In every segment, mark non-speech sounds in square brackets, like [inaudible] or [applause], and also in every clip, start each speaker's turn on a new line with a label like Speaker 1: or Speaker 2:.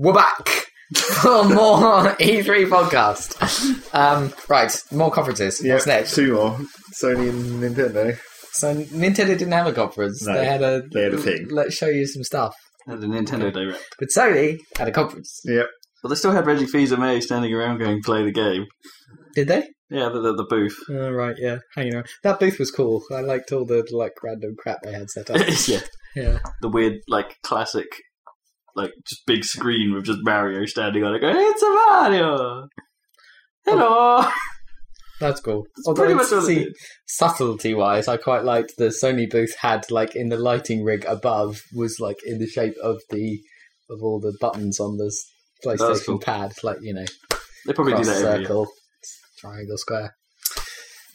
Speaker 1: We're back [laughs] for more E3 podcast. Um, right, more conferences.
Speaker 2: Yeah,
Speaker 1: What's next?
Speaker 2: Two more. Sony and Nintendo.
Speaker 1: So Nintendo didn't have a conference.
Speaker 2: No,
Speaker 1: they had a
Speaker 2: they had a thing.
Speaker 1: Let's show you some stuff.
Speaker 3: And the Nintendo Direct.
Speaker 1: But Sony had a conference.
Speaker 2: Yep.
Speaker 3: But they still had Reggie Fils-Aimé standing around going, play the game.
Speaker 1: Did they?
Speaker 3: Yeah, the, the, the booth. [laughs]
Speaker 1: Oh, right, yeah. Hanging around. That booth was cool. I liked all the like random crap they had [laughs] set up.
Speaker 3: yeah.
Speaker 1: yeah.
Speaker 3: The weird, like, classic, like, just big screen with just Mario standing on it going, it's a Mario! Hello!
Speaker 1: Oh. That's cool.
Speaker 3: It's
Speaker 1: Although
Speaker 3: pretty much
Speaker 1: it's-
Speaker 3: all it
Speaker 1: see,
Speaker 3: is.
Speaker 1: subtlety wise, I quite liked the Sony booth had like in the lighting rig above was like in the shape of the of all the buttons on the s- PlayStation
Speaker 3: cool.
Speaker 1: pad, like you know,
Speaker 3: [laughs] They probably do
Speaker 1: cross,
Speaker 3: that every year.
Speaker 1: circle, triangle, square.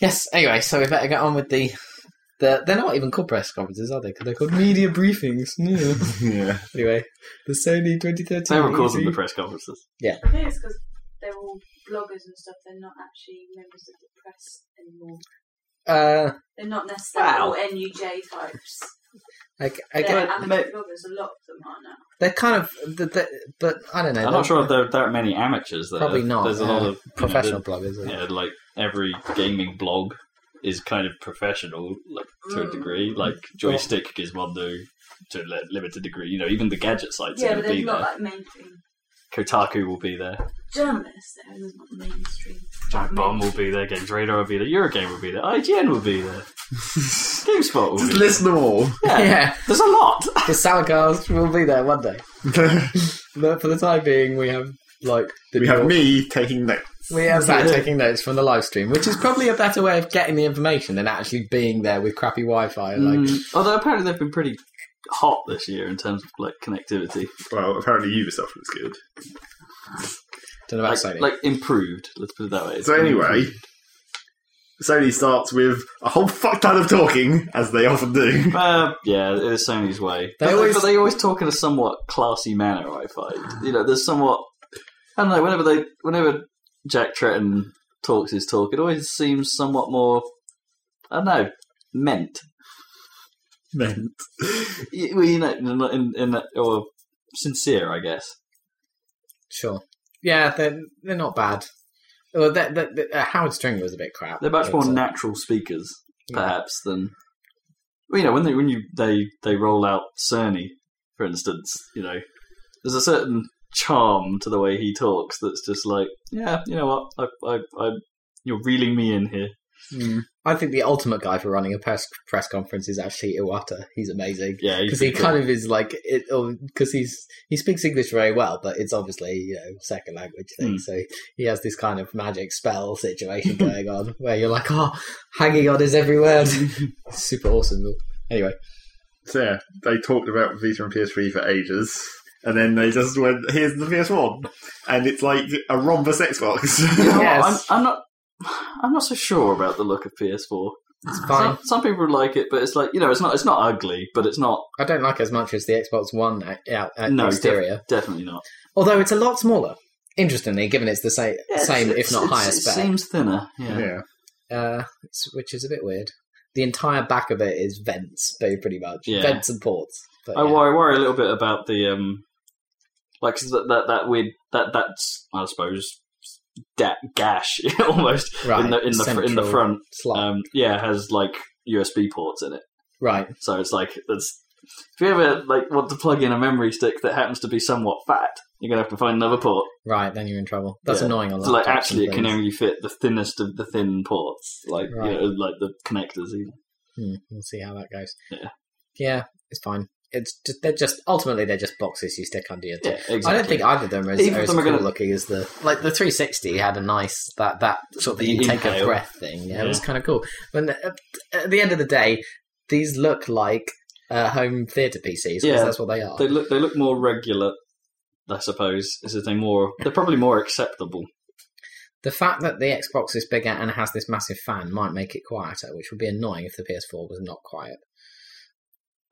Speaker 1: Yes. Anyway, so we better get on with the. The, they're not even called press conferences, are they? 'Cause they're called media
Speaker 3: [laughs]
Speaker 1: briefings. [laughs] Yeah.
Speaker 2: Yeah.
Speaker 1: anyway, the Sony E 2013.
Speaker 3: They record them
Speaker 1: E3
Speaker 3: the press conferences.
Speaker 4: I think it's because they're all bloggers and stuff. They're not actually members of the press anymore.
Speaker 1: Uh,
Speaker 4: They're not necessarily
Speaker 3: Wow.
Speaker 4: all NUJ types.
Speaker 1: I, I
Speaker 4: they're
Speaker 1: get,
Speaker 4: amateur
Speaker 3: but-
Speaker 4: bloggers. A lot of them are now.
Speaker 1: they're kind of, th th but I don't know.
Speaker 3: I'm
Speaker 1: they're
Speaker 3: not sure if there, there are many amateurs there.
Speaker 1: Probably not,
Speaker 3: There's a lot
Speaker 1: yeah.
Speaker 3: of you know,
Speaker 1: professional bloggers. aren't they?
Speaker 3: yeah, like every gaming blog is kind of professional, like to a degree. Like joystick Gizmodo to a li- limited degree. You know, even the gadget sites
Speaker 4: yeah,
Speaker 3: are going
Speaker 4: but
Speaker 3: to
Speaker 4: they're
Speaker 3: be
Speaker 4: not
Speaker 3: there.
Speaker 4: like mainstream
Speaker 3: Kotaku will be there.
Speaker 4: journalists. They're not mainstream.
Speaker 3: Giant Bomb will be there. Games Radar will be there. Eurogame will be there. IGN will be there. GameSpot
Speaker 2: [laughs]
Speaker 3: will
Speaker 2: Just
Speaker 3: be there.
Speaker 2: list them all.
Speaker 3: [laughs] Yeah.
Speaker 1: yeah.
Speaker 3: There's a lot.
Speaker 1: the sour cars will be there one day. But for the time being, we have like the
Speaker 2: [laughs] we have me taking notes.
Speaker 1: we have Pat taking notes from the live stream, which is probably a better way of getting the information than actually being there with crappy Wi-Fi. Like,
Speaker 3: Mm, although apparently they've been pretty hot this year in terms of like connectivity.
Speaker 2: Well, apparently Ubisoft was good.
Speaker 1: don't know about
Speaker 3: Like,
Speaker 1: Sony.
Speaker 3: like improved. Let's put it that way. It's
Speaker 2: So
Speaker 3: been
Speaker 2: anyway,
Speaker 3: improved.
Speaker 2: Sony starts with a whole fuck ton of talking, as they often do.
Speaker 3: [laughs] Uh, yeah, it is Sony's way.
Speaker 1: They
Speaker 3: But
Speaker 1: always-
Speaker 3: but they always talk in a somewhat classy manner. I find you know, there's somewhat. I don't know. Whenever they, whenever Jack Tretton talks his talk, it always seems somewhat more. I don't know, meant.
Speaker 2: Meant.
Speaker 3: Y- Well, you know, in, in, in that, or sincere, I guess.
Speaker 1: sure, yeah, they're they're not bad. Well, they they- uh, Howard String was a bit crap.
Speaker 3: They're much
Speaker 1: but,
Speaker 3: more
Speaker 1: uh,
Speaker 3: natural speakers,
Speaker 1: Yeah.
Speaker 3: perhaps, than. Well, you know, when they when you they they roll out Cerny, for instance, you know, there's a certain charm to the way he talks that's just like, yeah, you know what, I, I, I you're reeling me in here.
Speaker 1: hmm. I think the ultimate guy for running a press press conference is actually Iwata. He's amazing.
Speaker 3: Yeah,
Speaker 1: because he kind of is like it because he's he speaks English very well, but it's obviously you know second language thing.
Speaker 3: Mm.
Speaker 1: So he has this kind of magic spell
Speaker 3: [laughs]
Speaker 1: situation going on where you're like, oh, hanging on is every word. Super awesome. Anyway,
Speaker 2: So yeah, they talked about Vita and PS3 for ages, and then they just went, "Here's the PS1," and it's like a rhombus Xbox. [laughs]
Speaker 3: You know what,
Speaker 1: Yes.
Speaker 3: I'm, I'm not. I'm not so sure about the look of PS4.
Speaker 1: it's fine.
Speaker 3: Some, some people like it, but it's like you know, it's not. It's not ugly, but it's not
Speaker 1: I don't like it as much as the Xbox One out, out, out
Speaker 3: No,
Speaker 1: exterior,
Speaker 3: definitely not.
Speaker 1: although it's a lot smaller. Interestingly, given it's the same,
Speaker 3: Yeah, it's-
Speaker 1: same
Speaker 3: it's-
Speaker 1: if not
Speaker 3: it's-
Speaker 1: higher
Speaker 3: it
Speaker 1: spec,
Speaker 3: seems thinner. Yeah.
Speaker 2: yeah,
Speaker 1: uh, it's- which is a bit weird. The entire back of it is vents, very pretty much
Speaker 3: Yeah.
Speaker 1: vents and ports. But,
Speaker 3: I
Speaker 1: yeah.
Speaker 3: worry, worry a little bit about the um, like 'cause that that that weird that that's I suppose da- gash [laughs] almost
Speaker 1: Right,
Speaker 3: in the in the fr- in the
Speaker 1: central
Speaker 3: front.
Speaker 1: slot.
Speaker 3: Um, yeah, has like USB ports in it,
Speaker 1: Right.
Speaker 3: so it's like that's if you ever like want to plug in a memory stick that happens to be somewhat fat, you're gonna have to find another port.
Speaker 1: Right, then you're in trouble. That's
Speaker 3: Yeah.
Speaker 1: annoying. On
Speaker 3: So like
Speaker 1: laptops and
Speaker 3: actually, it can
Speaker 1: things.
Speaker 3: only fit the thinnest of the thin ports, like
Speaker 1: Right.
Speaker 3: you know, like the connectors. Even.
Speaker 1: Hmm, we'll see how that goes.
Speaker 3: Yeah.
Speaker 1: Yeah, it's fine. It's just they're just ultimately they're just boxes you stick under your.
Speaker 3: Yeah,
Speaker 1: T-
Speaker 3: exactly.
Speaker 1: I don't think either of them are as,
Speaker 3: Either
Speaker 1: are
Speaker 3: of
Speaker 1: as
Speaker 3: them
Speaker 1: cool
Speaker 3: are gonna-
Speaker 1: looking as the like the 360 had a nice that that sort of
Speaker 3: The
Speaker 1: you take a
Speaker 3: inhale.
Speaker 1: breath thing. Yeah, it was
Speaker 3: Yeah.
Speaker 1: kind of cool. But at, at the end of the day, these look like uh, home theater PCs because
Speaker 3: Yeah.
Speaker 1: that's what they are.
Speaker 3: They look they look more regular, I suppose. Is that they more they're probably more acceptable.
Speaker 1: The fact that the Xbox is bigger and has this massive fan might make it quieter, which would be annoying if the PS4 was not quiet.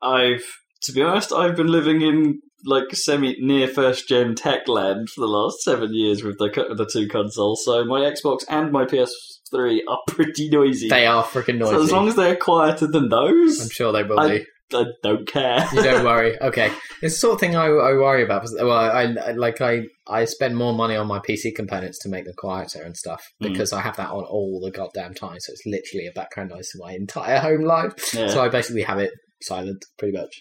Speaker 3: I've to be honest, I've been living in like semi near first gen tech land for the last seven years with the co- with the two consoles. So my Xbox and my PS3 are [laughs] pretty noisy.
Speaker 1: They are freaking noisy.
Speaker 3: So as long as they're quieter than those,
Speaker 1: I'm sure they will
Speaker 3: I-
Speaker 1: be.
Speaker 3: I don't care.
Speaker 1: You don't worry. Okay, it's the sort of thing I, I worry about. Well, I I- like I I spend more money on my PC components to make them quieter and stuff
Speaker 3: Mm.
Speaker 1: because I have that on all the goddamn time. So it's literally a background noise to my entire home life.
Speaker 3: Yeah.
Speaker 1: So I basically have it silent pretty much.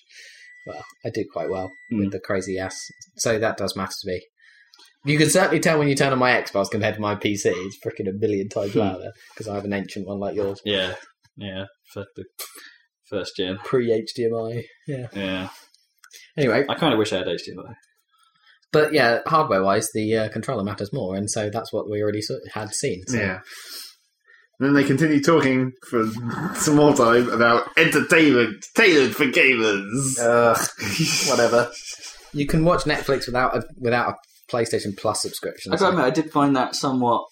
Speaker 1: Well, I do quite well
Speaker 3: Mm.
Speaker 1: with the crazy ass. So that does matter to me. You can certainly tell when you turn on my Xbox compared to my PC. It's freaking a million times
Speaker 3: Hmm.
Speaker 1: louder because I have an ancient one like yours,
Speaker 3: [laughs] yeah, yeah. For the first gen.
Speaker 1: pre HDMI. Yeah.
Speaker 3: Yeah,
Speaker 1: Anyway,
Speaker 3: I kind of wish I had HDMI.
Speaker 1: But yeah, hardware wise, the uh, controller matters more, and so that's what we already sort of had seen. So.
Speaker 2: Yeah. And then they continue talking for some more time about entertainment tailored for gamers.
Speaker 3: Ugh,
Speaker 2: whatever.
Speaker 1: You can watch Netflix without a, without a PlayStation Plus subscription.
Speaker 3: I
Speaker 1: so-
Speaker 3: gotta admit, I did find that somewhat,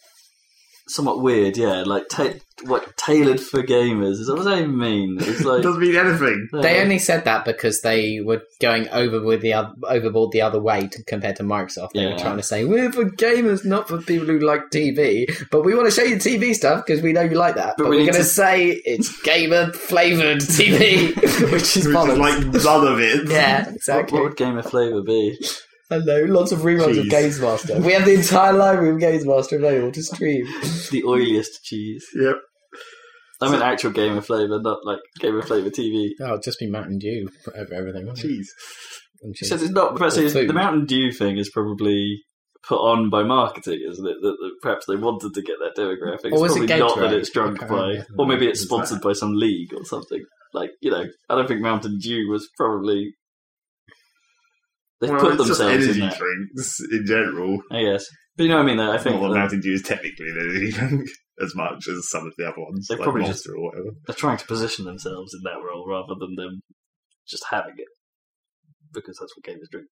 Speaker 3: somewhat weird. Yeah, like ta- what tailored for gamers. Is that what they mean? It's
Speaker 1: [laughs]
Speaker 3: like
Speaker 2: Doesn't mean anything.
Speaker 1: They
Speaker 3: uh,
Speaker 1: only said that because they were going over with the oth- overboard the other way to, compared to Microsoft. They
Speaker 3: Yeah.
Speaker 1: were trying to say we're for gamers, not for people who like TV. But we want to show you TV stuff because we know you like that.
Speaker 3: But
Speaker 1: But,
Speaker 3: we
Speaker 1: we're
Speaker 3: need
Speaker 1: going to
Speaker 3: to-
Speaker 1: say it's gamer flavored
Speaker 3: [laughs]
Speaker 1: TV, which is
Speaker 2: Which is
Speaker 1: bollocks.
Speaker 2: like none of it.
Speaker 1: yeah,
Speaker 3: what,
Speaker 1: exactly.
Speaker 3: what would gamer flavour be?
Speaker 1: Hello, lots of reruns of
Speaker 2: Jeez.
Speaker 1: Games Master. We have the entire library of Games Master available to stream.
Speaker 3: the oiliest cheese.
Speaker 2: Yep.
Speaker 3: I mean, actual gamer flavour, not like gamer flavour TV.
Speaker 1: Oh, it'd just be Mountain Dew over everything. wouldn't it?
Speaker 2: Jeez.
Speaker 1: And
Speaker 3: She
Speaker 1: cheese.
Speaker 3: says it's not. Perhaps it's-
Speaker 1: food.
Speaker 3: the Mountain Dew thing is probably put on by marketing, isn't it? That, that perhaps they wanted to get that demographic.
Speaker 1: Or
Speaker 3: it's
Speaker 1: was it
Speaker 3: probably not that
Speaker 1: Gatorade?
Speaker 3: it's drunk
Speaker 1: I can't
Speaker 3: by,
Speaker 1: remember.
Speaker 3: or maybe it's
Speaker 2: Is
Speaker 3: sponsored by some league or something. Like you know, I don't think Mountain Dew was probably. They
Speaker 2: Well,
Speaker 3: put
Speaker 2: it's just
Speaker 3: themselves
Speaker 2: energy
Speaker 3: in that,
Speaker 2: drinks in general.
Speaker 3: I guess. But you know what I mean. Though I
Speaker 2: Not
Speaker 3: think
Speaker 2: that
Speaker 3: that
Speaker 2: Mountain Dew is technically an energy drink [laughs] as much as some of the other ones,
Speaker 3: They
Speaker 2: like
Speaker 3: probably
Speaker 2: Monster
Speaker 3: just-
Speaker 2: or whatever.
Speaker 3: they're trying to position themselves in that role rather than them just having it because that's what gamers drink.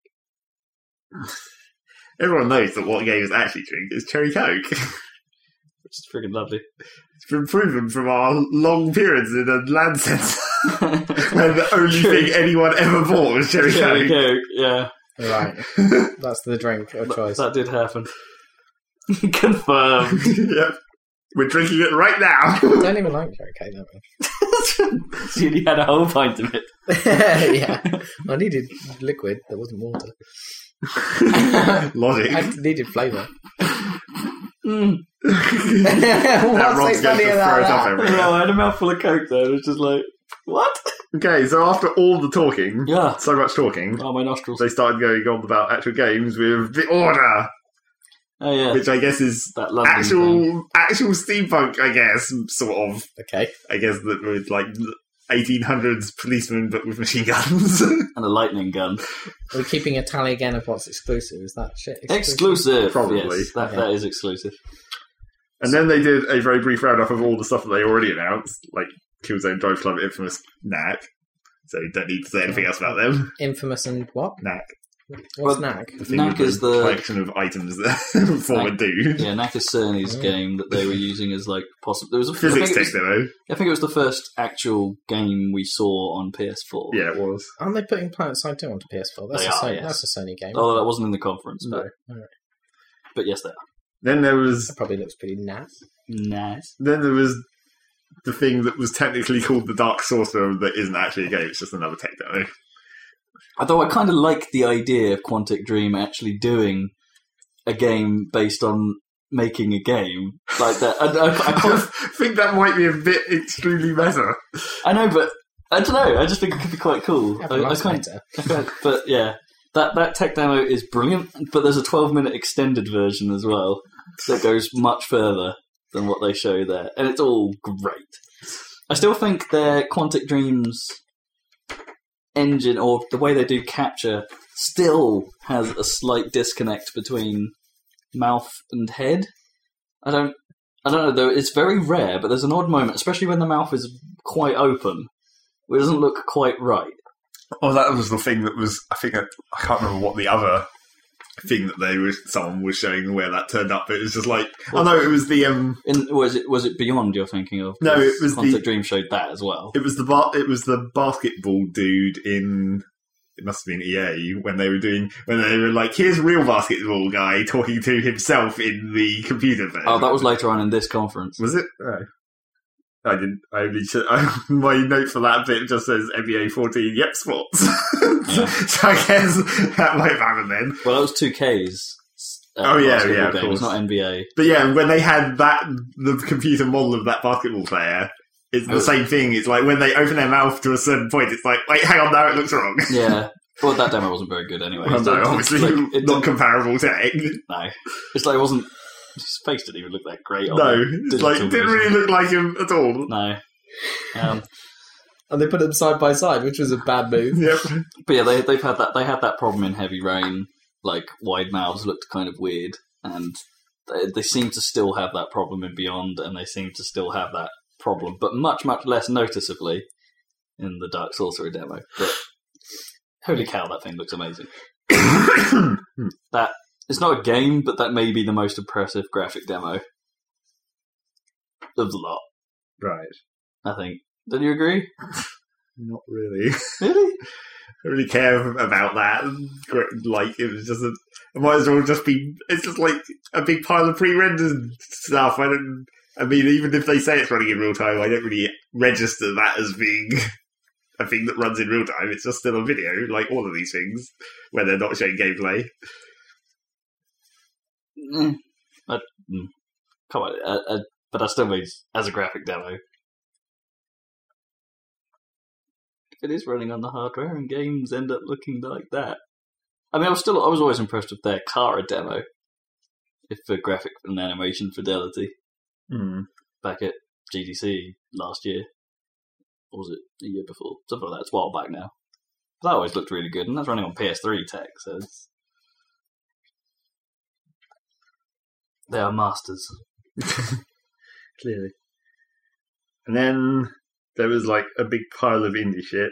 Speaker 2: Everyone knows that what gamers actually drink is cherry coke. [laughs]
Speaker 3: which is friggin' [laughs] lovely.
Speaker 2: It's been proven from our long periods in the land [laughs] centre where the only thing anyone ever bought was cherry
Speaker 3: There we
Speaker 2: coke.
Speaker 3: go. Yeah,
Speaker 1: right,
Speaker 2: [laughs]
Speaker 1: that's the drink of
Speaker 3: that,
Speaker 1: choice.
Speaker 3: that did happen. [laughs] Confirmed.
Speaker 2: [laughs] yep. We're drinking it right
Speaker 1: I
Speaker 2: now. [laughs]
Speaker 1: don't even like cherry cake that
Speaker 3: Julie had a whole pint of it.
Speaker 1: much. [laughs] yeah, I needed liquid that wasn't water. I
Speaker 2: Logic.
Speaker 1: needed flavour.
Speaker 3: Mm.
Speaker 2: that
Speaker 1: [laughs] What's
Speaker 2: Rob's
Speaker 1: so
Speaker 2: going
Speaker 1: funny
Speaker 2: to throw
Speaker 1: about
Speaker 2: it off
Speaker 1: that?
Speaker 2: everywhere.
Speaker 3: No, I had a mouthful of coke though. It was just like, what?
Speaker 2: Okay, so after all the talking,
Speaker 3: Yeah.
Speaker 2: so much talking,
Speaker 3: Oh, my nostrils.
Speaker 2: they started going on about actual games with The Order,
Speaker 3: Oh yeah,
Speaker 2: which I guess is
Speaker 3: that London
Speaker 2: actual
Speaker 3: thing.
Speaker 2: actual steampunk, I guess, sort of.
Speaker 1: Okay,
Speaker 2: I guess that was like 1800s policemen, but with machine guns. [laughs]
Speaker 3: and a lightning gun.
Speaker 1: we're keeping a tally again of what's exclusive. Is that shit
Speaker 3: Exclusive.
Speaker 2: Probably.
Speaker 3: Yes, that,
Speaker 1: Okay.
Speaker 3: that is exclusive.
Speaker 2: and then they did a very brief roundup of all the stuff that they already announced, like Killzone Drive Club, Infamous, Knack. So you don't need to say anything else about them.
Speaker 1: Infamous and what?
Speaker 2: Knack.
Speaker 1: What's
Speaker 3: Well,
Speaker 1: knack?
Speaker 2: The thing
Speaker 3: Knack
Speaker 2: with
Speaker 3: is the-
Speaker 2: collection of items that [laughs] former
Speaker 3: Knack-
Speaker 2: dude.
Speaker 3: Yeah, Nakaserney's
Speaker 1: Mm.
Speaker 3: game that they were using as like possible. There was a I think
Speaker 2: Physics
Speaker 3: it was-
Speaker 2: Techno.
Speaker 3: I think it was the first actual game we saw on PS4.
Speaker 2: Yeah, it was.
Speaker 1: Aren't they putting Planet Side Two onto PS4? That's
Speaker 3: They
Speaker 1: a
Speaker 3: are,
Speaker 1: Sony,
Speaker 3: yes.
Speaker 1: that's a Sony game.
Speaker 3: Although that wasn't in the conference,
Speaker 1: no,
Speaker 3: but,
Speaker 1: no.
Speaker 3: but yes, they are.
Speaker 2: Then there was
Speaker 1: That probably looks pretty naff.
Speaker 3: Nice.
Speaker 2: then there was the thing that was technically called the Dark Sorcerer that isn't actually a game, it's just another tech demo.
Speaker 3: Although I kind of like the idea of Quantic Dream actually doing a game based on making a game like that. I, I, I,
Speaker 2: [laughs] I
Speaker 3: kind of-
Speaker 2: [laughs] think that might be a bit extremely meta.
Speaker 3: I know, but I don't know. I just think it could be quite cool.
Speaker 1: Have
Speaker 3: I,
Speaker 1: a
Speaker 3: I
Speaker 1: nice
Speaker 3: kind
Speaker 1: later.
Speaker 3: of, but yeah, that that tech demo is brilliant. But there's a 12 minute extended version as well that goes much further than what they show there, and it's all great. I still think their Quantic Dreams engine or the way they do capture still has a slight disconnect between mouth and head. I don't I don't know though it's very rare, but there's an odd moment, especially when the mouth is quite open. It doesn't look quite right.
Speaker 2: Oh, that was the thing that was. I think that, I can't remember what the other thing that they were. Someone was showing where that turned up. But it was just like. Oh no, it was the um.
Speaker 3: And was it was it beyond you're thinking of?
Speaker 2: No, it was
Speaker 3: Quantic
Speaker 2: the-
Speaker 3: Dream showed that as well.
Speaker 2: It was the bar. It was the basketball dude in. It must have been EA when they were doing when they were like, "Here's real basketball guy talking to himself in the computer." Version.
Speaker 3: Oh, that was later on in this conference.
Speaker 2: Was it? Oh. I didn't. I only. Ch- I, [laughs] my note for that bit just says NBA 14. Yep, sports. [laughs] so I guess that might have happened then.
Speaker 3: Well, that was two Ks.
Speaker 2: Oh, yeah, yeah, of
Speaker 3: game.
Speaker 2: course.
Speaker 3: It's not NBA.
Speaker 2: But yeah, when they had that, the computer model of that basketball player, it's the
Speaker 3: Oh.
Speaker 2: same thing. It's like when they open their mouth to a certain point, it's like, wait, hang on, now it looks wrong.
Speaker 3: Yeah. Well, that demo wasn't very good anyway.
Speaker 2: Well,
Speaker 3: It's
Speaker 2: no,
Speaker 3: like-
Speaker 2: obviously [laughs]
Speaker 3: it's like, it
Speaker 2: not
Speaker 3: didn't-
Speaker 2: comparable to it.
Speaker 3: no. It's like it wasn't. His face didn't even look that great. on
Speaker 2: No,
Speaker 3: it.
Speaker 2: it's like
Speaker 3: digital
Speaker 2: didn't really
Speaker 3: version.
Speaker 2: look like him at all.
Speaker 3: No. Um,
Speaker 1: and they put them side by side, which was a bad [laughs] move.
Speaker 2: [laughs]
Speaker 3: [coughs]
Speaker 2: Yep.
Speaker 3: but yeah, they they've had that they had that problem in Heavy Rain. Like wide mouths looked kind of weird, and they, they seem to still have that problem in Beyond, and they seem to still have that problem, but much much less noticeably in the Dark Sorcery demo. But holy cow, that thing looks amazing! It's not a game, but that may be the most impressive graphic demo of the lot.
Speaker 2: right.
Speaker 3: I think. Don't you agree?
Speaker 2: Not really. [laughs]
Speaker 3: Really?
Speaker 2: I don't really care about that. Gr- Like it was just a. It might as well just be. It's just like a big pile of pre-rendered stuff. I don't. I mean, even if they say it's running in real time, I don't really register that as being [laughs] a thing that runs in real time. It's just still a video, like all of these things, where they're not showing gameplay.
Speaker 3: Mm. I, mm. Come on, I, I, but I still mean as a graphic demo. If it is running on the hardware and games end up looking like that, I mean, I was still I was always impressed with their Kara demo, if for graphic and animation fidelity
Speaker 1: Hmm.
Speaker 3: back at GDC last year, or was it a year before? Something like that. It's a while back now. But that always looked really good, and that's running on PS3 tech. So it's... they are masters.
Speaker 2: Clearly. And then there was like a big pile of indie shit,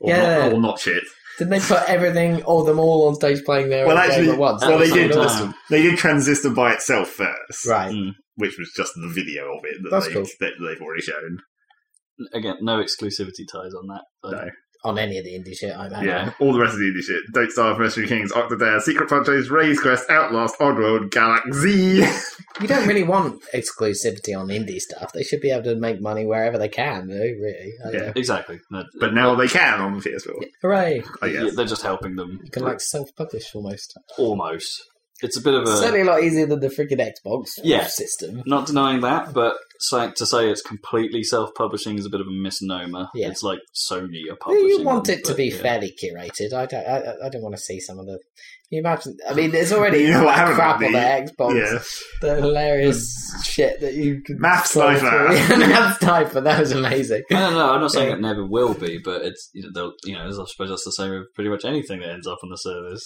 Speaker 2: or,
Speaker 1: Yeah.
Speaker 2: not, or not shit.
Speaker 1: Didn't they put everything, all them all on stage playing their
Speaker 2: Well,
Speaker 1: own game
Speaker 2: actually-
Speaker 1: at once?
Speaker 2: well,
Speaker 1: That
Speaker 2: they
Speaker 1: was
Speaker 2: did-
Speaker 1: kinda
Speaker 3: Wow.
Speaker 1: awesome.
Speaker 2: They did Transistor by itself first,
Speaker 1: Right.
Speaker 2: which was just the video of it that,
Speaker 1: That's
Speaker 2: they,
Speaker 1: cool.
Speaker 2: that they've already shown.
Speaker 3: Again, no exclusivity ties on that. but-
Speaker 2: No.
Speaker 1: On any of the indie shit, I imagine.
Speaker 2: Yeah, all the rest of the indie shit. Don't Starve, Mercenary Kings, Octodad, Secret Ponchos, Ray's Quest, Outlast, Oddworld, Galaxy. [laughs]
Speaker 1: You don't really want exclusivity on indie stuff. They should be able to make money wherever they can, though, really. I
Speaker 2: Yeah.
Speaker 1: yeah.
Speaker 3: exactly. No,
Speaker 2: but uh, now they can on PS4,
Speaker 1: Hooray!
Speaker 2: I guess.
Speaker 3: yeah, they're just helping them
Speaker 1: You can, like, self publish almost.
Speaker 3: [laughs] almost. It's a bit of a
Speaker 1: Certainly a lot easier than the freaking Xbox
Speaker 3: Yeah.
Speaker 1: system.
Speaker 3: Not denying that, but say, to say it's completely self-publishing is a bit of a misnomer.
Speaker 1: Yeah.
Speaker 3: It's like Sony are
Speaker 1: Well,
Speaker 3: publishing.
Speaker 1: you want
Speaker 3: them,
Speaker 1: it to
Speaker 3: but,
Speaker 1: be
Speaker 3: yeah.
Speaker 1: fairly curated. I don't. I, I- I don't want to see some of the. You imagine? I mean,
Speaker 2: [laughs]
Speaker 1: there's already
Speaker 2: You know
Speaker 1: all
Speaker 2: what
Speaker 1: that
Speaker 2: happened
Speaker 1: crap
Speaker 2: to
Speaker 1: on the
Speaker 2: me?
Speaker 1: Xbox.
Speaker 2: Yeah.
Speaker 1: The hilarious shit that you can.
Speaker 2: Math
Speaker 1: scroll [laughs]
Speaker 2: Sniper.
Speaker 1: through. Math sniper. That was amazing.
Speaker 3: I don't know. I'm not saying it never will be, but it's you know, they'll- you know, I suppose that's the same with pretty much anything that ends up on the servers.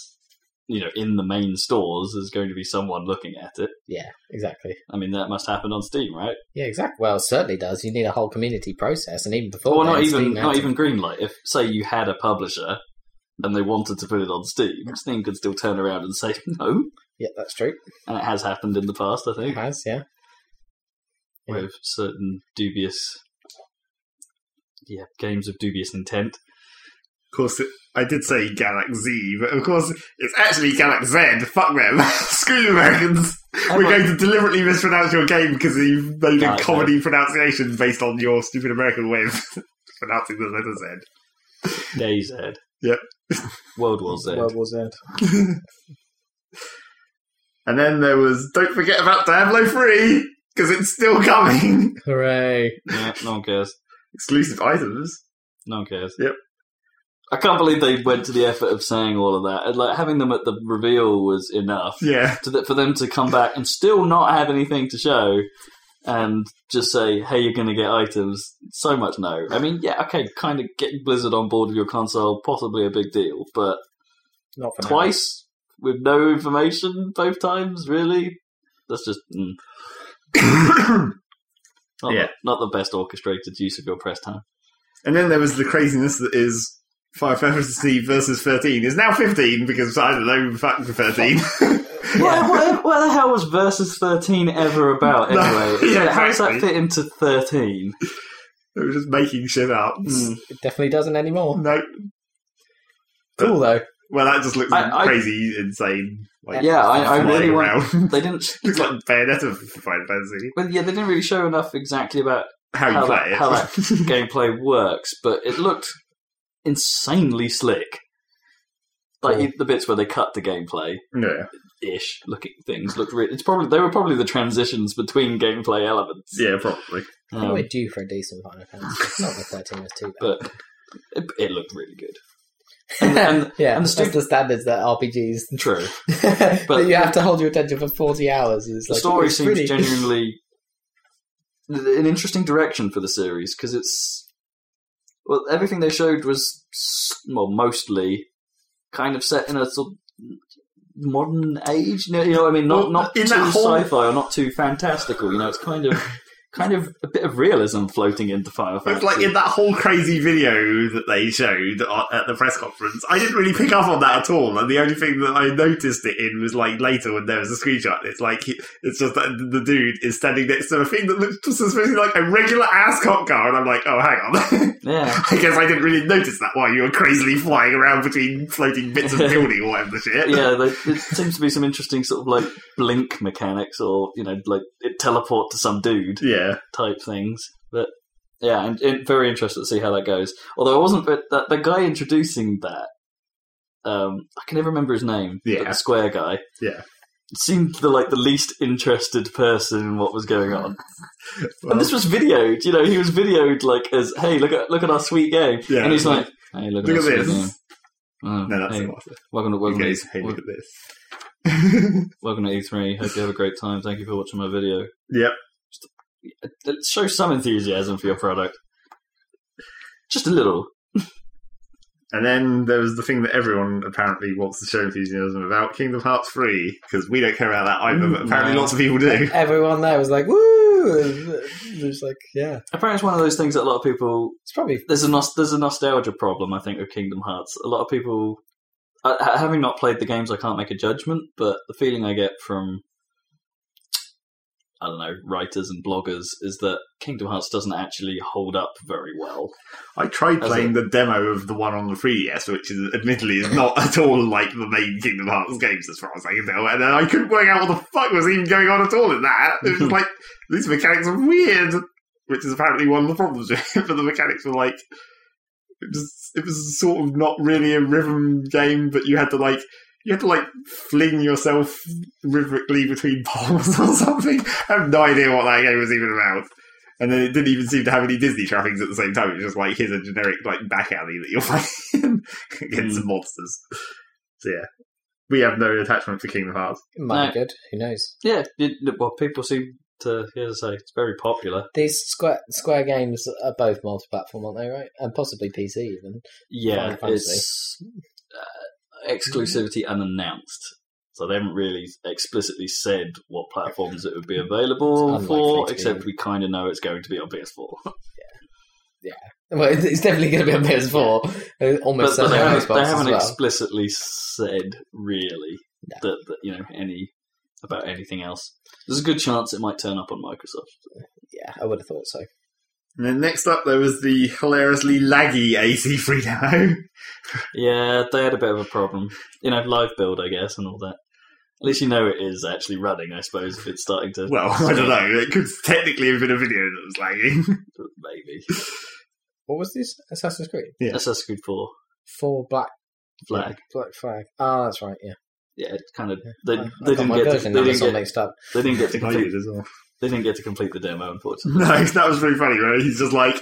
Speaker 3: You know, in the main stores, there's going to be someone looking at it.
Speaker 1: Yeah. Exactly.
Speaker 3: I mean, that must happen on Steam, right?
Speaker 1: Yeah. Exactly. Well, it certainly does. You need a whole community process, and even before.
Speaker 3: Well, not
Speaker 1: then, Steam
Speaker 3: even
Speaker 1: had
Speaker 3: not
Speaker 1: to-
Speaker 3: even Greenlight. If say you had a publisher and they wanted to put it on Steam, Steam could still turn around and say [laughs] no,
Speaker 1: Yeah, that's true.
Speaker 3: and it has happened in the past. I
Speaker 1: It
Speaker 3: think
Speaker 1: has. Yeah. Yeah.
Speaker 3: with certain dubious, yeah, games of dubious intent.
Speaker 2: Of course, it, I did say Galaxy, but of course, it's actually Galaxy. Fuck them. [laughs] Screw you, Americans.
Speaker 3: I'm
Speaker 2: We're
Speaker 3: like-
Speaker 2: going to deliberately mispronounce your game because you've made a
Speaker 3: Galaxy.
Speaker 2: comedy pronunciation based on your stupid American way of [laughs] pronouncing the letter Z.
Speaker 3: Days Z.
Speaker 2: Yep.
Speaker 3: [laughs] World War Z.
Speaker 1: World War Z.
Speaker 2: And then there was Don't Forget About Diablo 3, because it's still coming. [laughs]
Speaker 1: Hooray!
Speaker 3: yeah, no one cares.
Speaker 2: Exclusive items.
Speaker 3: No one cares.
Speaker 2: Yep.
Speaker 3: I can't believe they went to the effort of saying all of that. And, Like having them at the reveal was enough
Speaker 2: Yeah. [coughs]
Speaker 3: to th- for them to come back and still not have anything to show, and just say, "Hey, you're going to get items." So much no. I mean, yeah, okay, kind of getting Blizzard on board with your console, possibly a big deal, but
Speaker 1: Not for now.
Speaker 3: twice with no information both times, really. That's just mm,
Speaker 2: and
Speaker 3: not,
Speaker 2: Yeah.
Speaker 3: not the best orchestrated use of your press time.
Speaker 2: then there was the craziness that is Fire Fantasy versus 13 is now 15 because I don't know, fuck 13.
Speaker 1: Yeah.
Speaker 3: What, what, what the hell was versus 13 ever about
Speaker 2: No, [laughs]
Speaker 3: anyway?
Speaker 2: yeah,
Speaker 3: How does
Speaker 2: exactly.
Speaker 3: that fit into 13?
Speaker 2: [laughs] they were just making shit up.
Speaker 3: Hmm. Mm.
Speaker 1: It definitely doesn't anymore.
Speaker 2: Oh, No.
Speaker 1: Cool though.
Speaker 2: Well, that just looks
Speaker 3: I- I-
Speaker 2: crazy, insane. Like,
Speaker 3: Yeah, I, I
Speaker 2: flying
Speaker 3: really
Speaker 2: [laughs]
Speaker 3: want.
Speaker 2: around.
Speaker 3: They didn't.
Speaker 2: looks like Bayonetta for Final Fantasy.
Speaker 3: Well, yeah, they didn't really show enough exactly about
Speaker 2: how you
Speaker 3: how
Speaker 2: play
Speaker 3: that,
Speaker 2: it.
Speaker 3: how that gameplay works, but it looked insanely slick. Like
Speaker 1: Cool.
Speaker 3: e- the bits where they cut the gameplay
Speaker 2: [laughs] yeah,
Speaker 3: ish looking things looked really. It's probably they were probably the transitions between gameplay elements.
Speaker 2: yeah, probably.
Speaker 1: I think
Speaker 3: Um,
Speaker 1: we're due for a decent Final Fantasy. Not the 13 was too bad.
Speaker 3: but it, it looked really good.
Speaker 1: [laughs]
Speaker 3: and- and-
Speaker 1: yeah,
Speaker 3: and the
Speaker 1: that's
Speaker 3: stu-
Speaker 1: the standards that RPGs. [laughs]
Speaker 3: True.
Speaker 1: but,
Speaker 3: But-
Speaker 1: you have to hold your attention for 40 hours. It's
Speaker 3: The
Speaker 1: like,
Speaker 3: story
Speaker 1: it's
Speaker 2: [laughs]
Speaker 3: seems
Speaker 1: really-
Speaker 3: genuinely an interesting direction for the series because it's well, everything they showed was s- well, mostly kind of set in a sort of modern age. You know, you know what I mean? Not
Speaker 2: Well,
Speaker 3: not
Speaker 2: in
Speaker 3: too
Speaker 2: that whole-
Speaker 3: sci-fi or not too fantastical. You know, it's
Speaker 2: [laughs]
Speaker 3: kind of kind of a bit of realism floating into Final
Speaker 2: It's
Speaker 3: Fantasy.
Speaker 2: like in that whole crazy video that they showed o- at the press conference. I didn't really pick up on that at all, and the only thing that I noticed it in was like later when there was a screenshot. It's like he- it's just that the dude is standing next to a thing that looks suspiciously like a regular ass cop car, and I'm like, oh, hang on. [laughs]
Speaker 3: yeah.
Speaker 2: I guess I didn't really notice that while you were crazily flying around between floating bits
Speaker 3: [laughs]
Speaker 2: of building or whatever the shit.
Speaker 3: yeah, there, there seems to be some interesting sort of like blink mechanics, or you know, like it teleport to some dude
Speaker 2: Yeah.
Speaker 3: type things. But yeah, and, and very interested to see how that goes. Although I wasn't, but that the guy introducing that, um, I can never remember his name. but
Speaker 2: Yeah.
Speaker 3: the square guy.
Speaker 2: Yeah.
Speaker 3: Seemed the like the least interested person in what was going on,
Speaker 2: Well,
Speaker 3: and this was videoed. You know, he was videoed like as, "Hey, look at look at our sweet game,"
Speaker 2: Yeah.
Speaker 3: and he's like, "Hey, look,
Speaker 2: look
Speaker 3: at
Speaker 2: at
Speaker 3: our sweet game."
Speaker 2: this.
Speaker 3: Oh,
Speaker 2: No, that's
Speaker 3: hey,
Speaker 2: not
Speaker 3: welcome to welcome
Speaker 2: what
Speaker 3: to-
Speaker 2: goes, hey, look
Speaker 3: wel-
Speaker 2: at this. [laughs]
Speaker 3: welcome to E3. Hope you have a great time. Thank you for watching my video.
Speaker 2: yep.
Speaker 3: Let's show some enthusiasm for your product, just a little.
Speaker 2: And then there was the thing that everyone apparently wants to show enthusiasm about Kingdom Hearts 3, because we don't care about that either, but
Speaker 3: Mm,
Speaker 2: apparently
Speaker 3: no.
Speaker 2: lots of people [laughs] do.
Speaker 1: Everyone there was like, woo! It was like, yeah.
Speaker 3: Apparently, it's one of those things that a lot of people
Speaker 1: It's probably
Speaker 3: there's a nos- there's a nostalgia problem I think with Kingdom Hearts. A lot of people, uh, ha- having not played the games, I can't make a judgment. But the feeling I get from I don't know writers and bloggers is that Kingdom Hearts doesn't actually hold up very well.
Speaker 2: I tried
Speaker 3: As
Speaker 2: playing the demo of the one on the 3DS, which is admittedly is not at all like the main Kingdom Hearts games as far as I can tell, and then I couldn't work out what the fuck was even going on at all in that. It was just like, these mechanics are weird, which is apparently one of the problems [laughs] with it, but the mechanics were like, it was, it was sort of not really a rhythm game, but you had to like, you had to like fling yourself rhythmically between [laughs] palms or something. I have no idea what that game was even about. And then it didn't even seem to have any Disney trappings at the same time. It was just like here's a generic like back alley that you're [laughs] fighting against some monsters. So yeah, we have no attachment for Kingdom Hearts.
Speaker 1: it might
Speaker 3: No.
Speaker 1: be good. Who knows?
Speaker 3: Yeah, it- well, people seem to, yeah, as I say, it's very popular.
Speaker 1: These Square, Square games are both multi platform, aren't they, right? And possibly PC even.
Speaker 3: Yeah,
Speaker 1: Final Fantasy.
Speaker 3: it's uh, exclusivity unannounced. So they haven't really explicitly said what platforms it would be available
Speaker 1: It's unlikely
Speaker 3: for,
Speaker 1: to be.
Speaker 3: except we kind of know it's going to be on PS4.
Speaker 1: Well, it's it's definitely going to be on PS4. uh, Almost
Speaker 3: but, but they
Speaker 1: certainly on
Speaker 3: haven't,
Speaker 1: Xbox
Speaker 3: they haven't
Speaker 1: as well.
Speaker 3: explicitly said really
Speaker 1: No.
Speaker 3: that, that you know any about anything else. There's a good chance it might turn up on Microsoft.
Speaker 1: yeah, I would have thought so.
Speaker 2: And then next up there was the hilariously laggy AC3 demo.
Speaker 3: Yeah, they had a bit of a problem. You know, live build, I guess, and all that. At least you know it is actually running. I suppose if it's starting to
Speaker 1: [laughs]
Speaker 2: [laughs] well, I don't know. It could technically have been a video that was lagging.
Speaker 3: maybe
Speaker 1: What was this? Assassin's Creed?
Speaker 2: Yeah.
Speaker 3: Assassin's Creed Four
Speaker 1: Four Black
Speaker 3: Flag.
Speaker 1: Black Flag. Ah, that's right, yeah.
Speaker 3: Yeah, it kind of
Speaker 1: Yeah.
Speaker 3: they,
Speaker 1: I- I
Speaker 3: they
Speaker 1: got
Speaker 3: didn't
Speaker 1: my
Speaker 3: get to,
Speaker 1: version
Speaker 3: they
Speaker 1: numbers
Speaker 3: didn't
Speaker 1: all
Speaker 3: get
Speaker 1: mixed up.
Speaker 3: they
Speaker 2: [laughs]
Speaker 3: didn't get to
Speaker 2: I
Speaker 3: complete
Speaker 2: did as well.
Speaker 3: they didn't get to complete the demo
Speaker 2: [laughs]
Speaker 3: unfortunately.
Speaker 2: No, that was pretty funny. Where he's just like,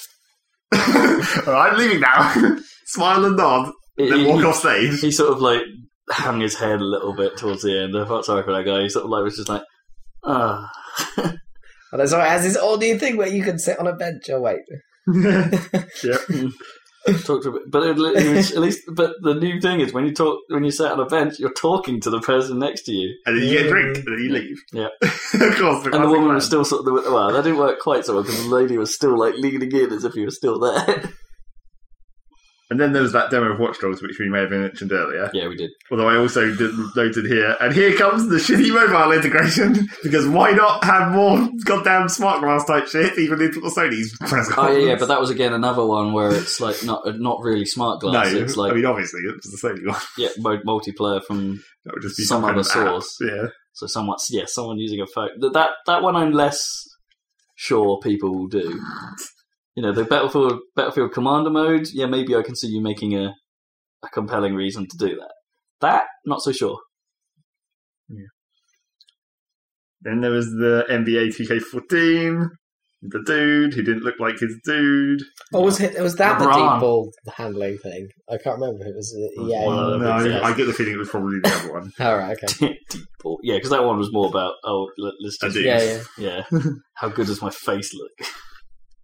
Speaker 2: [laughs] "All right, I'm leaving now." [laughs] Smile and nod,
Speaker 3: It-
Speaker 2: then
Speaker 3: it-
Speaker 2: walk off stage. [laughs]
Speaker 3: he sort of like hung his head a little bit towards the end. I felt sorry for that guy. He sort of like was just like, ah,
Speaker 1: And that's right, it has this all new thing where you can sit on a bench. Oh, wait.
Speaker 2: yep.
Speaker 3: talk to. But it, it was, at least, but the new thing is when you talk, when you sit on a bench, you're talking to the person next to you,
Speaker 2: And then you get a drink,
Speaker 1: Yeah.
Speaker 2: and then you leave.
Speaker 3: [laughs] Yeah.
Speaker 2: [laughs] of course.
Speaker 3: and the
Speaker 2: classic
Speaker 3: woman
Speaker 2: plan.
Speaker 3: was still sort of. Well, that didn't work quite so well because the lady was still like leaning in as if he was still there.
Speaker 2: And then there was that demo of Watch Dogs, which we may have mentioned earlier.
Speaker 3: yeah, we did.
Speaker 2: Although I also did, noted here, and here comes the shitty mobile integration, [laughs] because why not have more goddamn smart glass type shit, even in Sony's press
Speaker 3: Oh yeah, yeah,
Speaker 2: [laughs]
Speaker 3: but
Speaker 2: conference?
Speaker 3: that was again another one where it's like not not really smart glass.
Speaker 2: No,
Speaker 3: it's like
Speaker 2: I mean, obviously, it's the Sony one. [laughs]
Speaker 3: yeah, mo- multiplayer from
Speaker 2: That would just be
Speaker 3: Some
Speaker 2: kind
Speaker 3: other
Speaker 2: of app.
Speaker 3: source.
Speaker 2: Yeah.
Speaker 3: So someone, yeah, someone using a phone. That that, that one I'm less sure people will do. You know, the Battlefield Battlefield Commander mode, yeah, maybe I can see you making a, a compelling reason to do that. That, not so sure. [laughs]
Speaker 2: Then there was the NBA 2K14, the dude who didn't look like his dude.
Speaker 1: Oh, was it? Was that the
Speaker 3: LeBron.
Speaker 1: deep ball handling thing? I can't remember. if It was uh, yeah.
Speaker 3: one of
Speaker 2: no,
Speaker 3: the big
Speaker 2: I get the feeling it was probably the
Speaker 1: [laughs]
Speaker 2: other one.
Speaker 1: All right. Okay.
Speaker 3: Deep ball. Yeah, because that one was more about, oh, let, us
Speaker 2: I
Speaker 3: just.
Speaker 2: do.
Speaker 1: Yeah, yeah.
Speaker 3: Yeah. [laughs] How good does my face look?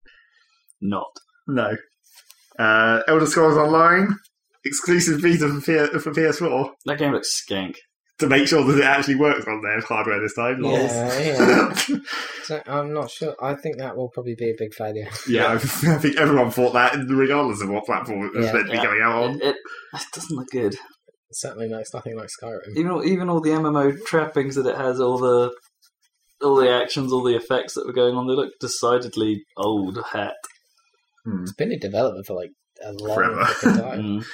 Speaker 3: [laughs] not.
Speaker 2: No. Uh, Elder Scrolls Online, exclusive beta for, P- for PS4
Speaker 3: That game looks skank.
Speaker 2: to make sure that it actually works on their hardware this time. lols.
Speaker 1: Yeah, yeah. So I'm not sure. I think that will probably be a big failure.
Speaker 2: [laughs]
Speaker 1: [laughs]
Speaker 2: Yeah, I think everyone thought that, regardless of what platform it was
Speaker 1: Yeah,
Speaker 2: meant to be
Speaker 3: yeah.
Speaker 2: going out on.
Speaker 3: It, it, it doesn't look good.
Speaker 1: Certainly, no, it's nothing like Skyrim.
Speaker 3: even all- even all the MMO trappings that it has, all the all the actions, all the effects that were going on, they look decidedly old hat.
Speaker 1: It's been in development for like a long
Speaker 2: Forever.
Speaker 1: fucking time.
Speaker 3: Mm.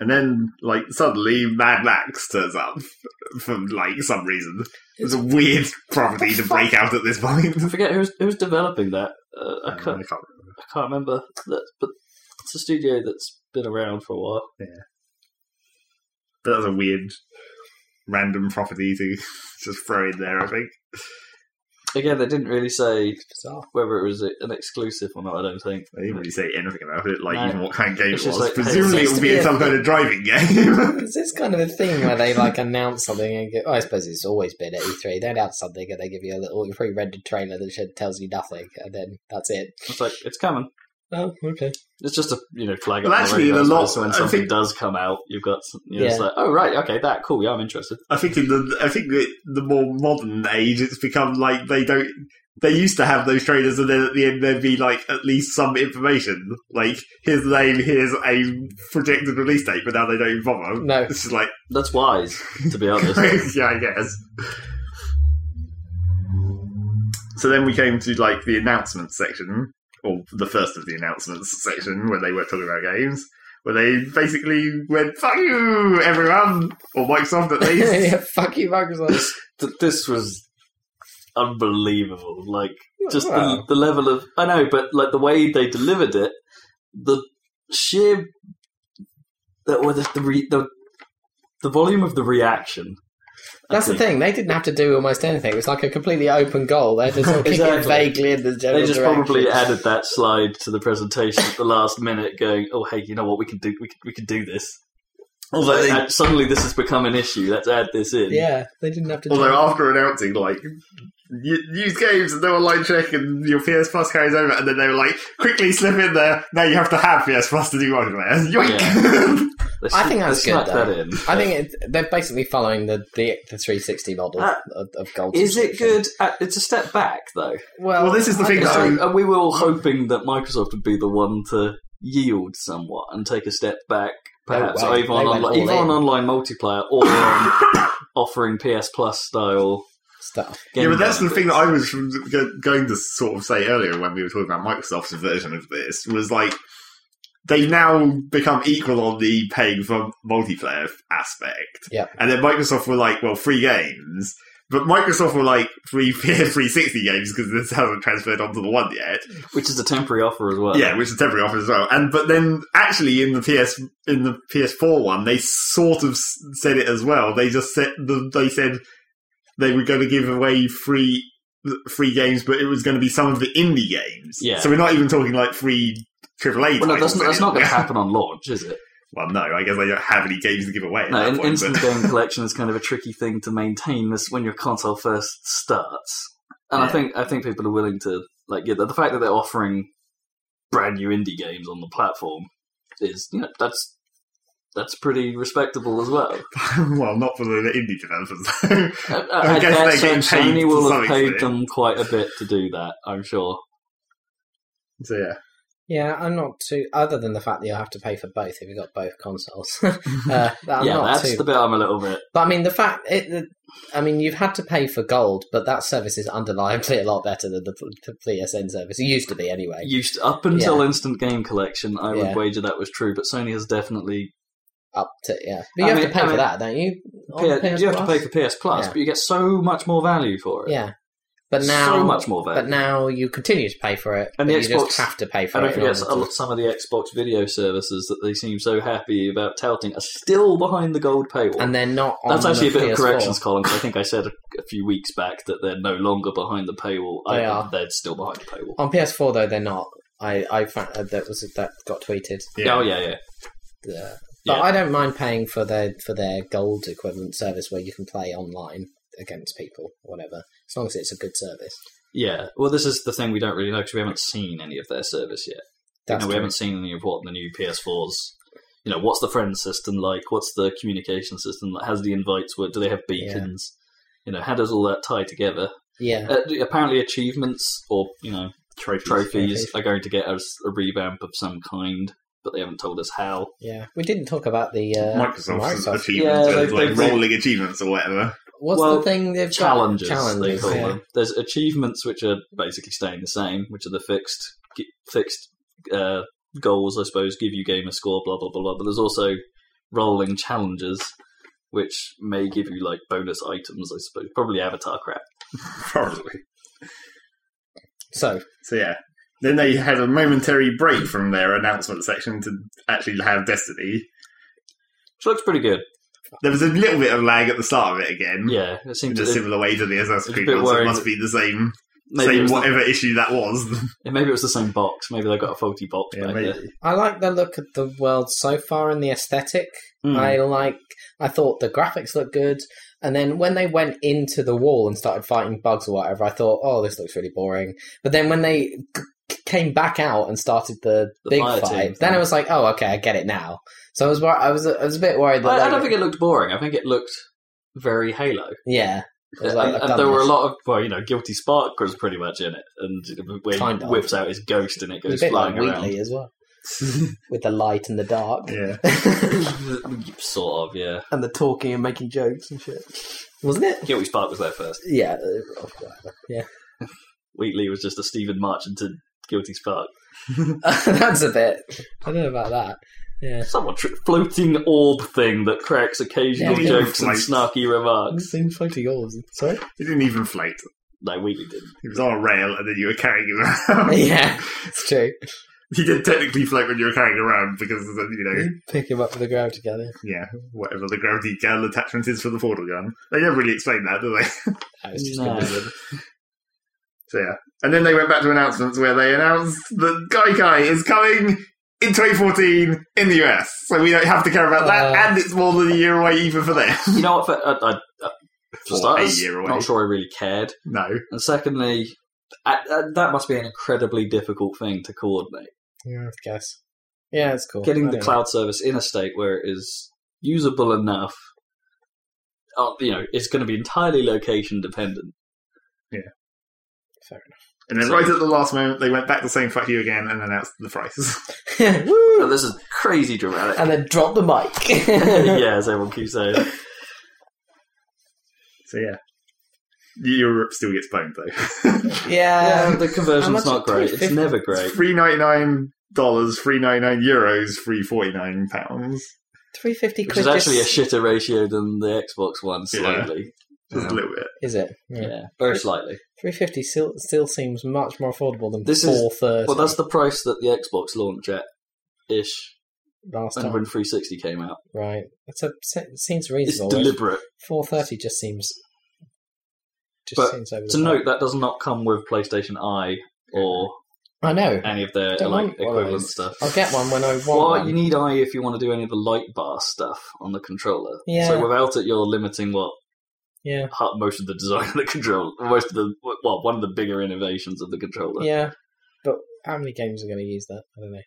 Speaker 2: And then, like, suddenly Mad Max turns up [laughs] for, like, some reason. It's a weird property to break out at this point.
Speaker 3: I forget who's who's developing that. Uh, I
Speaker 2: Um, I
Speaker 3: can't
Speaker 2: can't
Speaker 3: I can't remember that, but it's a studio that's been around for a while.
Speaker 2: But that was a weird, random property to [laughs] just throw in there, I think.
Speaker 3: Again, they didn't really say
Speaker 1: It's bizarre.
Speaker 3: whether it was an exclusive or not. I don't think.
Speaker 2: They didn't really say anything about it, like
Speaker 3: No.
Speaker 2: even what kind of game
Speaker 3: It's
Speaker 2: it was.
Speaker 3: just like-
Speaker 2: Presumably
Speaker 1: It
Speaker 2: it
Speaker 1: seems
Speaker 2: will
Speaker 1: to
Speaker 2: be
Speaker 1: be
Speaker 2: in
Speaker 1: a-
Speaker 2: some kind of driving game. [laughs]
Speaker 1: Because it's kind of a thing where they like announce something and go, oh, I suppose it's always been at E3. They announce something and they give you a little pre-rendered trailer that should, tells you nothing, and then that's it.
Speaker 3: It's like it's coming.
Speaker 1: Oh, okay.
Speaker 3: It's just a you know flag. up
Speaker 2: Well,
Speaker 3: on the
Speaker 2: actually, in a
Speaker 3: radar,
Speaker 2: lot-
Speaker 3: so
Speaker 2: I
Speaker 3: when something
Speaker 2: think-
Speaker 3: does come out, you've got some- you know, it's
Speaker 1: Yeah.
Speaker 3: like oh right okay that cool yeah I'm interested.
Speaker 2: I think in the I think that the more modern age, it's become like they don't. They used to have those trailers, and then at the end there'd be like at least some information, like here's the name, here's a projected release date, but now they don't even bother.
Speaker 1: No.
Speaker 2: It's just like,
Speaker 3: That's wise
Speaker 2: [laughs]
Speaker 3: to be honest.
Speaker 2: yeah, I guess. So then we came to like the announcement section, or the first of the announcements section, where they were talking about games, where they basically went "fuck you, everyone," or Microsoft at least.
Speaker 1: [laughs] yeah, fuck you, Microsoft. [laughs]
Speaker 3: th- this was unbelievable. Like just
Speaker 1: Wow.
Speaker 3: the, the level of I know, but like the way they delivered it, the sheer the or the the, re, the the volume of the reaction. I
Speaker 1: That's the
Speaker 3: think.
Speaker 1: thing. They didn't have to do almost anything. It was like a completely open goal. They're just
Speaker 3: [laughs]
Speaker 1: all kicking
Speaker 3: Exactly.
Speaker 1: vaguely in the general
Speaker 3: They just
Speaker 1: direction.
Speaker 3: probably added that slide to the presentation at the last minute, going, "Oh, hey, you know what? We can do. We can, we can do this."
Speaker 2: Although they,
Speaker 3: And suddenly, this has become an issue. Let's add this in.
Speaker 1: Yeah, they didn't have to. do
Speaker 2: Although after announcing like u- use games and no online check and your PS Plus carries over, and then they were like, quickly slip in there. Now you have to have PS Plus to do multiplayer. [laughs] Yoink!
Speaker 3: They
Speaker 1: I think
Speaker 3: snuck-
Speaker 1: that's
Speaker 3: they snuck
Speaker 1: good, though.
Speaker 3: That in.
Speaker 1: I think it, they're basically following the, the, the 360 model
Speaker 3: Uh,
Speaker 1: of, of gold.
Speaker 3: Is it
Speaker 1: subscription.
Speaker 3: good? At, it's a step back, though.
Speaker 1: Well,
Speaker 2: Well, this is the
Speaker 1: I
Speaker 2: thing,
Speaker 1: think
Speaker 3: It's
Speaker 2: though.
Speaker 1: so.
Speaker 3: like- and we were all hoping that Microsoft would be the one to yield somewhat and take a step back, perhaps
Speaker 1: They went-
Speaker 3: either, on,
Speaker 1: they went
Speaker 3: onli-
Speaker 1: all
Speaker 3: either on
Speaker 1: in.
Speaker 3: online multiplayer or on offering PS Plus style.
Speaker 1: stuff.
Speaker 3: Game
Speaker 2: yeah, but that's the
Speaker 3: benefits.
Speaker 2: thing that I was go- going to sort of say earlier when we were talking about Microsoft's version of this was like they've now become equal on the paying for multiplayer aspect.
Speaker 1: Yeah.
Speaker 2: And then Microsoft were like, well, free games. But Microsoft were like free [laughs] 360 games because this hasn't transferred onto the one yet.
Speaker 3: which is a temporary offer as well.
Speaker 2: Yeah, which is temporary offer as well. And but then actually in the PS in the PS4 one, they sort of s- said it as well. They just said the, they said they were going to give away free free games, but it was going to be some of the indie games.
Speaker 3: Yeah.
Speaker 2: So we're not even talking like free AAA.
Speaker 3: well, no, that's,
Speaker 2: titles
Speaker 3: that's not going to
Speaker 2: anymore.
Speaker 3: happen on launch, is it?
Speaker 2: [laughs] well, no, I guess they don't have any games to give away. At
Speaker 3: [laughs] No,
Speaker 2: that
Speaker 3: in,
Speaker 2: point,
Speaker 3: instant
Speaker 2: but-
Speaker 3: game collection is kind of a tricky thing to maintain this when your console first starts, and I
Speaker 2: Yeah.
Speaker 3: think I think people are willing to like get that. The fact that they're offering brand new indie games on the platform is you know that's that's pretty respectable as
Speaker 2: [laughs]
Speaker 3: well.
Speaker 2: well, not for the indie developers. [laughs]
Speaker 3: I, I,
Speaker 2: I guess
Speaker 3: dare
Speaker 2: they're
Speaker 3: say
Speaker 2: getting paid
Speaker 3: Sony
Speaker 2: to
Speaker 3: will
Speaker 2: some
Speaker 3: have paid
Speaker 2: extent.
Speaker 3: them quite a bit to do that. I'm sure.
Speaker 2: so yeah,
Speaker 1: Yeah, I'm not too. Other than the fact that you have to pay for both if you've got both consoles, [laughs] uh, that I'm
Speaker 3: yeah,
Speaker 1: not
Speaker 3: that's
Speaker 1: too.
Speaker 3: the bit I'm a little bit.
Speaker 1: but I mean, the fact, it, the, I mean, you've had to pay for gold, but that service is undeniably a lot better than the, the PSN service. It used to be anyway.
Speaker 3: used up until
Speaker 1: Yeah.
Speaker 3: instant game collection. I
Speaker 1: Yeah.
Speaker 3: would wager that was true, but Sony has definitely
Speaker 1: Up to yeah, but you
Speaker 3: I
Speaker 1: have
Speaker 3: mean-
Speaker 1: to pay
Speaker 3: I
Speaker 1: for
Speaker 3: mean-
Speaker 1: that, don't you? On
Speaker 3: P- you have
Speaker 1: PS+?
Speaker 3: to pay for PS Plus,
Speaker 1: Yeah.
Speaker 3: but you get so much more value for it.
Speaker 1: Yeah, But now,
Speaker 3: so much more value.
Speaker 1: but now you continue to pay for it,
Speaker 3: And
Speaker 1: and
Speaker 3: the
Speaker 1: you
Speaker 3: Xbox-
Speaker 1: just have to pay for
Speaker 3: and
Speaker 1: it.
Speaker 3: I
Speaker 1: in
Speaker 3: forget
Speaker 1: order to-
Speaker 3: some some of the Xbox video services that they seem so happy about touting are still behind the gold paywall.
Speaker 1: and they're not. On
Speaker 3: That's actually a
Speaker 1: the
Speaker 3: bit
Speaker 1: PS4.
Speaker 3: of corrections, Colin. 'cause I think I said a, a few weeks back that they're no longer behind the paywall.
Speaker 1: They
Speaker 3: I,
Speaker 1: are.
Speaker 3: They're still behind the paywall.
Speaker 1: On PS4 though, they're not. I I found uh, that was that got tweeted.
Speaker 3: Yeah. Oh yeah, yeah.
Speaker 1: Uh, but
Speaker 3: Yeah.
Speaker 1: I don't mind paying for their for their gold equivalent service where you can play online against people, whatever, as long as it's a good service.
Speaker 3: Yeah. Well, this is the thing we don't really know because we haven't seen any of their service yet. You
Speaker 1: That's
Speaker 3: know, we
Speaker 1: true.
Speaker 3: haven't seen any of what the new PS4s. You know, what's the friend system like? What's the communication system? Like, how's the invites work? Do they have beacons? You know, how does all that tie together?
Speaker 1: yeah.
Speaker 3: Uh, apparently, achievements or you know
Speaker 2: Trophies.
Speaker 3: trophies
Speaker 1: Trophies.
Speaker 3: are going to get us a revamp of some kind, but they haven't told us how.
Speaker 1: Yeah, we didn't talk about the uh,
Speaker 2: Microsoft's
Speaker 1: Microsoft.
Speaker 2: achievements,
Speaker 3: Yeah,
Speaker 2: uh,
Speaker 3: they-
Speaker 2: like
Speaker 3: they-
Speaker 2: rolling achievements or whatever. [laughs]
Speaker 1: What's
Speaker 3: Well,
Speaker 1: the thing they've got?
Speaker 3: challenges, they call
Speaker 1: yeah.
Speaker 3: them. There's achievements which are basically staying the same, which are the fixed g- fixed uh, goals, I suppose, give you game a score, blah blah blah blah. But there's also rolling challenges, which may give you like bonus items, I suppose. Probably avatar crap.
Speaker 2: Probably.
Speaker 1: So
Speaker 2: So yeah. Then they had a momentary break from their announcement section to actually have Destiny.
Speaker 3: Which looks pretty good.
Speaker 2: There was a little bit of lag at the start of it again.
Speaker 3: Yeah, it seems
Speaker 2: In a
Speaker 3: to
Speaker 2: similar way to the
Speaker 3: a
Speaker 2: Assassin's Creed
Speaker 3: bit
Speaker 2: one, so it
Speaker 3: worrying
Speaker 2: must be the same,
Speaker 3: maybe, it
Speaker 2: same
Speaker 3: was the,
Speaker 2: whatever issue that was.
Speaker 3: [laughs] maybe it was the same box. Maybe they got a faulty box
Speaker 2: Yeah,
Speaker 3: back
Speaker 2: maybe.
Speaker 3: there.
Speaker 1: I like the look of the world so far and the aesthetic.
Speaker 3: Hmm.
Speaker 1: I like. I thought the graphics looked good, and then when they went into the wall and started fighting bugs or whatever, I thought, "Oh, this looks really boring." But then when they c- came back out and started the,
Speaker 3: The
Speaker 1: big
Speaker 3: fire
Speaker 1: fight,
Speaker 3: team
Speaker 1: then
Speaker 3: thing.
Speaker 1: I was like, "Oh, okay, I get it now." So I was, wor- I was, I was a bit worried. That
Speaker 3: I, I don't
Speaker 1: they-
Speaker 3: think it looked boring. I think it looked very Halo.
Speaker 1: yeah, I was
Speaker 3: And-
Speaker 1: like,
Speaker 3: and,
Speaker 1: I've done
Speaker 3: there were a
Speaker 1: this.
Speaker 3: lot of, well, you know, Guilty Spark was pretty much in it, and where he
Speaker 1: Kind of.
Speaker 3: whips out his ghost and
Speaker 1: It
Speaker 3: it
Speaker 1: was
Speaker 3: goes
Speaker 1: a bit
Speaker 3: flying
Speaker 1: like Wheatley as
Speaker 3: [laughs]
Speaker 1: well, with the light and the dark.
Speaker 2: yeah.
Speaker 3: around. [coughs] sort of, yeah.
Speaker 1: and the talking and making jokes and shit. Wasn't it?
Speaker 3: Guilty Spark was there first.
Speaker 1: Yeah. uh, oh, whatever. Yeah.
Speaker 3: Wheatley was just a Stephen March into Guilty Spark.
Speaker 1: [laughs] That's a bit. I don't know about that. Yeah.
Speaker 3: Somewhat tr- floating orb thing that cracks occasional
Speaker 1: Yeah, yeah.
Speaker 3: jokes and
Speaker 2: Floats.
Speaker 3: snarky remarks.
Speaker 1: seen floating orbs.
Speaker 3: [laughs]
Speaker 1: Sorry.
Speaker 2: He didn't even float.
Speaker 3: No, Wheatley didn't.
Speaker 1: [laughs]
Speaker 2: He was on a rail and then you were carrying him around. [laughs]
Speaker 1: yeah, it's true.
Speaker 2: He did technically float when you were carrying him around because, of the, you know,
Speaker 1: Pick him up with the ground together.
Speaker 2: yeah, whatever the gravity gun attachment is for the portal gun. They never really explained that, do they?
Speaker 1: That was Oh, just
Speaker 3: No.
Speaker 1: good.
Speaker 2: So yeah. And then they went back to announcements where they announced that Gaikai is coming in 2014 in the US. So we don't have to care about that,
Speaker 1: Uh,
Speaker 2: and it's more than a year away even for them. [laughs]
Speaker 3: You know what? For, uh, I, I, I, for
Speaker 2: Or a
Speaker 3: starters,
Speaker 2: year away.
Speaker 3: not sure I really cared.
Speaker 2: no.
Speaker 3: And secondly, I, I, that must be an incredibly difficult thing to coordinate.
Speaker 1: Yeah, I guess. Yeah, it's cool.
Speaker 3: Getting
Speaker 1: I
Speaker 3: the
Speaker 1: don't
Speaker 3: cloud service in a state where it is usable enough, uh, you know, it's going to be entirely location dependent.
Speaker 1: know. Fair
Speaker 2: And then
Speaker 3: So-
Speaker 2: right at the last moment, they went back to saying fuck you again and announced the price. [laughs]
Speaker 1: [laughs]
Speaker 3: [laughs]
Speaker 1: enough.
Speaker 3: So this is crazy dramatic.
Speaker 1: and then drop the mic. [laughs]
Speaker 3: [laughs] yeah, as everyone keeps saying.
Speaker 2: so yeah. Europe still gets boned though. [laughs]
Speaker 1: Yeah.
Speaker 3: yeah, the
Speaker 1: how
Speaker 3: conversion's
Speaker 1: much
Speaker 3: not
Speaker 1: is
Speaker 3: great. It's
Speaker 1: 350?
Speaker 3: never great.
Speaker 2: It's three ninety nine dollars, three ninety nine euros, three forty nine pounds.
Speaker 1: Three fifty
Speaker 3: Which
Speaker 1: quid.
Speaker 3: is actually a
Speaker 1: just-
Speaker 3: shitter ratio than the Xbox One,
Speaker 2: Yeah.
Speaker 3: slightly.
Speaker 2: Just a
Speaker 3: Yeah.
Speaker 2: little bit.
Speaker 1: Is it?
Speaker 3: Yeah, very slightly.
Speaker 1: Three fifty still still seems much more affordable than
Speaker 3: This is-
Speaker 1: four thirty.
Speaker 3: Well, that's the price that the Xbox launch at ish,
Speaker 1: last
Speaker 3: and
Speaker 1: time,
Speaker 3: when 360 came out.
Speaker 1: right? It's a se- seems
Speaker 3: It's
Speaker 1: reasonable.
Speaker 3: deliberate.
Speaker 1: Four thirty just seems. Just
Speaker 3: But
Speaker 1: seems over
Speaker 3: To
Speaker 1: the top.
Speaker 3: note, that does not come with PlayStation Eye or
Speaker 1: I know.
Speaker 3: any of their
Speaker 1: Don't
Speaker 3: like
Speaker 1: want one of
Speaker 3: equivalent
Speaker 1: those.
Speaker 3: stuff.
Speaker 1: I'll get one when I want
Speaker 3: Well,
Speaker 1: one.
Speaker 3: you need eye if you want to do any of the light bar stuff on the controller.
Speaker 1: Yeah.
Speaker 3: So without it, you're limiting what
Speaker 1: yeah,
Speaker 3: ha- most of the design of the controller, most of the well, one of the bigger innovations of the controller.
Speaker 1: yeah. But how many games are going to use that? I don't know.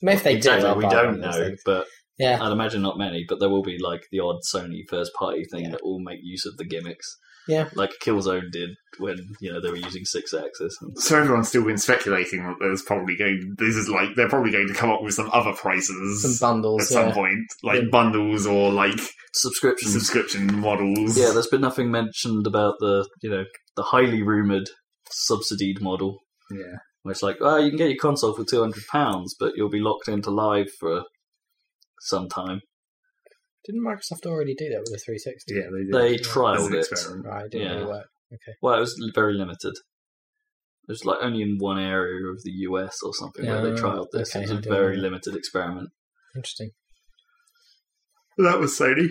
Speaker 1: Maybe if they
Speaker 3: exactly,
Speaker 1: do, I'll
Speaker 3: we
Speaker 1: buy
Speaker 3: don't
Speaker 1: one of
Speaker 3: know,
Speaker 1: those things. [laughs]
Speaker 3: but
Speaker 1: Yeah,
Speaker 3: I'd imagine not many. But there will be like the odd Sony first party thing that will make use of the gimmicks.
Speaker 1: Yeah.
Speaker 3: like Killzone did when you know they were using six axis. And...
Speaker 2: So everyone's still been speculating that there's probably going. This is like they're probably going to come up with some other prices
Speaker 1: some
Speaker 2: at
Speaker 1: bundles.
Speaker 2: some
Speaker 1: yeah.
Speaker 2: point, like
Speaker 1: Yeah.
Speaker 2: bundles or like
Speaker 3: Subscriptions
Speaker 2: subscription models.
Speaker 3: Yeah, there's been nothing mentioned about the you know the highly rumored subsidied model,
Speaker 2: yeah.
Speaker 3: where it's like, oh, you can get your console for two hundred pounds, but you'll be locked into live for some time.
Speaker 1: Didn't Microsoft already do that with the 360?
Speaker 2: Yeah, they did.
Speaker 3: They
Speaker 2: As
Speaker 3: trialed
Speaker 2: an
Speaker 3: it.
Speaker 2: experiment.
Speaker 1: Right, it didn't
Speaker 3: Yeah.
Speaker 1: really work. Okay.
Speaker 3: Well, it was l- very limited. It was like only in one area of the US or something where they
Speaker 1: Ah,
Speaker 3: trialed this.
Speaker 1: okay,
Speaker 3: it
Speaker 1: I
Speaker 3: was a
Speaker 1: do
Speaker 3: very
Speaker 1: remember.
Speaker 3: limited experiment.
Speaker 1: Interesting.
Speaker 2: That was Sony.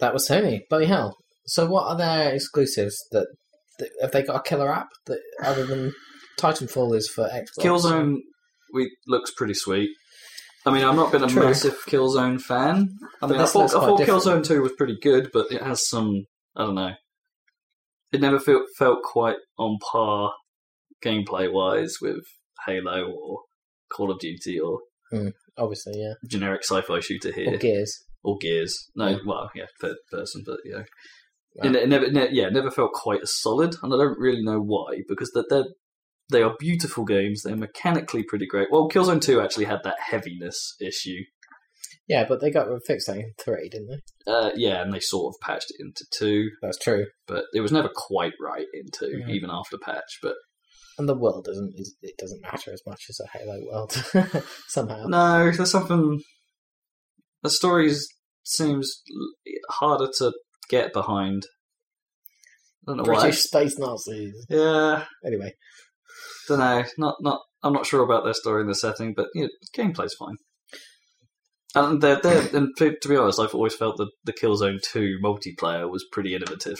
Speaker 1: That was Sony. Bloody hell. So what are their exclusives that, that have they got a killer app that other than Titanfall is for Xbox?
Speaker 3: Killzone we looks pretty sweet. I mean, I've not been a
Speaker 1: True.
Speaker 3: massive Killzone fan. I mean, I
Speaker 1: that's-
Speaker 3: thought, I
Speaker 1: that's quite
Speaker 3: thought
Speaker 1: different.
Speaker 3: Killzone 2 was pretty good, but it has some, I don't know. It never felt, felt quite on par gameplay wise with Halo or Call of Duty or
Speaker 1: obviously, yeah.
Speaker 3: generic sci fi shooter here.
Speaker 1: Or Gears.
Speaker 3: or Gears. No,
Speaker 1: Yeah.
Speaker 3: well, yeah, third person, but you know,
Speaker 1: Wow.
Speaker 3: and it never, ne- yeah, it never felt quite as solid, and I don't really know why because they're, they're they are beautiful games. They're mechanically pretty great. Well, Killzone Two actually had that heaviness issue.
Speaker 1: Yeah, but they got fixed that in three, didn't they?
Speaker 3: Uh, yeah, and they sort of patched it into two,
Speaker 1: That's true.
Speaker 3: but it was never quite right in two,
Speaker 1: Yeah.
Speaker 3: even after patch. But
Speaker 1: And the world doesn't is, it doesn't matter as much as a Halo world [laughs] somehow.
Speaker 3: no, there's something. The story seems l- harder to get behind. I don't know why.
Speaker 1: British space Nazis.
Speaker 3: Yeah,
Speaker 1: Anyway,
Speaker 3: don't know. Not not. I'm not sure about their story and the setting, but you know, gameplay's fine. And they're, they're, and to, to be honest, I've always felt that the Killzone Two multiplayer was pretty innovative,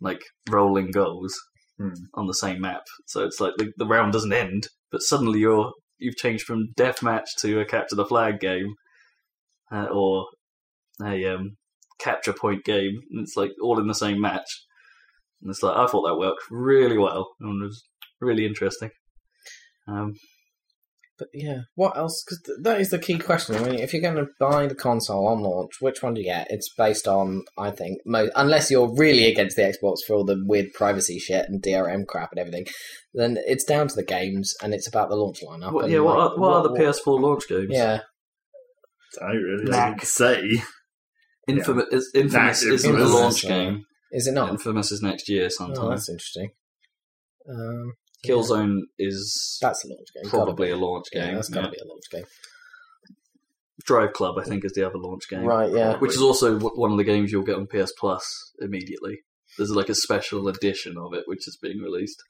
Speaker 3: like rolling goals
Speaker 2: Hmm.
Speaker 3: on the same map. So it's like the, the round doesn't end, but suddenly you're you've changed from deathmatch to a capture the flag game, uh, or a um, capture point game, and it's like all in the same match. And it's like I thought that worked really well, and it was really interesting. Um,
Speaker 1: but yeah, what else? Because th- that is the key question. I mean, if you're going to buy the console on launch, which one do you get? It's based on, I think, mo- unless you're really against the Xbox for all the weird privacy shit and DRM crap and everything, then it's down to the games and it's about the launch lineup.
Speaker 3: what,
Speaker 1: and,
Speaker 3: yeah, what,
Speaker 1: like,
Speaker 3: are, what, are the PS4 launch games?
Speaker 1: Yeah,
Speaker 2: I really
Speaker 3: Knack.
Speaker 2: didn't say.
Speaker 3: Infamous, is- Infamous
Speaker 2: Nah,
Speaker 3: isn't the
Speaker 2: Infamous.
Speaker 3: launch game.
Speaker 1: is it not?
Speaker 3: Infamous is next year
Speaker 1: Oh,
Speaker 3: sometime.
Speaker 1: that's interesting. Um, yeah.
Speaker 3: Killzone is
Speaker 1: That's a launch game. Gotta
Speaker 3: probably
Speaker 1: be.
Speaker 3: a launch
Speaker 1: Yeah,
Speaker 3: game.
Speaker 1: that's got to
Speaker 3: yeah.
Speaker 1: be a launch game.
Speaker 3: Drive Club, I think, is the other launch game.
Speaker 1: Right, yeah.
Speaker 3: Which is also w- one of the games you'll get on PS Plus immediately. There's like a special edition of it which is being released,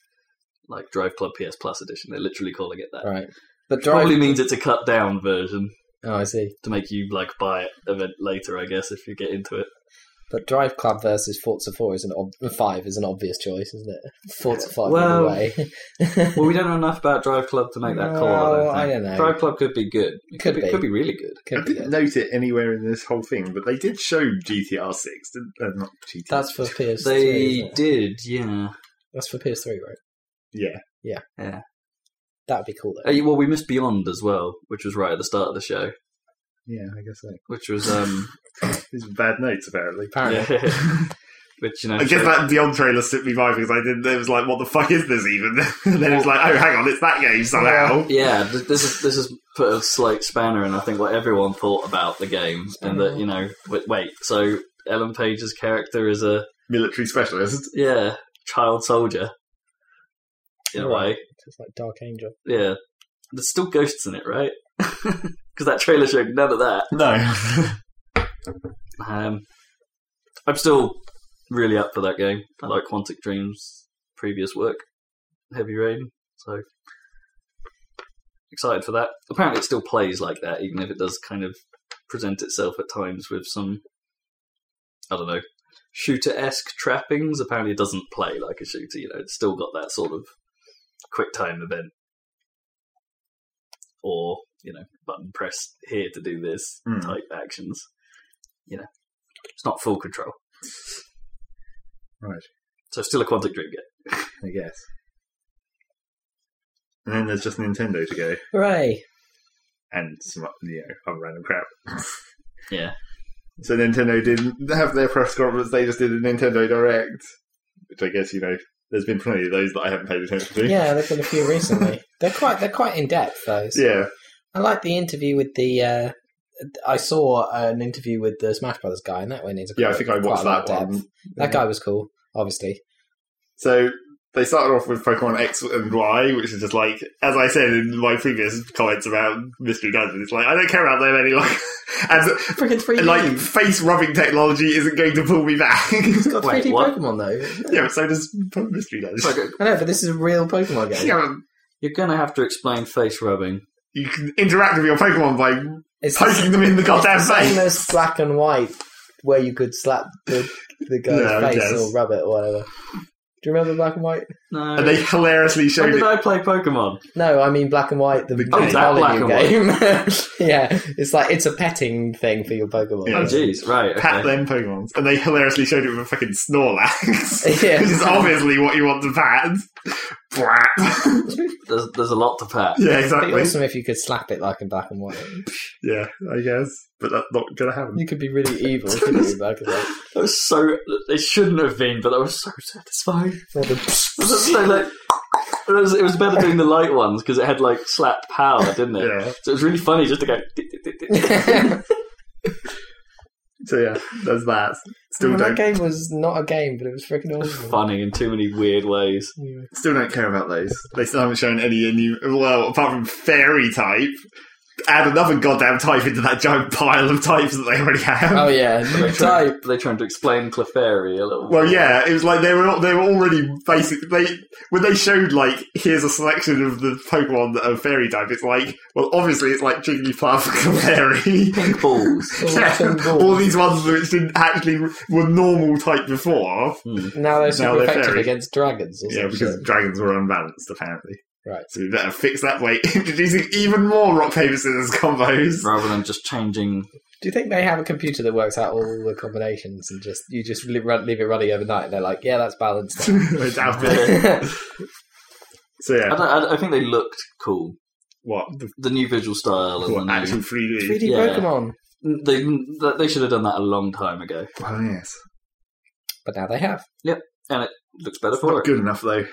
Speaker 3: like Drive Club PS Plus edition. They're literally calling it that.
Speaker 1: Right. But Drive.
Speaker 3: Probably means it's a cut down version
Speaker 1: oh, I see.
Speaker 3: to make you like buy it a bit later, I guess, if you get into it.
Speaker 1: But Drive Club versus Forza 4 is an ob- 5 is an obvious choice, isn't it? [laughs] Forza 5
Speaker 3: Well-
Speaker 1: well, way.
Speaker 3: Well, we don't know enough about Drive Club to make that call. I
Speaker 1: No,
Speaker 3: don't, think.
Speaker 1: I don't know.
Speaker 3: Drive Club could be good. It
Speaker 1: [laughs] Could
Speaker 3: could, be,
Speaker 1: be.
Speaker 3: Could be really good.
Speaker 2: I
Speaker 1: Could be
Speaker 2: didn't
Speaker 1: good.
Speaker 2: note it anywhere in this whole thing, but they did show GTR six. Didn't, uh, not GTR.
Speaker 1: That's for PS3.
Speaker 3: They
Speaker 1: isn't it?
Speaker 3: did, yeah.
Speaker 1: That's for PS3, right?
Speaker 2: yeah.
Speaker 1: That'd be cool
Speaker 3: Uh,
Speaker 1: though.
Speaker 3: Well, we missed Beyond as well, which was right at the start of the show,
Speaker 2: Yeah, I guess so.
Speaker 3: which was um,
Speaker 2: These are bad notes apparently.
Speaker 1: Apparently.
Speaker 3: yeah. [laughs] which you know.
Speaker 2: I guess
Speaker 3: showed-
Speaker 2: that Beyond trailer slipped me by because I didn't. It was like, what the fuck is this even? [laughs] and then it was like, oh, hang on, it's that game somehow.
Speaker 3: yeah, th- this is this has put a slight spanner in. I think what everyone thought about the game, and that you know, wait, wait. So Ellen Page's character is a
Speaker 2: Military specialist.
Speaker 3: yeah child soldier in a way.
Speaker 1: It's like Dark Angel.
Speaker 3: Yeah, there's still ghosts in it, right? [laughs] Because that trailer showed none of that.
Speaker 2: [laughs] No.
Speaker 3: Um, I'm still really up for that game. I like Quantic Dream's previous work, Heavy Rain, so excited for that. Apparently, it still plays like that, even if it does kind of present itself at times with some, I don't know, shooter esque trappings. Apparently, it doesn't play like a shooter. You know, it's still got that sort of quick time event, or you know, button press here to do this
Speaker 2: Hmm.
Speaker 3: type actions. You know, it's not full control.
Speaker 2: Right.
Speaker 3: So, still a Quantic Dream game.
Speaker 2: I guess. And then there's just Nintendo to go
Speaker 1: Hooray!
Speaker 2: and some you know other random crap.
Speaker 3: Yeah.
Speaker 2: So Nintendo didn't have their press conference; they just did a Nintendo Direct, which I guess you know. There's been plenty of those that I haven't paid attention to.
Speaker 1: Yeah, there've been a few recently. they're quite they're quite in depth those.
Speaker 2: Yeah.
Speaker 1: I like the interview with the. Uh, I saw an interview with the Smash Brothers guy, and that went into
Speaker 2: Yeah, I think I
Speaker 1: quite a
Speaker 2: watched
Speaker 1: lot
Speaker 2: that
Speaker 1: of depth.
Speaker 2: one.
Speaker 1: That guy was cool, obviously.
Speaker 2: So they started off with Pokemon X and Y, which is just like, as I said in my previous comments about Mystery Dungeon, it's like, I don't care about them any longer. [laughs] and,
Speaker 3: Freaking three
Speaker 2: and, like, face rubbing technology isn't going to pull me back. [laughs]
Speaker 1: It's got
Speaker 3: Wait,
Speaker 1: 3D
Speaker 3: what?
Speaker 1: Pokemon though.
Speaker 2: yeah, so does Mystery Dungeon.
Speaker 1: I know, but this is a real Pokemon game.
Speaker 2: Yeah,
Speaker 3: You're gonna have to explain face rubbing.
Speaker 2: you can interact with your Pokemon by
Speaker 1: It's
Speaker 2: [laughs]
Speaker 1: the
Speaker 2: poking them in the goddamn
Speaker 1: It's the same
Speaker 2: face.
Speaker 1: as black and white, where you could slap the, the guy's
Speaker 2: No,
Speaker 1: face
Speaker 2: yes.
Speaker 1: or rub it or whatever. Do you remember black and white?
Speaker 3: No.
Speaker 2: And they hilariously
Speaker 3: when
Speaker 2: showed it.
Speaker 3: did I play Pokemon?
Speaker 1: No, I mean black and white, the
Speaker 2: The
Speaker 1: Molyneux
Speaker 2: game.
Speaker 3: Oh, that black
Speaker 1: game. [laughs] yeah, it's like it's a petting thing for your Pokemon.
Speaker 2: Yeah.
Speaker 3: Oh jeez, right.
Speaker 2: Pat
Speaker 3: Okay.
Speaker 2: them Pokemon. And they hilariously showed it with a fucking Snorlax.
Speaker 1: [laughs] Yeah.
Speaker 2: Which is obviously what you want to pat.
Speaker 1: [laughs]
Speaker 2: Brat.
Speaker 3: There's, there's a lot to pat.
Speaker 2: yeah,
Speaker 1: It'd be
Speaker 2: exactly.
Speaker 1: awesome if you could slap it like in black and white.
Speaker 2: Yeah, I guess. But that's not gonna happen.
Speaker 1: You could be really evil if you did black and white.
Speaker 2: [laughs]
Speaker 3: That was so. It shouldn't have been, but that was so satisfying.
Speaker 1: Or the-
Speaker 3: It was so like. It was, it was better doing the light ones because it had like slap power, didn't it?
Speaker 2: Yeah.
Speaker 3: So it was really funny just to go. "Dit, dit, dit, dit."
Speaker 2: So yeah, there's that. [laughs] Still
Speaker 1: Well,
Speaker 2: don't
Speaker 1: that game was not a game, but it was freaking
Speaker 3: It was
Speaker 1: awesome.
Speaker 3: funny in too many weird ways.
Speaker 1: Yeah.
Speaker 2: still don't care about those. They still haven't shown any new well, apart from fairy type. Add another goddamn type into that giant pile of types that they already have.
Speaker 1: Oh
Speaker 2: [laughs]
Speaker 1: yeah,
Speaker 3: But They
Speaker 1: new
Speaker 3: tried,
Speaker 1: type.
Speaker 3: but they tried to explain Clefairy a little.
Speaker 2: Well, yeah, it was like they were al- they were already basic. They when they showed like here's a selection of the Pokemon that are fairy type. It's like well, obviously it's like Jigglypuff, [laughs] Clefairy,
Speaker 3: pink balls.
Speaker 2: [laughs]
Speaker 1: Awesome
Speaker 2: Yeah,
Speaker 1: ball.
Speaker 2: all these ones which didn't actually were normal type before.
Speaker 1: Now they're super
Speaker 2: they're
Speaker 1: effective
Speaker 2: fairy.
Speaker 1: against dragons. Or
Speaker 2: Yeah,
Speaker 1: some
Speaker 2: because
Speaker 1: shit.
Speaker 2: dragons were unbalanced apparently.
Speaker 1: Right.
Speaker 2: So we better fix that way, [laughs] introducing even more rock paper scissors combos. [laughs]
Speaker 3: rather than just changing.
Speaker 1: Do you think they have a computer that works out all the combinations and just you just li- run- leave it running overnight? And they're like, yeah, that's balanced.
Speaker 2: [laughs] I doubt it. So
Speaker 3: I,
Speaker 2: yeah,
Speaker 3: don't, I, don't- I think they looked cool.
Speaker 2: what the
Speaker 3: The new visual style and
Speaker 2: what,
Speaker 3: the
Speaker 2: actual
Speaker 3: new,
Speaker 2: 3D?
Speaker 1: 3D
Speaker 3: Yeah.
Speaker 1: Pokemon,
Speaker 3: they that- they should have done that a long time ago.
Speaker 2: Oh yes,
Speaker 1: but now they have.
Speaker 3: Looks better
Speaker 2: that's
Speaker 3: for
Speaker 2: not
Speaker 3: it.
Speaker 2: good enough though.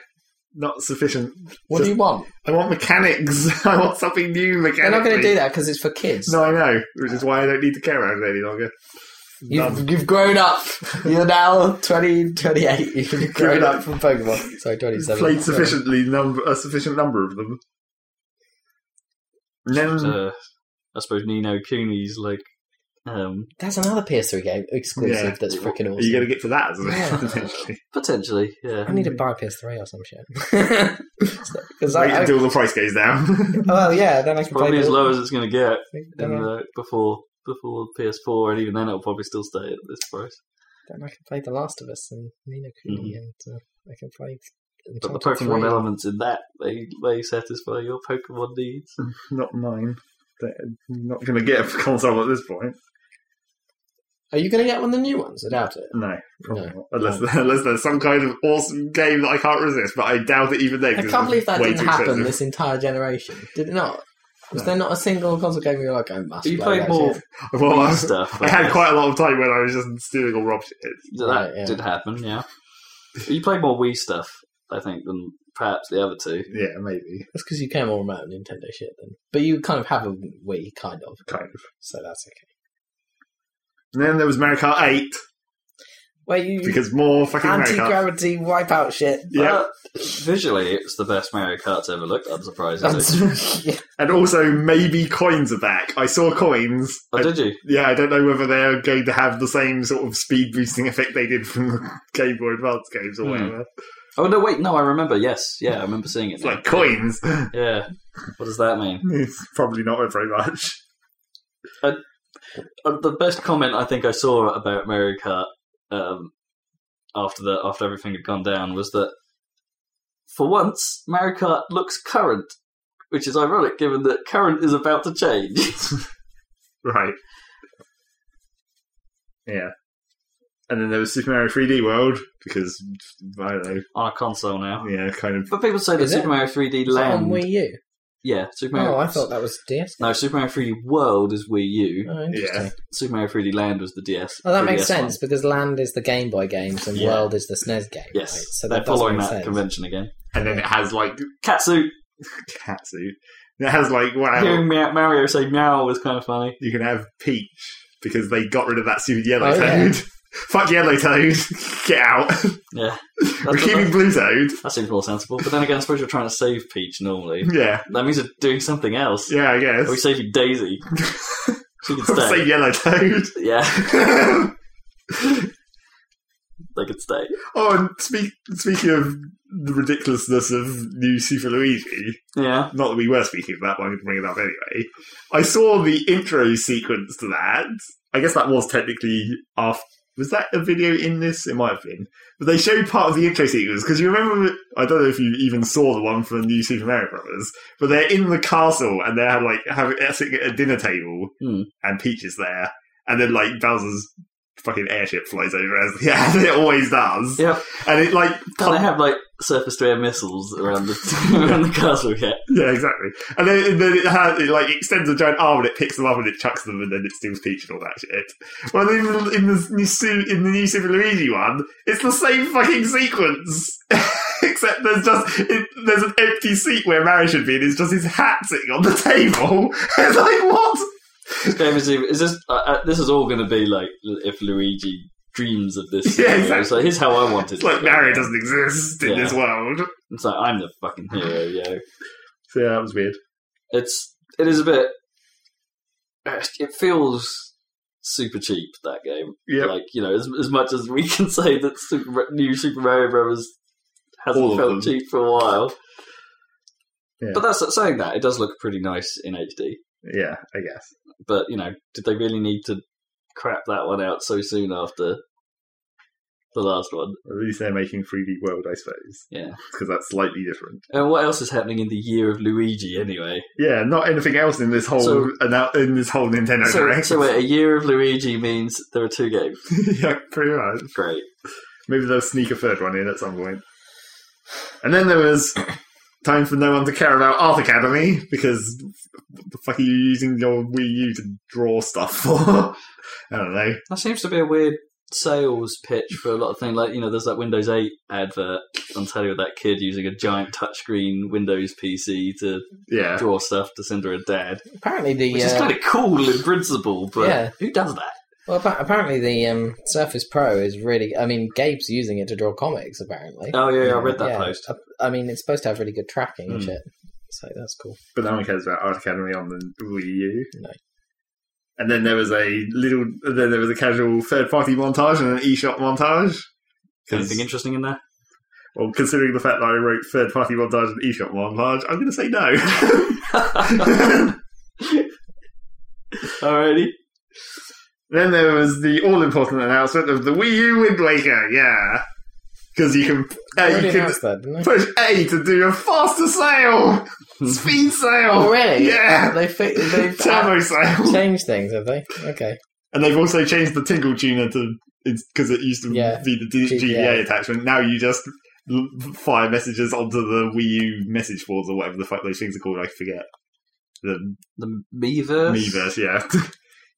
Speaker 2: Not sufficient.
Speaker 1: What do you want?
Speaker 2: I want mechanics. [laughs] I want something new mechanically.
Speaker 1: They're not going to do that because it's for kids.
Speaker 2: No, I know, which is why I don't need to care about it any longer. None.
Speaker 1: You've, you've grown up. You're now 20,
Speaker 2: [laughs]
Speaker 1: 28. You've grown up from Pokemon. Sorry,
Speaker 2: You've
Speaker 1: 27.
Speaker 2: played sufficiently number a sufficient number of them. And then
Speaker 3: Uh, I suppose Nino Cooney's like um,
Speaker 1: That's another PS3 game exclusive
Speaker 2: Yeah.
Speaker 1: that's freaking awesome.
Speaker 2: are you going to get to that as
Speaker 1: Yeah.
Speaker 2: [laughs] well? Eventually,
Speaker 3: potentially. Yeah,
Speaker 1: I need to buy a PS3 or some
Speaker 2: [laughs]
Speaker 1: shit. [laughs] Because
Speaker 2: wait
Speaker 1: I, I,
Speaker 2: until the price goes down. [laughs]
Speaker 1: well, yeah, then I can play
Speaker 3: probably as
Speaker 1: the-
Speaker 3: low as it's going to get
Speaker 1: Then
Speaker 3: in
Speaker 1: I-
Speaker 3: the, before before PS4, and even then it'll probably still stay at this price.
Speaker 1: Then I can play The Last of Us and Nino Cooney,
Speaker 2: Mm-hmm.
Speaker 1: and uh, I can play.
Speaker 3: But the
Speaker 1: Uncharted
Speaker 3: Pokemon
Speaker 1: 3.
Speaker 3: elements in that they they satisfy your Pokemon
Speaker 2: [laughs]
Speaker 3: needs.
Speaker 2: not mine. They're not going to get a console at this point.
Speaker 1: Are you going to get one of the new ones? I doubt it.
Speaker 2: No, probably not. Unless, [laughs] unless there's some kind of awesome game that I can't resist, but I doubt it even then.
Speaker 1: I
Speaker 2: 'cause
Speaker 1: can't
Speaker 2: it's
Speaker 1: believe that
Speaker 2: way
Speaker 1: didn't
Speaker 2: too
Speaker 1: happen
Speaker 2: expensive.
Speaker 1: this entire generation. Did it not? Was
Speaker 2: No.
Speaker 1: there not a single console game you're like, I must
Speaker 3: You
Speaker 1: play
Speaker 3: played
Speaker 1: that
Speaker 3: more
Speaker 1: shit?
Speaker 2: [laughs] Well, I,
Speaker 3: stuff.
Speaker 2: I had quite a lot of time when I was just stealing all Rob's shit.
Speaker 3: Yeah,
Speaker 1: Right,
Speaker 3: that
Speaker 1: yeah.
Speaker 3: did happen, yeah. You played more Wii stuff, I think, than perhaps the other two.
Speaker 2: Yeah, maybe.
Speaker 1: That's because you came all about Nintendo shit then. But you kind of have a Wii, kind of.
Speaker 2: Kind of.
Speaker 1: So that's okay.
Speaker 2: And then there was Mario Kart 8,
Speaker 1: Wait, you
Speaker 2: because more fucking Mario
Speaker 1: anti
Speaker 2: Kart.
Speaker 1: gravity wipeout shit.
Speaker 2: Yeah,
Speaker 3: But Uh, visually, it's the best Mario Kart's ever looked, unsurprisingly.
Speaker 1: That's- [laughs] yeah.
Speaker 2: and also maybe coins are back. I saw coins.
Speaker 3: oh,
Speaker 2: I-
Speaker 3: did you?
Speaker 2: yeah, I don't know whether they're going to have the same sort of speed boosting effect they did from the [laughs] Game Boy Advance games or
Speaker 3: Hmm.
Speaker 2: whatever.
Speaker 3: Oh, no, wait, no, I remember, yes. Yeah, I remember seeing it.
Speaker 2: It's
Speaker 3: now.
Speaker 2: like coins. [laughs]
Speaker 3: Yeah. What does that mean?
Speaker 2: it's probably not worth very much. [laughs]
Speaker 3: Uh, The best comment I think I saw about Mario Kart um, after, the, after everything had gone down was that, for once, Mario Kart looks current, which is ironic given that current is about to change.
Speaker 2: [laughs] Right. Yeah. And then there was Super Mario 3D World, because, I don't know,
Speaker 3: on a console now.
Speaker 2: yeah, kind of.
Speaker 3: But people say that
Speaker 1: Is it?
Speaker 3: Super Mario 3D
Speaker 1: Is that on
Speaker 3: Land.
Speaker 1: Wii U?
Speaker 3: yeah, Super Mario.
Speaker 1: Oh, I thought that was DS.
Speaker 3: No, Super Mario 3D World is Wii U.
Speaker 1: Oh, interesting.
Speaker 2: Yeah.
Speaker 3: Super Mario 3D Land was the DS.
Speaker 1: Oh, that
Speaker 3: 3DS
Speaker 1: makes
Speaker 3: one.
Speaker 1: sense because Land is the Game Boy games and
Speaker 3: Yeah.
Speaker 1: World is the SNES game.
Speaker 3: Yes,
Speaker 1: right? so
Speaker 3: they're
Speaker 1: that does
Speaker 3: following
Speaker 1: make
Speaker 3: that
Speaker 1: sense.
Speaker 3: convention again.
Speaker 2: And then it has, like,
Speaker 3: Katsu
Speaker 2: catsuit. It has, like, wow.
Speaker 3: hearing Ma- Mario say meow was kind of funny.
Speaker 2: You can have Peach, because they got rid of that super yellow
Speaker 1: Oh, yeah.
Speaker 2: toad. [laughs] Fuck Yellow Toad. [laughs] Get out.
Speaker 3: Yeah,
Speaker 2: We're
Speaker 3: that's
Speaker 2: keeping
Speaker 3: that,
Speaker 2: Blue Toad.
Speaker 3: that seems more sensible. But then again, I suppose you're trying to save Peach normally.
Speaker 2: [laughs] Yeah.
Speaker 3: That means you're doing something else.
Speaker 2: Yeah,
Speaker 1: Oh,
Speaker 2: I
Speaker 3: Are we
Speaker 2: [laughs] guess.
Speaker 3: saving Daisy? She can
Speaker 2: I'll say
Speaker 3: stay.
Speaker 2: Yellow Toad. [laughs]
Speaker 3: Yeah, [laughs]
Speaker 2: oh,
Speaker 3: they could stay.
Speaker 2: Oh, and speak, speaking of the ridiculousness of new Super Luigi,
Speaker 3: Yeah.
Speaker 2: not that we were speaking of that, but I'm going to bring it up anyway. I saw the intro sequence to that. I guess that was technically after. Was that a video in this? It might have been. But they showed part of the intro sequence because you remember. I don't know if you even saw the one for the new Super Mario Brothers, but they're in the castle and they're like having sitting at a dinner table,
Speaker 3: Hmm.
Speaker 2: and Peach is there, and then like Bowser's fucking airship flies over as [laughs] yeah, as it always does,
Speaker 3: Yep.
Speaker 2: and it like
Speaker 3: Can they have like surface to air missiles around the [laughs] around the castle yet?
Speaker 2: [laughs] Yeah, exactly. And then, and then it, has, it like extends a giant arm and it picks them up and it chucks them and then it steals Peach and all that shit. Well, in, the- in the new Su- in the new Super Luigi one, it's the same fucking sequence, [laughs] except there's just it, there's an empty seat where Mario should be and it's just his hat sitting on the table. [laughs] it's like what?
Speaker 3: This game is even- is this uh, uh, this is all going to be like l- if Luigi dreams of
Speaker 2: [laughs]
Speaker 3: this.
Speaker 2: Yeah,
Speaker 3: scenario.
Speaker 2: exactly.
Speaker 3: So here's how I want it.
Speaker 2: It's like Mario doesn't exist in
Speaker 3: Yeah.
Speaker 2: this world.
Speaker 3: It's like I'm the fucking hero, yo.
Speaker 2: So yeah, that was weird.
Speaker 3: It's it is a bit. It feels super cheap that game.
Speaker 2: Yeah,
Speaker 3: Like you know, as as much as we [laughs] can say that Super, new Super Mario Brothers hasn't
Speaker 2: All of
Speaker 3: felt
Speaker 2: them.
Speaker 3: cheap for a while.
Speaker 2: Yeah.
Speaker 3: But that's saying that it does look pretty nice in HD.
Speaker 2: yeah, I guess.
Speaker 3: But you know, did they really need to crap that one out so soon after the last one?
Speaker 2: At least they're making 3D World, I suppose,
Speaker 3: Yeah.
Speaker 2: because that's slightly different.
Speaker 3: And what else is happening in the year of Luigi anyway?
Speaker 2: Yeah, not anything else in this whole
Speaker 3: So-
Speaker 2: annou- in this whole Nintendo
Speaker 3: So,
Speaker 2: Direct.
Speaker 3: so wait, a year of Luigi means there are two games.
Speaker 2: [laughs] yeah, pretty much.
Speaker 3: Great.
Speaker 2: Maybe they'll sneak a third one in at some point. And then there
Speaker 3: [clears throat]
Speaker 2: was time for no one to care about Art Academy because what the fuck are you using your Wii U to draw stuff for? [laughs] I don't know.
Speaker 3: That seems to be a weird sales pitch for a lot of things. Like you know, there's that Windows 8 advert on telly with that kid using a giant touchscreen Windows PC to
Speaker 2: Yeah,
Speaker 3: draw stuff to send her a dad,
Speaker 1: Apparently the
Speaker 3: which is
Speaker 1: uh,
Speaker 3: kind of cool in principle, but
Speaker 1: Yeah.
Speaker 3: who does that?
Speaker 1: well, appa- apparently the um, Surface Pro is really. I mean, Gabe's using it to draw comics. Apparently,
Speaker 3: Oh yeah, yeah I read that
Speaker 1: Yeah,
Speaker 3: post.
Speaker 1: I, I mean, it's supposed to have really good tracking and
Speaker 3: Hmm.
Speaker 1: shit. So that's cool.
Speaker 2: but no one cares about Art Academy on the Wii U.
Speaker 1: No.
Speaker 2: And then there was a little. Then there was a casual third-party montage and an eShop montage. 'Cause-
Speaker 3: Anything interesting in there?
Speaker 2: Well, considering the fact that I wrote third party E montage and eShop montage, I'm going to say no.
Speaker 3: Alrighty.
Speaker 2: [laughs] then there was the all important announcement of the Wii U Wind Waker, yeah. Because you can,
Speaker 1: I
Speaker 2: uh,
Speaker 1: already
Speaker 2: you can
Speaker 1: announced that, didn't I?
Speaker 2: push A to do a faster sale! [laughs] Speed sale!
Speaker 1: Oh, really?
Speaker 2: [laughs] Yeah!
Speaker 1: They fi- [laughs] they've uh,
Speaker 2: Turbo sale!
Speaker 1: changed things, have they? Okay. [laughs]
Speaker 2: And they've also changed the Tingle tuner to. Because it used to
Speaker 1: Yeah.
Speaker 2: be the D-
Speaker 1: GBA.
Speaker 2: GBA attachment. Now you just l- fire messages onto the Wii U message boards or whatever the fuck those things are called, I forget. The
Speaker 3: The Miiverse.
Speaker 2: Meverse, yeah. [laughs]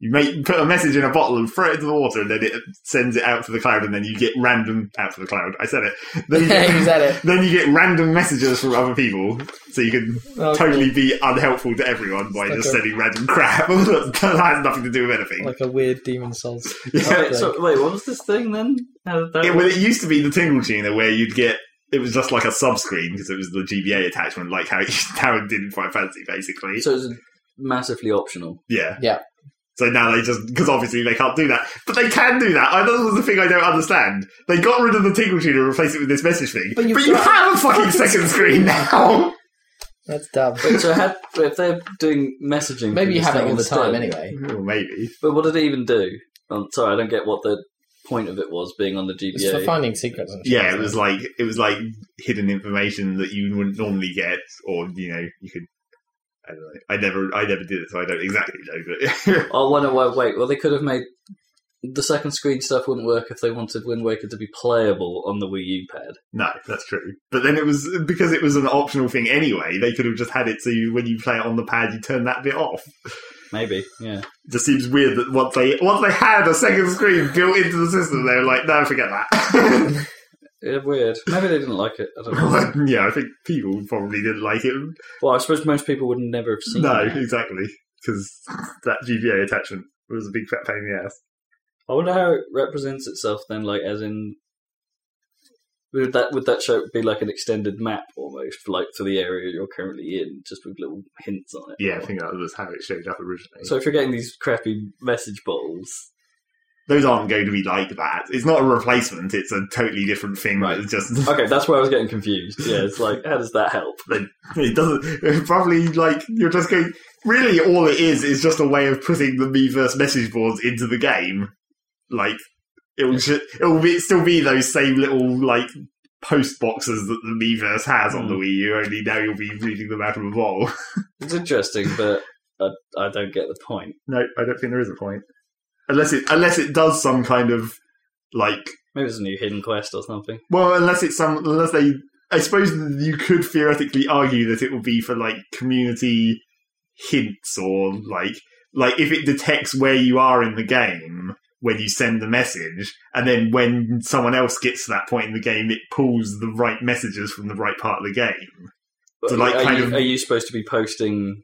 Speaker 2: You make put a message in a bottle and throw it into the water, and then it sends it out to the cloud, and then you get random out to the cloud. I said it. Then you get,
Speaker 1: Is that it?
Speaker 2: then you get random messages from other people, so you can
Speaker 1: Oh,
Speaker 2: [laughs] totally be unhelpful to everyone by
Speaker 1: It's
Speaker 2: just
Speaker 1: like a-
Speaker 2: sending random crap [laughs] that has nothing to do with anything.
Speaker 1: Like a weird Demon Souls.
Speaker 2: [laughs] yeah.
Speaker 3: Wait, so, wait, what was this thing then? How did that
Speaker 2: It,
Speaker 3: work?
Speaker 2: well, it used to be the Tingle Tuner where you'd get it was just like a sub screen because it was the GBA attachment, like how [laughs] how it did in Final Fantasy, basically.
Speaker 3: So it's massively optional.
Speaker 2: Yeah.
Speaker 1: Yeah.
Speaker 2: So now they just because obviously they can't do that, but they can do that. I, that was the thing I don't understand. They got rid of the tingle tuner and replaced it with this message thing. But,
Speaker 1: But you've
Speaker 2: you
Speaker 1: got-
Speaker 2: have a fucking second screen now. [laughs]
Speaker 1: That's
Speaker 3: [laughs]
Speaker 1: dumb.
Speaker 3: Wait, so had, if they're doing messaging,
Speaker 1: Maybe
Speaker 3: through
Speaker 1: you
Speaker 3: this
Speaker 1: have it
Speaker 3: thing
Speaker 1: all the
Speaker 3: instead-
Speaker 1: time anyway.
Speaker 2: Well, maybe.
Speaker 3: But what did it even do? I'm sorry, I don't get what the point of it was being on the
Speaker 1: It's
Speaker 3: GBA.
Speaker 1: for finding secrets and shit.
Speaker 2: Yeah, it
Speaker 1: isn't
Speaker 2: was like it was like hidden information that you wouldn't normally get, or you know, you could. I don't know. I never, I never did it, so I don't exactly know. But [laughs]
Speaker 3: Oh, why not? Wait, wait. Well, they could have made the second screen stuff wouldn't work if they wanted Wind Waker to be playable on the Wii U pad.
Speaker 2: no, that's true. But then it was because it was an optional thing anyway. They could have just had it so you, when you play it on the pad, you turn that bit off.
Speaker 3: Maybe, yeah.
Speaker 2: just seems weird that once they once they had a second screen built into the system, they were like, no, forget that. [laughs]
Speaker 3: Yeah, weird. Maybe they didn't like it. I don't know.
Speaker 2: Like, yeah, I think people probably didn't like it.
Speaker 3: well, I suppose most people would never have seen.
Speaker 2: No,
Speaker 3: that.
Speaker 2: exactly, because that GBA attachment was a big fat pain in the ass.
Speaker 3: I wonder how it represents itself then, like as in would that would that show be like an extended map almost, like for the area you're currently in, just with little hints on it.
Speaker 2: Yeah, I think that was how it showed up originally.
Speaker 3: So if you're getting these crappy message bottles,
Speaker 2: Those aren't going to be like that. It's not a replacement. It's a totally different thing.
Speaker 3: Right.
Speaker 2: It's just
Speaker 3: okay, that's where I was getting confused. Yeah, it's like how does that help?
Speaker 2: it doesn't. [laughs] It probably like you're just going. Really, all it is is just a way of putting the Miiverse message boards into the game. Like it will. ju- It will be, still be those same little like post boxes that the Miiverse has on the Wii U. Only now you'll be reading them out of a bowl.
Speaker 3: It's interesting, but I, I don't get the point.
Speaker 2: No, I don't think there is a point. Unless it unless it does some kind of like
Speaker 3: Maybe it's a new hidden quest or something.
Speaker 2: Well, unless it's some, unless they, I suppose you could theoretically argue that it will be for like community hints or like, like if it detects where you are in the game when you send the message, and then when someone else gets to that point in the game, it pulls the right messages from the right part of the game.
Speaker 3: But
Speaker 2: So, like,
Speaker 3: are,
Speaker 2: kind
Speaker 3: you,
Speaker 2: of-
Speaker 3: are you supposed to be posting?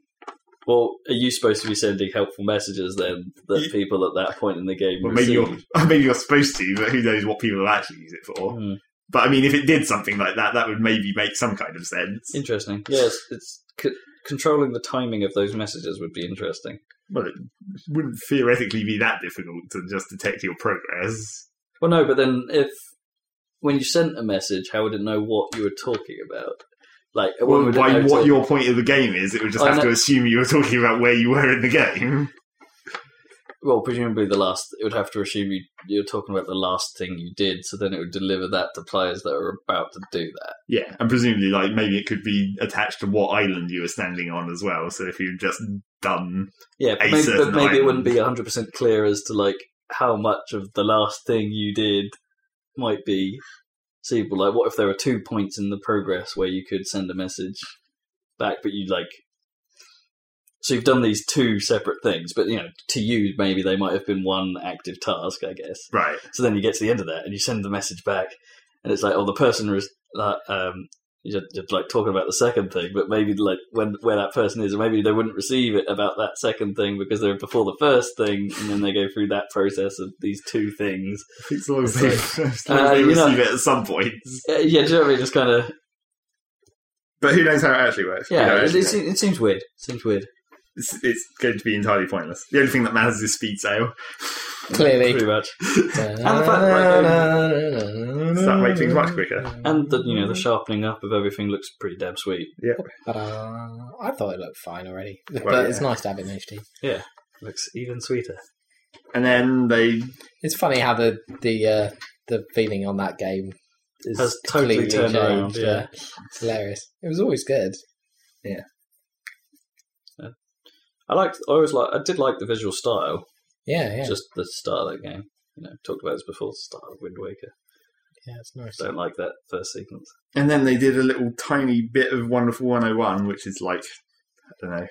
Speaker 3: Well, are you supposed to be sending helpful messages then that
Speaker 2: Ye-
Speaker 3: people at that point in the game
Speaker 2: Well, maybe
Speaker 3: receive?
Speaker 2: you're, [laughs] maybe you're supposed to, but who knows what people will actually use it for.
Speaker 3: Hmm.
Speaker 2: But I mean, if it did something like that, that would maybe make some kind of sense.
Speaker 3: Interesting. Yes, it's c- controlling the timing of those messages would be interesting.
Speaker 2: Well, it wouldn't theoretically be that difficult to just detect your progress.
Speaker 3: Well, no, but then if when you sent a message, how would it know what you were talking about? Like, when
Speaker 2: Well,
Speaker 3: would it
Speaker 2: by
Speaker 3: know
Speaker 2: what
Speaker 3: to-
Speaker 2: your point of the game is, it would just
Speaker 3: I
Speaker 2: have
Speaker 3: know-
Speaker 2: to assume you were [laughs] talking about where you were in the game.
Speaker 3: well, presumably the last. It would have to assume you you're talking about the last thing you did, so then it would deliver that to players that are about to do that.
Speaker 2: Yeah, and presumably, like maybe it could be attached to what island you were standing on as well. So if you've just done,
Speaker 3: Yeah,
Speaker 2: a
Speaker 3: but maybe, but
Speaker 2: certain
Speaker 3: maybe it
Speaker 2: island.
Speaker 3: wouldn't be 100% clear as to like how much of the last thing you did might be seeable. Like, what if there were two points in the progress where you could send a message back, but you like. So you've done these two separate things, but you know, to you maybe they might have been one active task, I guess.
Speaker 2: right,
Speaker 3: So then you get to the end of that and you send the message back, and it's like, oh, the person was like, um, you're, you're like talking about the second thing, but maybe like when where that person is, or maybe they wouldn't receive it about that second thing because they're before the first thing, and then they go through that process of these two things.
Speaker 2: as long as
Speaker 3: Right. [laughs]
Speaker 2: they, as long as
Speaker 3: Uh,
Speaker 2: they
Speaker 3: you know-
Speaker 2: receive it at some point.
Speaker 3: Uh, yeah, do you know what I mean? Just kind of
Speaker 2: But who knows how it actually works? We
Speaker 3: yeah,
Speaker 2: don't
Speaker 3: it,
Speaker 2: actually
Speaker 3: it,
Speaker 2: know.
Speaker 3: se- it seems weird. It seems weird.
Speaker 2: it's, it's going to be entirely pointless. The only thing that matters is speed sale.
Speaker 1: Clearly.
Speaker 3: pretty much.
Speaker 1: and
Speaker 3: the fact that,
Speaker 1: um,
Speaker 2: Does that make things much quicker?
Speaker 3: And the you know the sharpening up of everything looks pretty damn sweet.
Speaker 1: But, uh, I thought it looked fine already. but
Speaker 2: yeah.
Speaker 1: it's nice to have it in HD.
Speaker 3: Looks even sweeter.
Speaker 2: And then they
Speaker 1: It's funny how the the uh, the feeling on that game is
Speaker 3: Has totally
Speaker 1: completely
Speaker 3: turned
Speaker 1: changed,
Speaker 3: around, yeah.
Speaker 1: it's hilarious. It was always good.
Speaker 3: I liked. I always like. I did like the visual style.
Speaker 1: Yeah, yeah,
Speaker 3: Just the start of that game. You know, talked about this before. Start of Wind Waker.
Speaker 1: yeah. It's nice.
Speaker 3: Don't like that first sequence.
Speaker 2: And then they did a little tiny bit of Wonderful 101, which is like, I don't know.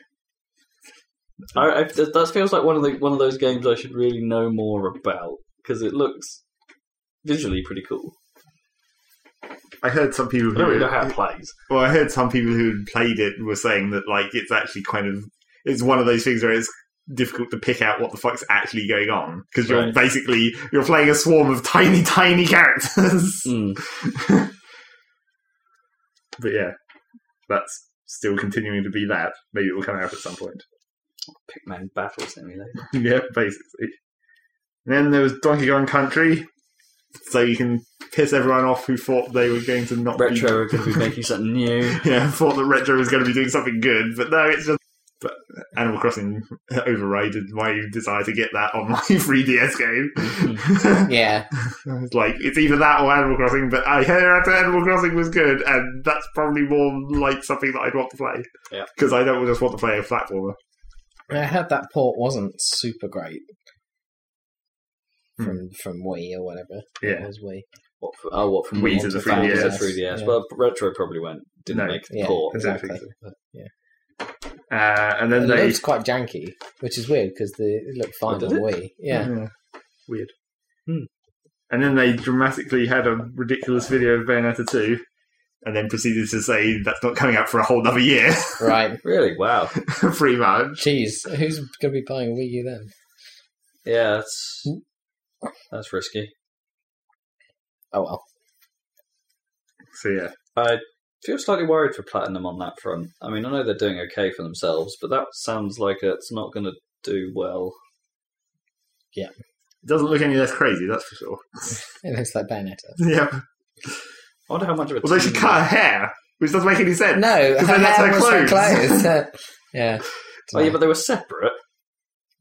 Speaker 3: I, I, that that feels like one of the one of those games I should really know more about because it looks visually pretty cool.
Speaker 2: I heard some people
Speaker 3: I don't
Speaker 2: who,
Speaker 3: really know how it plays.
Speaker 2: well, I heard some people who had played it were saying that like it's actually kind of it's one of those things where it's difficult to pick out what the fuck's actually going on because you're
Speaker 3: Right.
Speaker 2: basically you're playing a swarm of tiny, [laughs] tiny characters.
Speaker 3: Mm.
Speaker 2: [laughs] But yeah, that's still continuing to be that. Maybe it will come out at some point. [laughs]
Speaker 3: Pac-Man Battle Simulator.
Speaker 2: yeah, basically. And then there was Donkey Kong Country, so you can piss everyone off who thought they were going to not be-
Speaker 3: [laughs] Retro are going to be making something new.
Speaker 2: [laughs] yeah, thought that retro was going to be doing something good, but no, it's just. But Animal Crossing [laughs] overrided my desire to get that on my [laughs] 3DS game. [laughs]
Speaker 1: Yeah,
Speaker 2: It's like it's either that or Animal Crossing, but I heard that Animal Crossing was good, and that's probably more like something that I'd want to play.
Speaker 3: Yeah.
Speaker 2: because I don't just want to play a platformer.
Speaker 1: I heard that port wasn't super great from from Wii or whatever. it
Speaker 2: Hmm. Yeah,
Speaker 1: was Wii.
Speaker 3: What for, oh, what from
Speaker 2: Wii
Speaker 3: one
Speaker 2: to the
Speaker 3: five to
Speaker 2: 3DS.
Speaker 3: 3DS.
Speaker 1: Yeah.
Speaker 3: Well, Retro probably went. Didn't
Speaker 2: No.
Speaker 3: make the
Speaker 1: Yeah,
Speaker 3: port.
Speaker 2: exactly.
Speaker 1: exactly.
Speaker 2: uh, and
Speaker 1: It
Speaker 2: then they
Speaker 1: looks quite janky, which is weird because it looked fine
Speaker 3: Oh, did
Speaker 1: on Wii. Yeah,
Speaker 2: weird.
Speaker 3: Hmm.
Speaker 2: And then they dramatically had a ridiculous video of Bayonetta two, and then proceeded to say that's not coming out for a whole another year, [laughs]
Speaker 1: right.
Speaker 3: Really? Wow.
Speaker 2: pretty much.
Speaker 1: Jeez, who's going to be buying a Wii U then?
Speaker 3: Yeah, it's That's risky.
Speaker 1: Oh well.
Speaker 2: So yeah,
Speaker 3: I feel slightly worried for Platinum on that front. I mean, I know they're doing okay for themselves, but that sounds like it's not going to do well.
Speaker 2: it doesn't look any less crazy, that's for sure.
Speaker 1: It looks like Bayonetta.
Speaker 2: [laughs] yeah.
Speaker 3: I wonder how much of a.
Speaker 2: Although she
Speaker 3: team-
Speaker 2: cut her hair, which doesn't make any sense.
Speaker 1: No, her
Speaker 2: then that's
Speaker 1: hair
Speaker 2: her
Speaker 1: was her
Speaker 2: clothes.
Speaker 1: clothes. [laughs] yeah.
Speaker 3: Oh, yeah, but they were separate.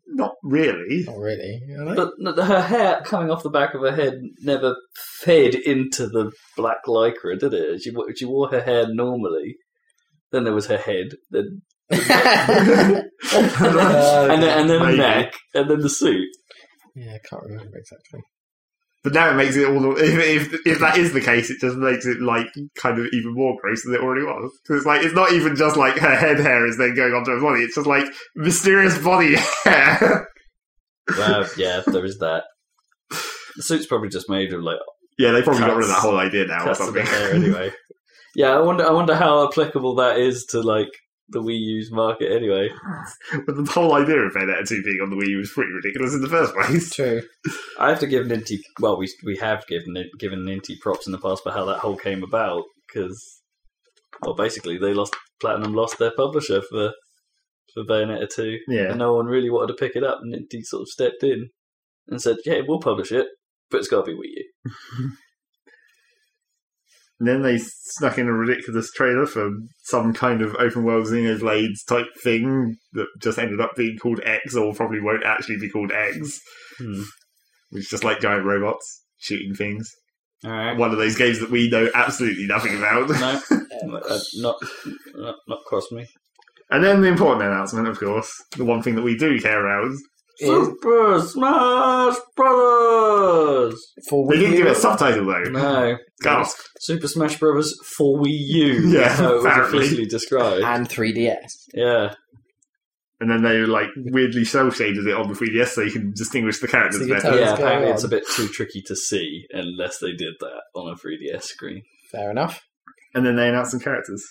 Speaker 2: Not [laughs] really.
Speaker 1: Not really. are they?
Speaker 3: But n- her hair coming off the back of her head never fed into the black lycra, did it? She wo- she wore her hair normally. Then there was her head, then
Speaker 1: [laughs]
Speaker 2: [laughs]
Speaker 3: and then, and then her
Speaker 2: Maybe.
Speaker 3: neck, and then the suit.
Speaker 1: Uh, yeah, I can't remember exactly.
Speaker 2: But now it makes it all. The, if, if if that is the case, it just makes it like kind of even more gross than it already was. Because it's like it's not even just like her head hair is then going onto her body. It's just like mysterious body [laughs] hair.
Speaker 3: Well, yeah, there is that. The suit's probably just made of like
Speaker 2: yeah, they probably got rid of that
Speaker 3: Cuts.
Speaker 2: whole idea now or
Speaker 3: cuts of
Speaker 2: something.
Speaker 3: the hair
Speaker 2: [laughs]
Speaker 3: anyway. Yeah, I wonder. I wonder how applicable that is to like the Wii U's market anyway.
Speaker 2: [laughs] but the whole idea of Bayonetta two being on the Wii U was pretty ridiculous in the first place.
Speaker 1: True.
Speaker 3: I have to give Ninty. Well, we we have given it- given Ninty props in the past for how that whole came about because, well, basically they lost Platinum lost their publisher for for Bayonetta two,
Speaker 2: Yeah,
Speaker 3: and no one really wanted to pick it up. And Ninty sort of stepped in and said, "Yeah, we'll publish it, but it's got to be Wii U."
Speaker 2: and then they snuck in a ridiculous trailer for some kind of open world Xenoblades type thing that just ended up being called X, or probably won't actually be called X.
Speaker 3: Hmm.
Speaker 2: It's just like giant robots shooting things.
Speaker 3: All right.
Speaker 2: One of those games that we know absolutely nothing about.
Speaker 3: [laughs] No, uh, not, not not cross me.
Speaker 2: [laughs] And then the important announcement, of course, the one thing that we do care about.
Speaker 1: Is-
Speaker 3: Super Smash Brothers.
Speaker 1: for
Speaker 2: They
Speaker 1: Wii
Speaker 2: didn't give
Speaker 1: U-
Speaker 2: it a subtitle though.
Speaker 3: No,
Speaker 2: God.
Speaker 3: Super Smash Brothers for Wii U.
Speaker 2: [laughs] Yeah,
Speaker 3: that's how it was
Speaker 2: apparently.
Speaker 3: officially described.
Speaker 1: and 3DS.
Speaker 3: Yeah,
Speaker 2: And then they like weirdly cell shaded it on the 3DS so you can distinguish the characters
Speaker 1: So you
Speaker 2: better.
Speaker 1: tell-
Speaker 3: yeah.
Speaker 1: what's going
Speaker 3: Apparently,
Speaker 1: on.
Speaker 3: it's a bit too tricky to see unless they did that on a 3DS screen.
Speaker 1: Fair enough.
Speaker 2: And then they announced some characters.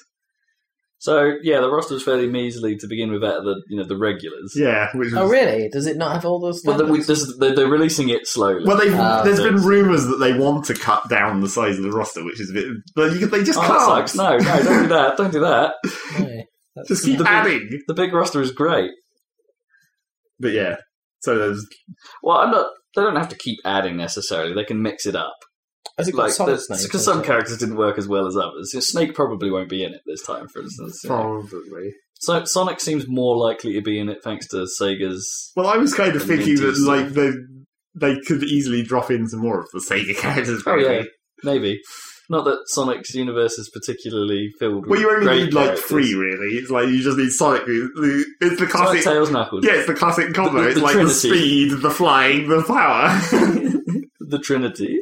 Speaker 3: So yeah, the roster was fairly measly to begin with. Out of the you know the regulars.
Speaker 2: Yeah, which was,
Speaker 1: Oh, really? Does it not have all those?
Speaker 3: But then we,
Speaker 1: numbers?
Speaker 3: this, is- they're, they're releasing it slowly.
Speaker 2: well, they've,
Speaker 1: Ah,
Speaker 2: there's
Speaker 3: so
Speaker 2: been
Speaker 3: it's-
Speaker 2: rumours that they want to cut down the size of the roster, which is a bit. But you, they just
Speaker 3: Oh, that
Speaker 2: can't.
Speaker 3: sucks. No, no, don't do that. Don't do that.
Speaker 1: No, that's-
Speaker 2: [laughs] Just keep
Speaker 3: The big-
Speaker 2: adding.
Speaker 3: The big roster is great.
Speaker 2: But yeah, so there's
Speaker 3: Well, I'm not. They don't have to keep adding necessarily. They can mix it up.
Speaker 1: Has it got
Speaker 3: Like
Speaker 1: Solid Snake? or
Speaker 3: because some
Speaker 1: something?
Speaker 3: characters didn't work as well as others. You know, Snake probably won't be in it this time, for instance. you know.
Speaker 2: probably.
Speaker 3: So Sonic seems more likely to be in it thanks to Sega's.
Speaker 2: Well, I was kind of
Speaker 3: The
Speaker 2: thinking that
Speaker 3: Minties.
Speaker 2: like they they could easily drop in some more of the Sega characters.
Speaker 3: Oh, yeah.
Speaker 2: maybe.
Speaker 3: Maybe not that Sonic's universe is particularly filled.
Speaker 2: Well,
Speaker 3: with
Speaker 2: you only
Speaker 3: great
Speaker 2: need like
Speaker 3: characters.
Speaker 2: three, really. It's like you just need Sonic. the- It's the
Speaker 3: Sonic,
Speaker 2: classic.
Speaker 3: Tails, Knuckles.
Speaker 2: Yeah, it's the classic combo.
Speaker 3: the
Speaker 2: it's like the
Speaker 3: Trinity.
Speaker 2: speed, the flying, the power.
Speaker 3: [laughs]
Speaker 2: [laughs]
Speaker 3: the Trinity.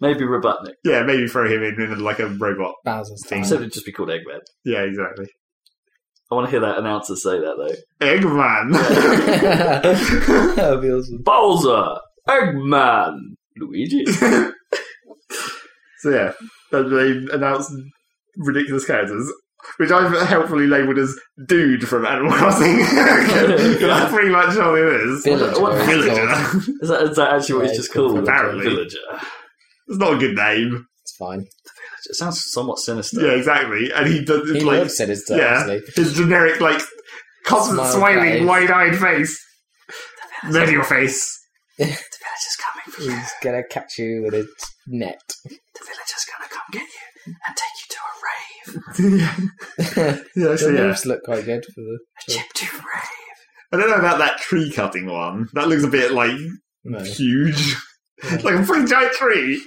Speaker 3: Maybe Robotnik.
Speaker 2: yeah, maybe throw him in, in like a robot.
Speaker 1: Bowser's
Speaker 2: Thing.
Speaker 3: Except it'd just be called Eggman.
Speaker 2: Yeah, exactly.
Speaker 3: I want to hear that announcer say that though.
Speaker 2: Eggman.
Speaker 1: [laughs]
Speaker 2: [laughs]
Speaker 1: that would be awesome.
Speaker 3: Bowser, Eggman,
Speaker 2: [laughs]
Speaker 3: Luigi.
Speaker 2: so yeah, then they announced ridiculous characters, which I've helpfully labelled as "dude" from Animal [laughs] Crossing. 'Cause That's pretty much all it is.
Speaker 1: Villager,
Speaker 3: What-
Speaker 1: it's called.
Speaker 2: Villager.
Speaker 3: Is that, is that actually what he's just called?
Speaker 2: Apparently.
Speaker 3: Villager.
Speaker 2: [laughs] It's not a good name.
Speaker 1: It's fine.
Speaker 3: It sounds somewhat sinister.
Speaker 2: Yeah, exactly. And he does
Speaker 1: He
Speaker 2: it's like
Speaker 1: loves it as
Speaker 2: yeah. his generic, like constant
Speaker 1: Smile
Speaker 2: smiling,
Speaker 1: face.
Speaker 2: wide-eyed face. Then your face.
Speaker 3: The villager's coming for
Speaker 1: He's gonna catch you with a net. [laughs]
Speaker 3: The villager's gonna come get you and take you to a rave.
Speaker 2: [laughs] yeah,
Speaker 1: the
Speaker 2: yeah, so yeah.
Speaker 1: moves look quite good for the.
Speaker 3: Chip to rave.
Speaker 2: I don't know about that tree cutting one. That looks a bit like
Speaker 3: Uh,
Speaker 1: No.
Speaker 2: huge.
Speaker 1: Yeah.
Speaker 2: [laughs] like a pretty giant tree.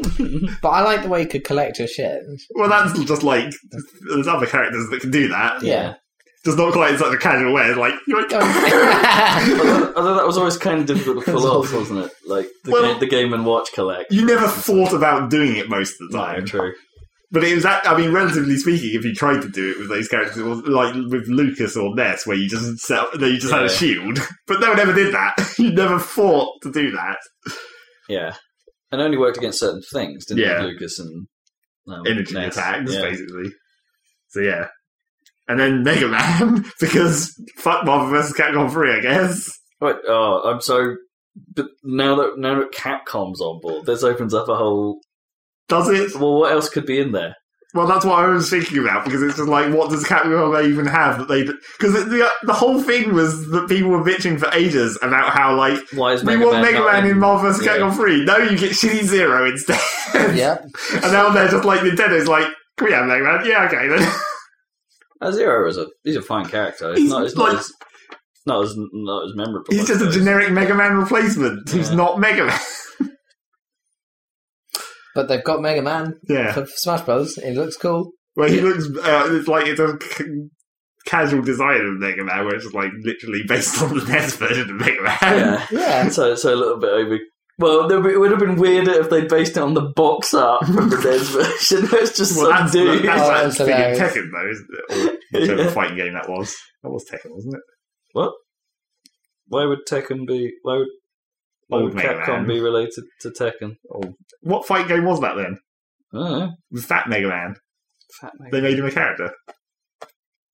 Speaker 1: But I like the way he could collect your shit.
Speaker 2: Well, that's just like there's other characters that can do that.
Speaker 1: Yeah.
Speaker 2: Just not quite in such a casual way. Like you're like, [laughs]
Speaker 3: Oh, [laughs] Although, although that was always kind of difficult to pull off, wasn't it? Like the,
Speaker 2: Well-
Speaker 3: game, the game and watch collect.
Speaker 2: you never thought about doing it most of the
Speaker 3: No,
Speaker 2: time.
Speaker 3: true.
Speaker 2: But it was that. I mean, relatively speaking, if you tried to do it with those characters, it was like with Lucas or Ness, where you just set up, you just had
Speaker 3: Yeah.
Speaker 2: a shield, [laughs] but no one ever did that. [laughs] you never thought to do that
Speaker 3: Yeah, and only worked against certain things, didn't
Speaker 2: Yeah.
Speaker 3: it? Lucas and um,
Speaker 2: energy
Speaker 3: Ness.
Speaker 2: attacks,
Speaker 3: Yeah.
Speaker 2: basically. So yeah, and then Mega [laughs] Man because fuck Marvel vs. Capcom Three, I guess.
Speaker 3: Wait, oh, I'm so but now that now that Capcom's on board, this opens up a whole.
Speaker 2: Does it?
Speaker 3: Well, what else could be in there?
Speaker 2: Well, that's what I was thinking about because it's just like, what does Capcom even have that they? Because the the whole thing was that people were bitching for ages about how like
Speaker 3: Why is
Speaker 2: we
Speaker 3: Mega
Speaker 2: want
Speaker 3: Man
Speaker 2: Mega
Speaker 3: not
Speaker 2: Man in Marvel vs.
Speaker 3: Yeah.
Speaker 2: Capcom Three. No, you get Shitty Zero
Speaker 3: [laughs]
Speaker 2: instead.
Speaker 1: [laughs] yeah.
Speaker 2: And now they're just like Nintendo's like, can we have Mega Man? Yeah, okay
Speaker 3: [laughs]
Speaker 2: then.
Speaker 3: Uh, Zero is a he's a fine character. It's
Speaker 2: He's
Speaker 3: not, it's
Speaker 2: like-
Speaker 3: not as not as not as memorable. I
Speaker 2: He's just a
Speaker 3: suppose.
Speaker 2: generic Mega Man replacement who's
Speaker 3: Yeah.
Speaker 2: not Mega Man.
Speaker 1: But they've got Mega Man
Speaker 2: yeah.
Speaker 1: for Smash Bros. It looks cool.
Speaker 2: Well, he
Speaker 3: Yeah.
Speaker 2: looks uh, it's like it's a c- casual design of Mega Man, where it's just like literally based on the NES version of Mega Man.
Speaker 3: Yeah.
Speaker 1: Yeah.
Speaker 3: so so a little bit over. Well, there- it would have been weirder if they'd based it on the box art
Speaker 2: [laughs]
Speaker 3: from the Dead's version. [laughs] It's
Speaker 2: [laughs]
Speaker 3: just
Speaker 2: Well,
Speaker 3: some
Speaker 2: that's,
Speaker 3: dude.
Speaker 2: that's,
Speaker 1: Oh, that's
Speaker 2: that's big in
Speaker 1: hilarious.
Speaker 2: Tekken, though, isn't it? Or whichever
Speaker 3: Yeah.
Speaker 2: fighting game that was. That was Tekken, wasn't it?
Speaker 3: Why would Tekken be? Why would, why would
Speaker 2: Old Mega Man.
Speaker 3: Capcom be related to Tekken?
Speaker 2: What fight game was that then?
Speaker 3: I don't know.
Speaker 2: It was Fat Mega Man.
Speaker 3: Fat Mega.
Speaker 2: They made him a character.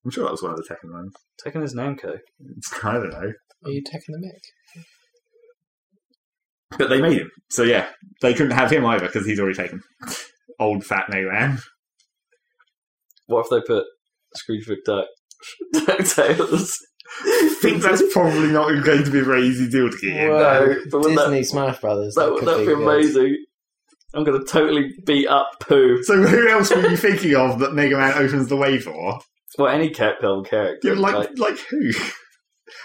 Speaker 2: I'm sure that was one of the Tekken ones.
Speaker 3: Tekken is Namco,
Speaker 2: It's- I don't know.
Speaker 1: Are you taking the mic?
Speaker 2: But they made him. So yeah, they couldn't have him either because he's already taken. Old Fat Mega
Speaker 3: [laughs]
Speaker 2: Man.
Speaker 3: What if they put Scrooge McDuck, [laughs]
Speaker 2: [laughs]
Speaker 3: DuckTales?
Speaker 2: I think that's probably not going to be a very easy deal to get in.
Speaker 1: Whoa,
Speaker 3: no, but wouldn't
Speaker 1: Disney Smash Brothers.
Speaker 3: that
Speaker 1: That,
Speaker 3: would
Speaker 1: could
Speaker 3: that'd
Speaker 1: be
Speaker 3: be
Speaker 1: good.
Speaker 3: amazing. I'm going to totally beat up Pooh.
Speaker 2: So who else were you thinking of that Mega Man opens the way for?
Speaker 3: Well, any Capcom
Speaker 2: [laughs]
Speaker 3: character.
Speaker 2: You're like, like, who?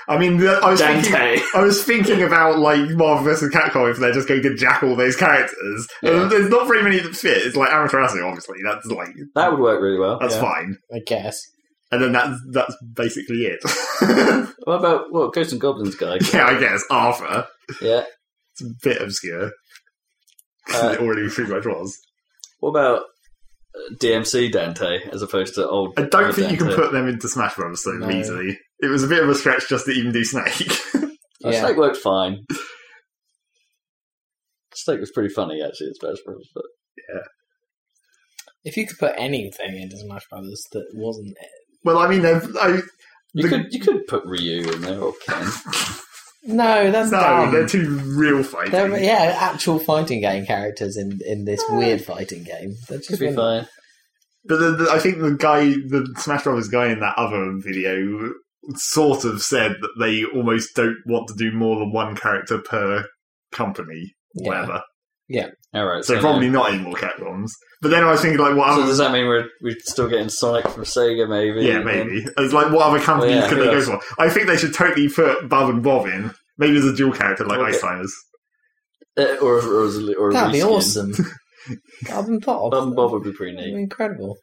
Speaker 2: I mean, the- I was thinking
Speaker 3: Dante.
Speaker 2: I was thinking about like Marvel vs. Capcom if they're just going to jack all those characters.
Speaker 3: Yeah.
Speaker 2: And There's not very many that fit. It's like Amaterasu, obviously. That's like
Speaker 3: That would work really well.
Speaker 2: that's
Speaker 3: yeah.
Speaker 2: fine.
Speaker 1: I guess.
Speaker 2: And then that's that's basically it. [laughs]
Speaker 3: What about well, Ghosts and Goblins guy?
Speaker 2: yeah, I guess Arthur.
Speaker 3: yeah.
Speaker 2: It's a bit obscure. [laughs] 'Cause
Speaker 3: Uh,
Speaker 2: it already pretty much was.
Speaker 3: What about uh, DMC Dante as opposed to old?
Speaker 2: I don't
Speaker 3: old
Speaker 2: think you can
Speaker 3: Dante?
Speaker 2: put them into Smash Bros. so
Speaker 1: No.
Speaker 2: easily. It was a bit of a stretch just to even do Snake. [laughs]
Speaker 3: Oh,
Speaker 1: Yeah.
Speaker 3: Snake worked fine. [laughs] Snake was pretty funny actually. It's Smash Bros. But
Speaker 1: If you could put anything into Smash Brothers that wasn't
Speaker 2: well, I mean, they've. I,
Speaker 3: you
Speaker 2: The-
Speaker 3: could you could put Ryu in there or Ken.
Speaker 1: No, that's
Speaker 2: no,
Speaker 1: dumb.
Speaker 2: they're too real fighting.
Speaker 1: They're- yeah, actual fighting game characters in, in this weird fighting game. That
Speaker 3: Could
Speaker 1: just [laughs]
Speaker 3: be
Speaker 1: been-
Speaker 3: fine.
Speaker 2: But the, the, I think the guy, the Smash Brothers guy in that other video, sort of said that they almost don't want to do more than one character per company,
Speaker 1: Yeah.
Speaker 2: whatever.
Speaker 3: All right.
Speaker 2: So
Speaker 3: So,
Speaker 2: probably not any more Capcoms. But then I was thinking, like, what
Speaker 3: So
Speaker 2: other?
Speaker 3: does that mean we're we're still getting Sonic from Sega? Maybe.
Speaker 2: yeah,
Speaker 3: and
Speaker 2: maybe. It's like, what other companies
Speaker 3: Well, yeah,
Speaker 2: could
Speaker 3: who
Speaker 2: they go
Speaker 3: else?
Speaker 2: for? I think they should totally put Bob and Bob in. Maybe as a dual character, like
Speaker 3: Okay.
Speaker 2: Ice Timers.
Speaker 3: then- uh, or or, as a- or a
Speaker 1: That'd be
Speaker 3: reskin.
Speaker 1: awesome. [laughs] Bob and Bob.
Speaker 3: Bum Bob would be pretty
Speaker 1: That'd
Speaker 3: neat.
Speaker 1: be incredible.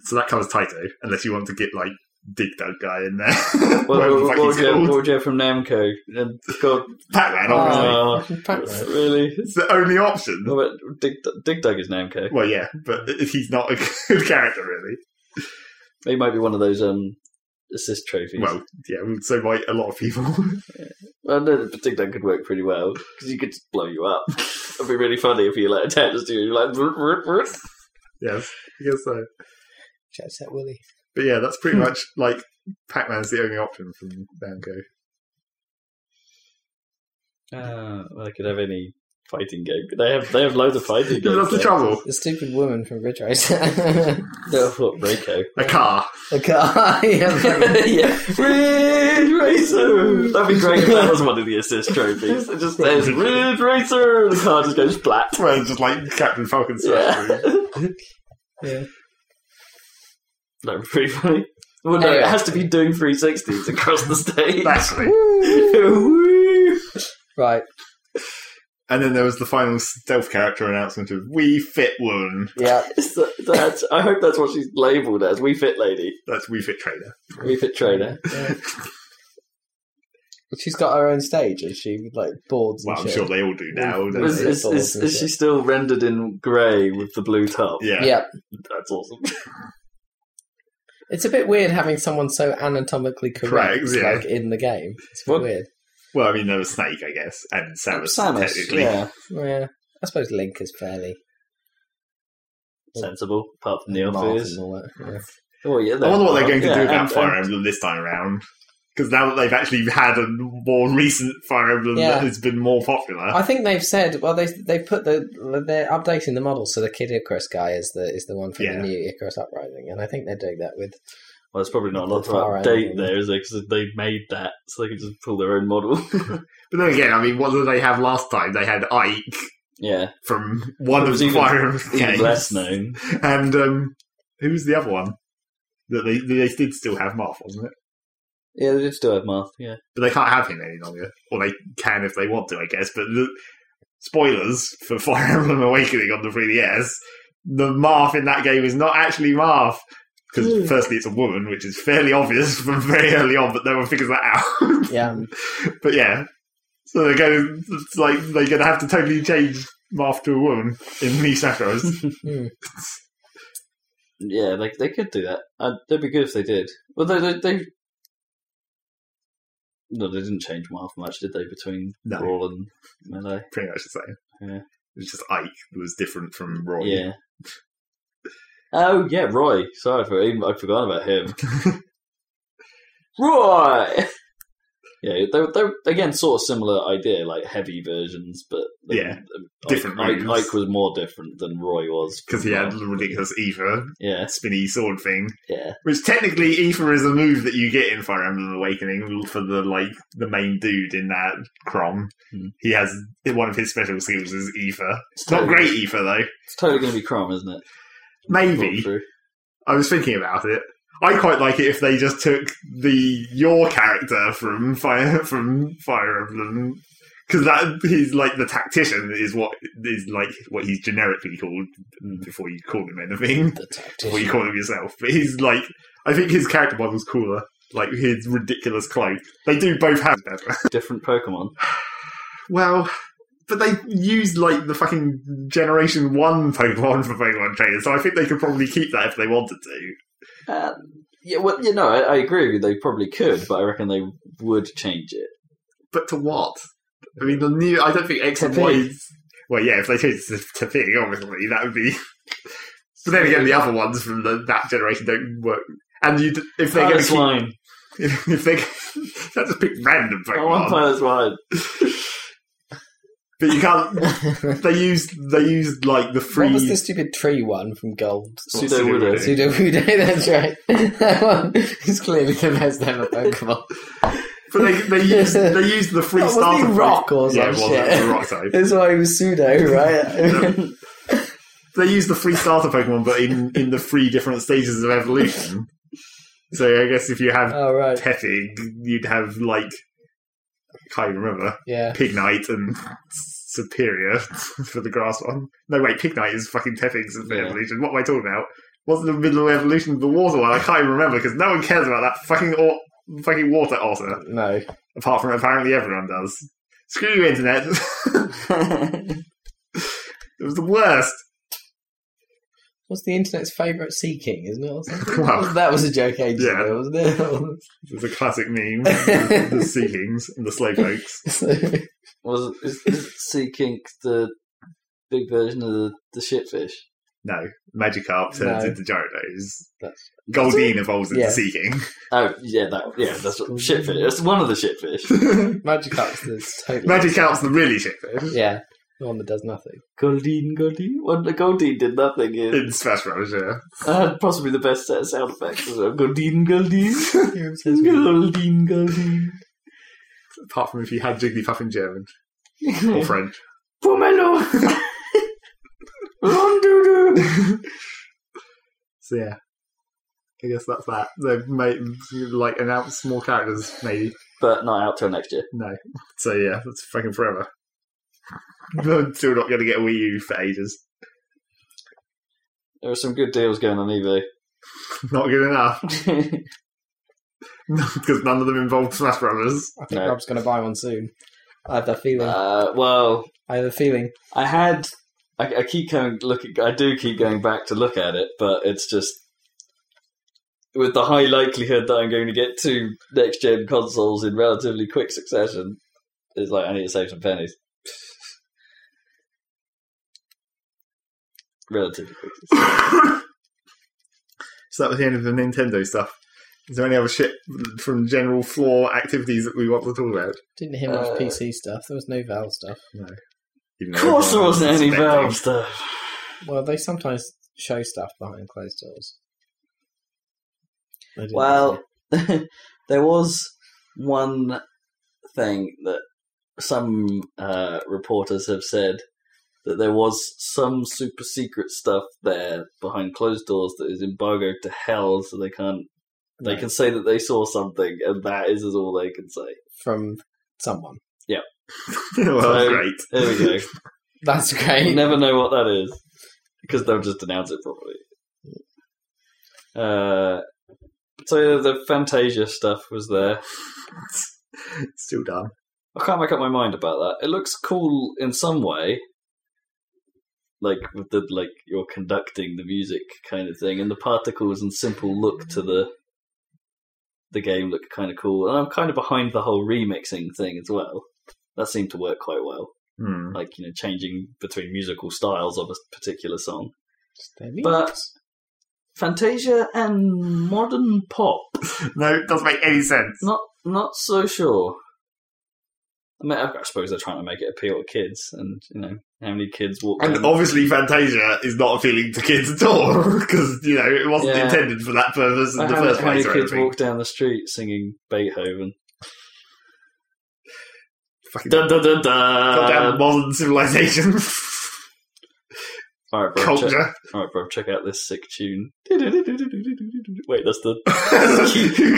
Speaker 2: So that covers Taito, unless you want to get like Dig Dug guy in there. [laughs]
Speaker 3: What,
Speaker 2: Whatever the
Speaker 3: what,
Speaker 2: fuck
Speaker 3: what,
Speaker 2: he's
Speaker 3: would you, what
Speaker 2: called.
Speaker 3: would you have from Namco? And God,
Speaker 2: Pac-Man, obviously.
Speaker 3: Oh,
Speaker 1: Fucking Pac-Man.
Speaker 3: really?
Speaker 2: it's the only option.
Speaker 3: What about Dig, Dig Dug is Namco.
Speaker 2: Well, yeah, but if he's not a [laughs] good character, really.
Speaker 3: He might be one of those um, assist trophies.
Speaker 2: Well, yeah, so might a lot of people. [laughs]
Speaker 3: I know that Dig Dug could work pretty well because he could just blow you up. It'd be really funny if you let a cat just do you like. vroom, vroom, vroom.
Speaker 2: yes, I guess so.
Speaker 1: Jet Set Willy.
Speaker 2: But yeah, that's pretty much like Pac Man's the only option from Namco.
Speaker 3: Uh, well, they could have any fighting game. They have [laughs] they have loads of fighting games.
Speaker 2: That's the trouble.
Speaker 1: The stupid woman from Ridge Racer. [laughs]
Speaker 3: No, what Reiko?
Speaker 2: A car.
Speaker 1: the guy. [laughs] yeah, fucking-
Speaker 3: yeah, Ridge Racer. That'd be great if that was one of the assist trophies. It just says Ridge Racer, and the car just goes flat.
Speaker 2: Well, it's just like Captain Falcon's
Speaker 3: Yeah.
Speaker 2: yeah.
Speaker 1: yeah.
Speaker 3: That'd be pretty funny. Well, no, it
Speaker 1: Anyway.
Speaker 3: has to be doing 360s across the stage. [laughs]
Speaker 2: Naturally.
Speaker 3: Woo.
Speaker 1: [laughs] Right.
Speaker 2: And then there was the final stealth character announcement of We Fit Woman.
Speaker 1: Yeah.
Speaker 3: Is that- that's, I hope that's what she's labelled as. We Fit Lady.
Speaker 2: That's We Fit Trainer.
Speaker 3: We Fit Trainer.
Speaker 1: Yeah. She's got her own stage, and she like boards. And
Speaker 2: Well, I'm
Speaker 1: shit.
Speaker 2: sure they all do now.
Speaker 1: We-
Speaker 2: don't
Speaker 3: Is,
Speaker 2: they?
Speaker 3: is, is, is she still rendered in grey with the blue top?
Speaker 2: Yeah.
Speaker 1: yeah.
Speaker 3: That's awesome.
Speaker 1: It's a bit weird having someone so anatomically correct,
Speaker 2: Correct, yeah.
Speaker 1: like in the game. It's a bit
Speaker 3: What-
Speaker 1: weird.
Speaker 2: Well, I mean, there was Snake, I guess, and Samus, [laughs] technically.
Speaker 3: yeah.
Speaker 1: Yeah, I suppose Link is fairly
Speaker 3: Sensible, apart from the
Speaker 1: mild
Speaker 3: obvious.
Speaker 1: and all that.
Speaker 3: Oh, yeah,
Speaker 2: I wonder what they're going to
Speaker 3: yeah,
Speaker 2: do about
Speaker 3: and-
Speaker 2: Fire
Speaker 3: and-
Speaker 2: Emblem this time around. Because now that they've actually had a more recent Fire Emblem
Speaker 1: Yeah.
Speaker 2: that has been more popular,
Speaker 1: I think they've said well they they put the they're updating the model so the Kid Icarus guy is the is the one from
Speaker 2: Yeah.
Speaker 1: the new Icarus Uprising, and I think they're doing that with
Speaker 3: Well, there's probably not a lot to
Speaker 1: Far end,
Speaker 3: update
Speaker 1: yeah.
Speaker 3: there, is there? Because they made that, so they can just pull their own model. [laughs]
Speaker 2: but then again, I mean, what did they have last time? They had Ike
Speaker 3: yeah,
Speaker 2: from one
Speaker 3: It
Speaker 2: of
Speaker 3: was
Speaker 2: the
Speaker 3: even-
Speaker 2: Fire Emblem
Speaker 3: even
Speaker 2: games.
Speaker 3: less known.
Speaker 2: And um, who was the other one? That they they did still have Marth, wasn't it?
Speaker 3: Yeah, they did still have Marth. Yeah,
Speaker 2: But they can't have him any longer, or they can if they want to, I guess. But the, spoilers for Fire Emblem Awakening on the 3DS: the Marth in that game is not actually Marth because
Speaker 1: Hmm.
Speaker 2: firstly it's a woman, which is fairly obvious from very early on, but no one figures that out. [laughs]
Speaker 1: yeah
Speaker 2: but yeah, so they're going it's like they're going to have to totally change Marth to a woman in New Sakuras.
Speaker 1: Hmm.
Speaker 3: yeah, they they could do that. Uh, that'd be good if they did. Well, they they, they... no, they didn't change Marth much, did they? Between
Speaker 2: No.
Speaker 3: Brawl and Melee,
Speaker 2: pretty much the same.
Speaker 3: Yeah.
Speaker 2: It's just Ike was different from Roy.
Speaker 3: yeah. Oh yeah, Roy. Sorry, for even I forgot
Speaker 2: [laughs]
Speaker 3: about him. Roy. Yeah, they were- they were, again sort of similar idea, like heavy versions, but
Speaker 2: Yeah.
Speaker 3: um,
Speaker 2: Different
Speaker 3: Ike, Ike,
Speaker 2: moves.
Speaker 3: Ike was more different than Roy was
Speaker 2: Because he had the ridiculous Aoife,
Speaker 3: Yeah,
Speaker 2: spinny sword thing.
Speaker 3: yeah,
Speaker 2: Which technically, Aoife is a move that you get in Fire Emblem Awakening for the like the main dude in that Crom.
Speaker 3: Hmm.
Speaker 2: He has one of his special skills is Aoife. It's not great Aoife though.
Speaker 3: It's totally going to be Crom, isn't it?
Speaker 2: Maybe.
Speaker 3: Thought through.
Speaker 2: I was thinking about it. I quite like it if they just took the your character from Fire [laughs] from Fire Emblem because that he's like the tactician is what is like what he's generically called before you call him anything
Speaker 1: the
Speaker 2: before you
Speaker 1: tactician.
Speaker 2: call him yourself. But he's like I think his character model's cooler. Like his ridiculous cloak. They do both have better. [laughs]
Speaker 3: different Pokemon.
Speaker 2: Well, but they used like the fucking Generation One Pokemon for Pokemon trainers, so I think they could probably keep that if they wanted to.
Speaker 3: Uh,
Speaker 2: Um,
Speaker 3: yeah, well, you know, I, I agree with you. They probably could, but I reckon they would change it.
Speaker 2: but to what? I mean, the new. I don't think X
Speaker 1: To
Speaker 2: and
Speaker 1: pig.
Speaker 2: Y. is- Well, yeah, if they changed it to pig, obviously that would be. [laughs] But then again, the other ones from the, that generation don't work. And you, d- if they're going
Speaker 3: Pilot
Speaker 2: to keep,
Speaker 3: Swine.
Speaker 2: [laughs] if they, [laughs] that's just pick random
Speaker 3: I want
Speaker 2: Pokemon.
Speaker 3: Pilot Swine.
Speaker 2: But you [laughs]
Speaker 1: [laughs]
Speaker 2: can't. They used they used like the free.
Speaker 1: What was the stupid tree one from Gold?
Speaker 3: Pseudo Widow.
Speaker 2: Pseudo-Widow.
Speaker 1: Pseudo [laughs] that's right. that one is clearly the best ever
Speaker 2: [laughs]
Speaker 1: Pokemon.
Speaker 2: But they
Speaker 1: [laughs]
Speaker 2: they used they used the free
Speaker 1: That wasn't
Speaker 2: starter
Speaker 1: even
Speaker 2: Pokemon.
Speaker 1: rock or some
Speaker 2: yeah, it was, it was
Speaker 1: shit.
Speaker 2: a rock type.
Speaker 1: That's why he was pseudo, right?
Speaker 2: [laughs]
Speaker 1: [laughs]
Speaker 2: they use the free starter Pokemon, but in in the three different stages of evolution. so I guess if you have
Speaker 1: oh right,
Speaker 2: Tefig, you'd have like can't even remember
Speaker 1: yeah.
Speaker 2: Pignite and Superior [laughs] for the grass one. No wait, Pignite is fucking Tefig's
Speaker 3: Yeah.
Speaker 2: evolution. What am I talking about? Wasn't the middle evolution the water one? I can't even remember because no one cares about that fucking or- fucking water otter.
Speaker 1: No,
Speaker 2: Apart from apparently everyone does. Screw you,
Speaker 1: [laughs]
Speaker 2: internet. it was the worst.
Speaker 1: what's the internet's favourite Sea King, isn't it? Or something?
Speaker 2: Wow.
Speaker 1: that was a joke ages
Speaker 2: Yeah.
Speaker 1: ago, wasn't it? [laughs]
Speaker 2: It's a classic meme. the the sea kings and the slow folks.
Speaker 1: So-
Speaker 3: Was is, is Sea Kink the big version of the, the shitfish?
Speaker 2: No, Magikarp turns
Speaker 1: No.
Speaker 2: into Gyarados.
Speaker 1: That's-
Speaker 2: Goldeen evolves into
Speaker 1: Yeah.
Speaker 2: Sea King.
Speaker 3: Oh yeah, that yeah, that's what, shitfish. It's one of the shitfish.
Speaker 1: Magikarp's the totally
Speaker 2: Magikarp's the really shit fish
Speaker 1: yeah, the one that does nothing.
Speaker 3: Goldeen, Goldeen. Well, the Goldeen did nothing. In,
Speaker 2: in Smash Bros. Yeah.
Speaker 3: uh, possibly the best set of sound effects. as well. Goldeen, Goldeen,
Speaker 1: You're obsessed with it.
Speaker 3: Goldeen, Goldeen.
Speaker 2: Apart from if you had Jigglypuff in German
Speaker 1: [laughs]
Speaker 2: or
Speaker 3: [laughs]
Speaker 2: French.
Speaker 3: Pomelo! [laughs] Rondoodoo!
Speaker 2: So yeah, I guess that's that. They've made like announced more characters maybe.
Speaker 3: But not out till next year.
Speaker 2: [laughs] So yeah, that's fucking forever. I'm still not going to get a Wii U for ages. [laughs]
Speaker 3: There are some good deals going on eBay.
Speaker 2: Not good enough [laughs] because none of them involved Smash Brothers. [laughs]
Speaker 1: I think
Speaker 3: No.
Speaker 1: Rob's going to buy one soon. I have a feeling.
Speaker 3: uh, well,
Speaker 1: I have a feeling.
Speaker 3: I had. I, I keep going. Look, at- I do keep going back to look at it, but it's just with the high likelihood that I'm going to get two next gen consoles in relatively quick succession. It's like I need to save some pennies. [laughs] relatively quick.
Speaker 2: so that was the end of the Nintendo stuff. Is there any other shit from general floor activities that we want to talk about?
Speaker 1: Didn't hear
Speaker 3: Uh,
Speaker 1: much PC stuff. There was no Valve stuff.
Speaker 2: Even
Speaker 3: Of
Speaker 2: though
Speaker 3: course, there
Speaker 2: everyone was
Speaker 3: wasn't any
Speaker 2: expecting.
Speaker 3: Valve stuff.
Speaker 1: Well, they sometimes show stuff behind closed doors. They didn't
Speaker 3: Well, [laughs] there was one thing that some uh, reporters have said that there was some super secret stuff there behind closed doors that is embargoed to hell, so they can't. They
Speaker 1: No.
Speaker 3: can say that they saw something, and that is, is all they can say.
Speaker 1: from someone.
Speaker 2: [laughs] well,
Speaker 3: So-
Speaker 2: great.
Speaker 3: There we go.
Speaker 1: That's
Speaker 3: you
Speaker 1: great.
Speaker 3: never know what that is because they'll just announce it properly. Uh, so the Fantasia stuff was there.
Speaker 2: Still done.
Speaker 3: I can't make up my mind about that. It looks cool in some way, like with the like you're conducting the music kind of thing, and the particles and simple look to the the game look kind of cool. And I'm kind of behind the whole remixing thing as well. That seemed to work quite well,
Speaker 2: Hmm.
Speaker 3: like you know changing between musical styles of a particular song.
Speaker 1: They leave.
Speaker 3: But- Fantasia and modern pop.
Speaker 2: No, it doesn't make any sense.
Speaker 3: Not not so sure. I mean, I I suppose they're trying to make it appeal to kids, and you know how many kids walk.
Speaker 2: And
Speaker 3: down-
Speaker 2: obviously, Fantasia is not appealing to kids at all [laughs] because you know it wasn't
Speaker 3: Yeah.
Speaker 2: intended for that purpose in
Speaker 3: how
Speaker 2: the
Speaker 3: many-
Speaker 2: first
Speaker 3: how many
Speaker 2: place. Or
Speaker 3: kids
Speaker 2: anything.
Speaker 3: walk down the street singing Beethoven?
Speaker 2: Fucking
Speaker 3: Dun, dun, dun, dun.
Speaker 2: goddamn modern
Speaker 3: [laughs]
Speaker 2: civilization
Speaker 3: All right, bro. Check,
Speaker 2: culture.
Speaker 3: all right, bro. Check out this sick tune. [laughs]
Speaker 1: [laughs]
Speaker 3: Wait, that's
Speaker 2: [laughs]
Speaker 3: the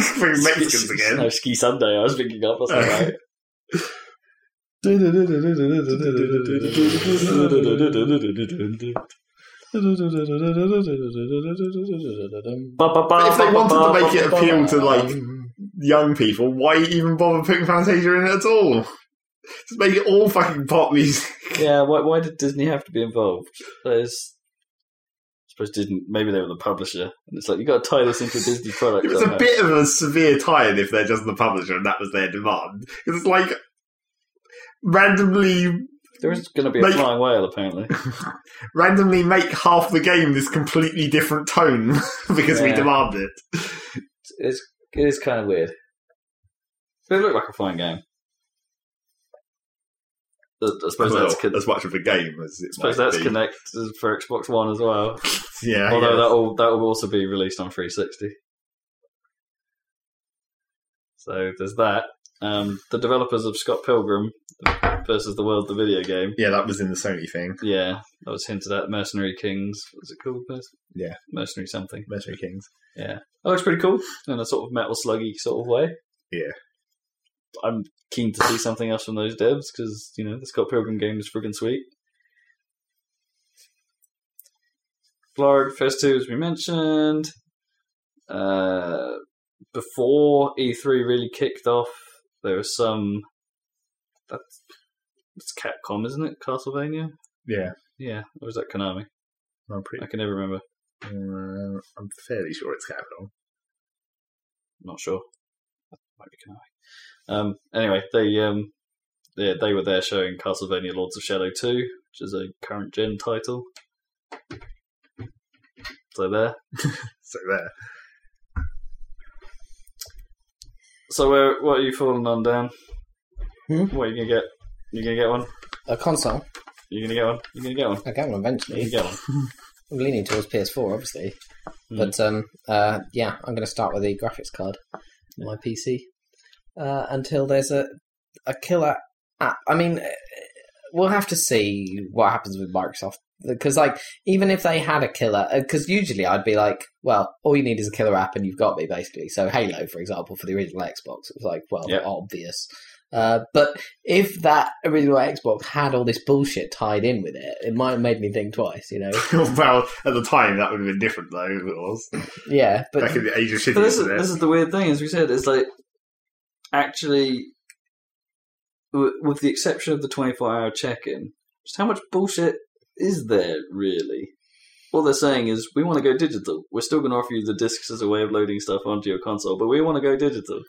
Speaker 2: [laughs] Fucking Mexicans
Speaker 3: Ski-
Speaker 2: again.
Speaker 3: No, Ski Sunday. I was thinking of. That's all right.
Speaker 2: But if they wanted to make it appeal to like
Speaker 1: Um,
Speaker 2: young people, why even bother putting Fantasia in it at all? Just make it all fucking pop music.
Speaker 3: Yeah, why, why did Disney have to be involved? There's, I suppose Disney. Maybe they were the publisher, and it's like you got to tie this into
Speaker 2: [laughs]
Speaker 3: a Disney product.
Speaker 2: It was a
Speaker 3: somehow.
Speaker 2: bit of a severe tie-in if they're just the publisher and that was their demand. It's like randomly, [laughs]
Speaker 3: There is going to be a
Speaker 2: Like-
Speaker 3: flying whale, apparently.
Speaker 2: randomly make half the game this completely different tone [laughs] because we
Speaker 3: Yeah.
Speaker 2: demand it.
Speaker 3: It's it is kind of weird. But it looked like a fine game. I I suppose
Speaker 2: Well,
Speaker 3: that's con- I
Speaker 2: as much of a game as it
Speaker 3: suppose
Speaker 2: might
Speaker 3: that's
Speaker 2: be.
Speaker 3: connected for Xbox One as well.
Speaker 2: [laughs] Yeah,
Speaker 3: Although
Speaker 2: yeah.
Speaker 3: that'll that'll also be released on 360. So there's that. Um, the developers of Scott Pilgrim versus the World, the video game.
Speaker 2: yeah, that was in the Sony thing.
Speaker 3: Yeah, that was hinted at. Mercenary Kings. What's it called? Merc-
Speaker 2: Yeah.
Speaker 3: Mercenary something.
Speaker 2: Metro Kings.
Speaker 3: That looks pretty cool in a sort of metal sluggy sort of way.
Speaker 2: Yeah.
Speaker 3: I'm keen to see something else from those devs because you know the Scott Pilgrim game is friggin' sweet. Florida Fest Two, as we mentioned, uh, before E3 really kicked off, there was some. That's it's Capcom, isn't it? Castlevania.
Speaker 2: Yeah,
Speaker 3: Yeah, or was that Konami?
Speaker 2: I'm pretty.
Speaker 3: I can never remember.
Speaker 2: Uh, I'm fairly sure it's Capcom.
Speaker 3: not sure. Might be Konami. Um, anyway, they um, yeah, they were there showing Castlevania: Lords of Shadow Two, which is a current gen title. So there.
Speaker 2: So there. [laughs]
Speaker 3: So where what are you falling on, Dan?
Speaker 1: Hmm?
Speaker 3: What are you gonna get? You gonna get one?
Speaker 1: a console.
Speaker 3: You gonna get one? You gonna get one?
Speaker 1: I get one
Speaker 3: You gonna
Speaker 1: eventually.
Speaker 3: get one?
Speaker 1: I'm leaning towards PS4, obviously.
Speaker 3: Hmm.
Speaker 1: But um, uh, yeah, I'm going to start with the graphics card, on my PC, uh, until there's a a killer app. I mean, eh, we'll have to see what happens with Microsoft because, like, even if they had a killer, because usually I'd be like, well, all you need is a killer app and you've got me, basically. So Halo, for example, for the original Xbox, it was like, well,
Speaker 3: Yep.
Speaker 1: obvious. Uh, but if that original Xbox had all this bullshit tied in with it, it might have made me think twice, you know?
Speaker 2: well, at the time that would have been different though. If it was
Speaker 1: Yeah, but
Speaker 2: back in the age of shitty
Speaker 3: But this is
Speaker 2: internet.
Speaker 3: this is the weird thing, as we said, it's like actually, w- with the exception of the twenty four hour check in, just how much bullshit is there really? All they're saying is we want to go digital. We're still going to offer you the discs as a way of loading stuff onto your console, but we want to go digital.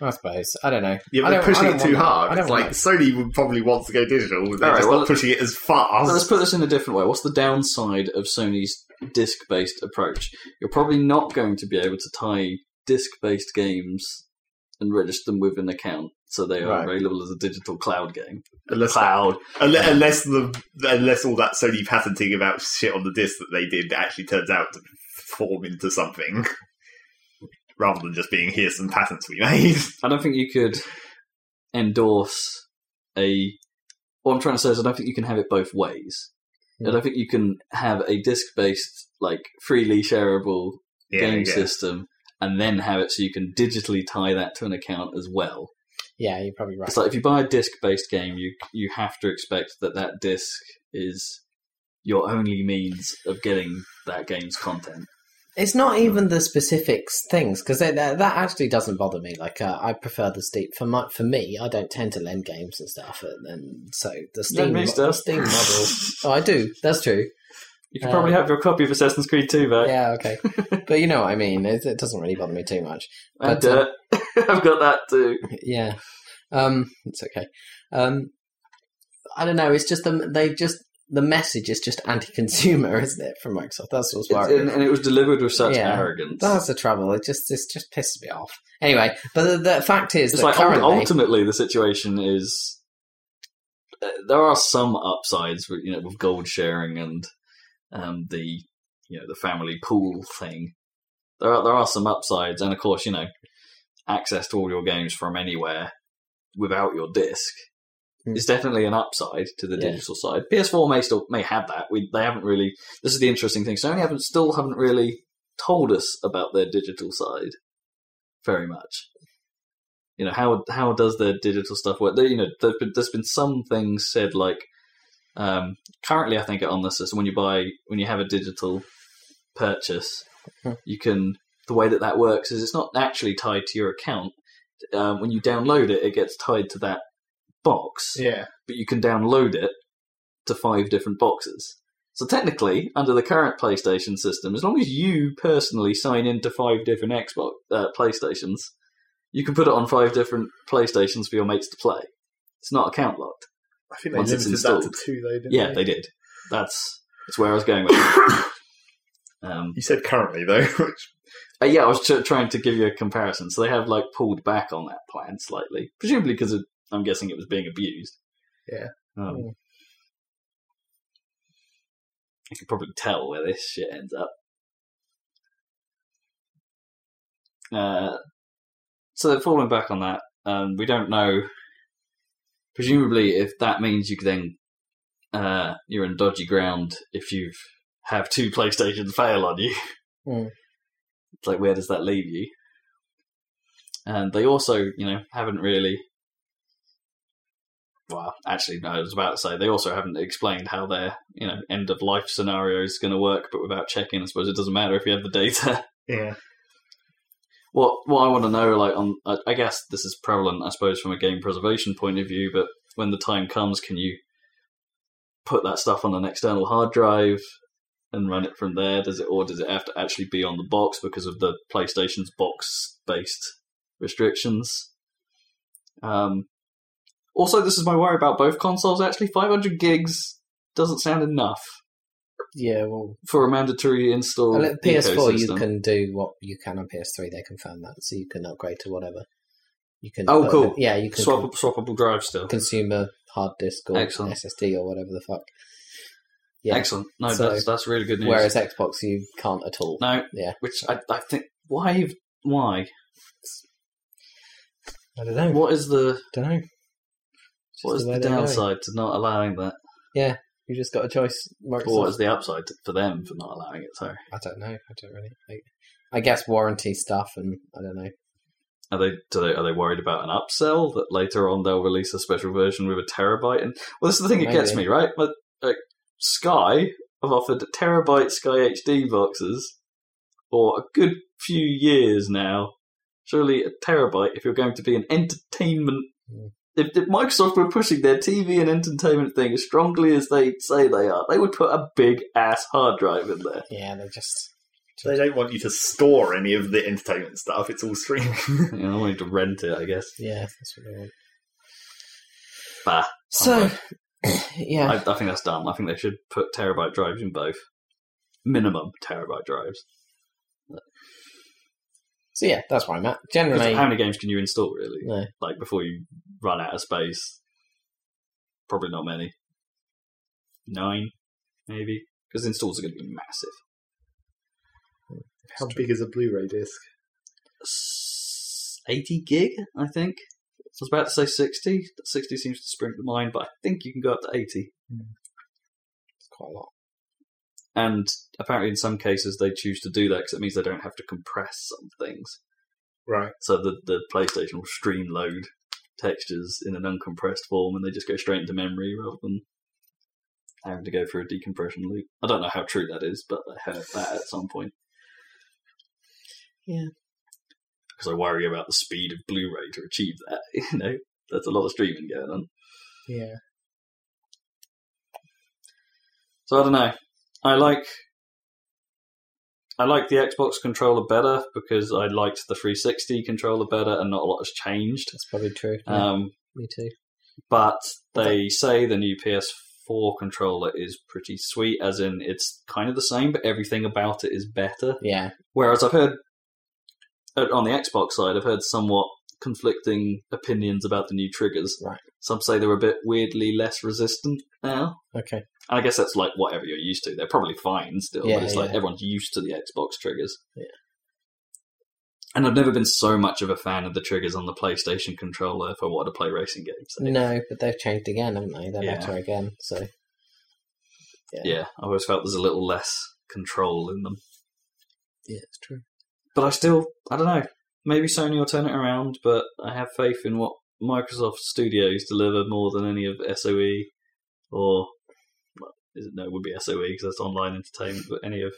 Speaker 1: I suppose. I don't know.
Speaker 2: Yeah,
Speaker 1: I
Speaker 2: they're
Speaker 1: don't-
Speaker 2: pushing
Speaker 1: I
Speaker 2: it
Speaker 1: don't
Speaker 2: too
Speaker 1: want that. I
Speaker 2: hard.
Speaker 1: don't
Speaker 2: It's
Speaker 1: want
Speaker 2: like Sony would probably want to go digital. They're
Speaker 3: Alright,
Speaker 2: just
Speaker 3: well-
Speaker 2: not pushing it as
Speaker 3: But let's
Speaker 2: fast.
Speaker 3: put this in a different way. What's the downside of Sony's disc based approach? You're probably not going to be able to tie disc-based games and register them with an account, so they are
Speaker 2: Right.
Speaker 3: available as a digital cloud game.
Speaker 2: Unless,
Speaker 3: Cloud.
Speaker 2: unless, unless the unless all that Sony patenting about shit on the disc that they did actually turns out to form into something, [laughs] rather than just being here's some patents we made. [laughs]
Speaker 3: I don't think you could endorse a. What I'm trying to say is, I don't think you can have it both ways.
Speaker 1: Hmm.
Speaker 3: I don't think you can have a disc-based, like freely shareable
Speaker 2: Yeah,
Speaker 3: game
Speaker 2: yeah.
Speaker 3: system, and then have it so you can digitally tie that to an account as well.
Speaker 1: Yeah, you're probably right.
Speaker 3: It's like if you buy a disc-based game, you you have to expect that that disc is your only means of getting that game's content.
Speaker 1: It's not even the specifics things because that that actually doesn't bother me. Like uh, I prefer the Steam for my, for me. I don't tend to lend games and stuff, and, and so the Steam
Speaker 3: me
Speaker 1: mo-
Speaker 3: stuff.
Speaker 1: Steam model.
Speaker 3: [laughs]
Speaker 1: oh, I do. That's true.
Speaker 3: You can
Speaker 1: Uh,
Speaker 3: probably have your copy of Assassin's Creed 2 back.
Speaker 1: Yeah,
Speaker 3: [laughs]
Speaker 1: okay. but you know what I mean. It, it doesn't really bother me too much.
Speaker 3: and
Speaker 1: but, uh,
Speaker 3: dirt. [laughs] I've got that too.
Speaker 1: Yeah, um, it's okay. Um, I don't know. It's just the they just the message is just anti-consumer, [laughs] isn't it? From Microsoft, that's what's worrying.
Speaker 3: And, and it was delivered with such
Speaker 1: Yeah.
Speaker 3: arrogance.
Speaker 1: That's the trouble. It just it just pisses me off. Anyway, but the, the fact is
Speaker 3: it's
Speaker 1: that
Speaker 3: like ul-
Speaker 1: currently,
Speaker 3: ultimately the situation is uh, there are some upsides, with, you know, with gold sharing and um, the you know the family pool thing. There are there are some upsides, and of course, you know, access to all your games from anywhere without your disc
Speaker 1: Hmm.
Speaker 3: is definitely an upside to the
Speaker 1: Yeah.
Speaker 3: digital side. PS4 may still may have that. We they haven't really. This is the interesting thing. Sony haven't still haven't really told us about their digital side very much. You know how how does their digital stuff work? There, you know, there's been, there's been some things said like um, currently, I think on this system, when you buy when you have a digital purchase,
Speaker 1: Mhm.
Speaker 3: you can the way that that works is it's not actually tied to your account. Um, when you download it, it gets tied to that box,
Speaker 2: Yeah,
Speaker 3: but you can download it to five different boxes. So technically, under the current PlayStation system, as long as you personally sign into five different Xbox uh, PlayStations, you can put it on five different PlayStations for your mates to play. It's not account locked.
Speaker 5: I think
Speaker 3: they Once it's limited that to installed.
Speaker 5: two, though, didn't
Speaker 3: Yeah, they did. That's that's where I was going with. it. [coughs] um,
Speaker 2: you said currently though. [laughs] Which,
Speaker 3: uh, yeah, I was tr- trying to give you a comparison. So they have like pulled back on that plan slightly, presumably because I'm guessing it was being abused.
Speaker 5: Yeah.
Speaker 3: Um,
Speaker 1: Hmm.
Speaker 3: I could probably tell where this shit ends up. Uh, so they're falling back on that. Um, we don't know. Presumably, if that means you can then uh, you're in dodgy ground if you've have two PlayStation fail on you.
Speaker 1: Hmm.
Speaker 3: It's like where does that leave you? And they also, you know, haven't really. Well, actually, no. I was about to say they also haven't explained how their you know end of life scenario is going to work, but without checking, I suppose it doesn't matter if you have the data.
Speaker 2: yeah,
Speaker 3: what what I want to know, like on, I, I guess this is prevalent, I suppose, from a game preservation point of view. But when the time comes, can you put that stuff on an external hard drive and run it from there? Does it or does it have to actually be on the box because of the PlayStation's box based restrictions? Um, also, this is my worry about both consoles. Actually, 500 gigs doesn't sound enough
Speaker 1: yeah, well,
Speaker 3: for a mandatory install.
Speaker 1: Well, at PS4, you
Speaker 3: ecosystem.
Speaker 1: can do what you can on PS3. They confirm that, so you can upgrade to whatever. You can.
Speaker 3: Oh,
Speaker 1: put-
Speaker 3: cool.
Speaker 1: Yeah, you can
Speaker 3: swap swappable drive still.
Speaker 1: con- consumer hard disk or
Speaker 3: Excellent.
Speaker 1: SSD or whatever the fuck. Yeah.
Speaker 3: Excellent. No,
Speaker 1: So-
Speaker 3: that's that's really good news.
Speaker 1: Whereas Xbox, you can't at all.
Speaker 3: no,
Speaker 1: Yeah.
Speaker 3: which I, I think why why
Speaker 1: I don't know.
Speaker 3: what is the
Speaker 1: don't know.
Speaker 3: what is
Speaker 1: the way
Speaker 3: the
Speaker 1: they're going.
Speaker 3: downside to not allowing that,
Speaker 1: You just got a choice. Microsoft.
Speaker 3: or what is the upside to- for them for not allowing it? Sorry,
Speaker 1: I don't know. I don't really. Like, I guess warranty stuff, and I don't know.
Speaker 3: are they do they are they worried about an upsell that later on they'll release a special version with a terabyte? And well, this is the thing that gets
Speaker 1: Maybe.
Speaker 3: me right. But like, Sky have offered terabyte Sky HD boxes for a good few years now. Surely a terabyte if you're going to be an entertainment.
Speaker 1: Hmm.
Speaker 3: If, if Microsoft were pushing their TV and entertainment thing as strongly as they say they are, they would put a big ass hard drive in there.
Speaker 1: Yeah, they just.
Speaker 2: they don't want you to store any of the entertainment stuff. It's all streaming.
Speaker 3: you know, I wanted to rent it, I guess.
Speaker 1: Yeah, that's what they want.
Speaker 3: Bah,
Speaker 1: So, [coughs] yeah,
Speaker 3: I, I think that's dumb. I think they should put terabyte drives in both. Minimum terabyte drives.
Speaker 1: So yeah, that's why I'm at.
Speaker 3: 'Cause
Speaker 1: Generally,
Speaker 3: How many games can you install really?
Speaker 1: no.
Speaker 3: Like before you run out of space? Probably not many. Nine, maybe, because installs are going to be massive.
Speaker 2: [laughs] How big is a Blu-ray disc?
Speaker 3: S- 80 gig, I think. I was about to say 60. 60 seems to spring to mind, but I think you can go up to 80.
Speaker 1: It's quite a lot.
Speaker 3: And apparently, in some cases, they choose to do that because it means they don't have to compress some things.
Speaker 2: Right.
Speaker 3: So the, the PlayStation will stream load textures in an uncompressed form and they just go straight into memory rather than having to go through a decompression loop. I don't know how true that is, but I heard that at some point.
Speaker 1: Yeah.
Speaker 3: Because I worry about the speed of Blu ray to achieve that, [laughs] you know? That's a lot of streaming going on.
Speaker 1: Yeah.
Speaker 3: So I don't know. I like I like the Xbox controller better because I liked the 360 controller better, and not a lot has changed.
Speaker 1: That's probably true. Yeah,
Speaker 3: Um,
Speaker 1: me too.
Speaker 3: but they say the new PS4 controller is pretty sweet, as in it's kind of the same, but everything about it is better.
Speaker 1: Yeah.
Speaker 3: Whereas I've heard uh, on the Xbox side, I've heard somewhat conflicting opinions about the new triggers.
Speaker 1: Right.
Speaker 3: Some say they're a bit weirdly less resistant now.
Speaker 1: Okay.
Speaker 3: And I guess that's like whatever you're used to. They're probably fine still,
Speaker 1: Yeah,
Speaker 3: but it's like
Speaker 1: yeah.
Speaker 3: everyone's used to the Xbox triggers.
Speaker 1: Yeah.
Speaker 3: And I've never been so much of a fan of the triggers on the PlayStation controller if I wanted to play racing games.
Speaker 1: No, but they've changed again, haven't they? They're
Speaker 3: Yeah.
Speaker 1: better again. So
Speaker 3: Yeah, I always felt there's a little less control in them.
Speaker 1: yeah, it's true.
Speaker 3: But I still, I don't know. Maybe Sony will turn it around, but I have faith in what Microsoft Studios deliver more than any of SOE or well, is it, no, it would be SOE because that's online entertainment, but any of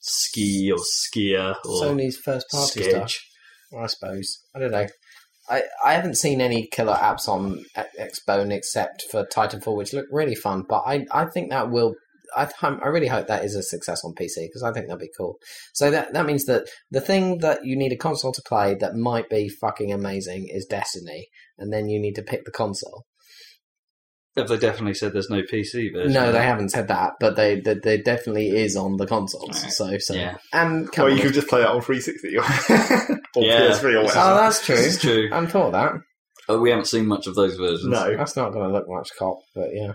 Speaker 3: Ski or Skia or
Speaker 1: Sony's first party
Speaker 3: Sketch.
Speaker 1: stuff. I suppose. I don't know. I, I haven't seen any killer apps on E- Xbone except for Titanfall, which looked really fun. But I, I think that will. I, I'm- I really hope that is a success on PC because I think that'd be cool. So that that means that the thing that you need a console to play that might be fucking amazing is Destiny, and then you need to pick the console.
Speaker 3: Have they definitely said there's no PC version?
Speaker 1: no, they haven't said that, but they they, they definitely is on the consoles.
Speaker 3: Alright.
Speaker 1: So so
Speaker 3: Yeah.
Speaker 1: and
Speaker 2: Well,
Speaker 1: come
Speaker 2: you
Speaker 1: on.
Speaker 2: could just play that on 360 or [laughs] or
Speaker 3: Yeah.
Speaker 2: PS3 or whatever.
Speaker 1: oh, that's true.
Speaker 3: This is true.
Speaker 1: I hadn't thought of that.
Speaker 3: Oh, we haven't seen much of those versions.
Speaker 2: No.
Speaker 1: That's not going to look much cop, but yeah.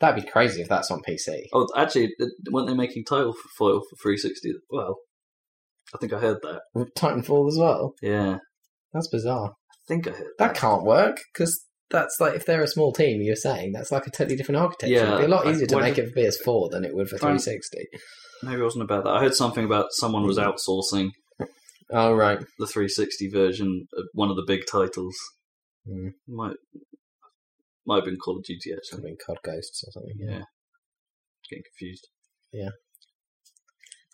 Speaker 1: That'd be crazy if that's on PC.
Speaker 3: Oh, actually, th- weren't they making title for foil for 360 as well? I think I heard that.
Speaker 1: Titanfall as well.
Speaker 3: Yeah, I
Speaker 1: That's bizarre.
Speaker 3: think I heard
Speaker 1: That can't work because that's like if they're a small team, you're saying that's like a totally different architecture.
Speaker 3: Yeah,
Speaker 1: It'd be a lot
Speaker 3: I-
Speaker 1: easier to
Speaker 3: why
Speaker 1: make
Speaker 3: did-
Speaker 1: it for PS4 than it would for
Speaker 3: Fine.
Speaker 1: 360.
Speaker 3: Maybe it wasn't about that. I heard something about someone was outsourcing
Speaker 1: Oh right,
Speaker 3: the 360 version of one of the big titles.
Speaker 1: Hmm.
Speaker 3: Might might have been Call of Duty actually.
Speaker 1: something COD Ghosts or something.
Speaker 3: Yeah, getting confused.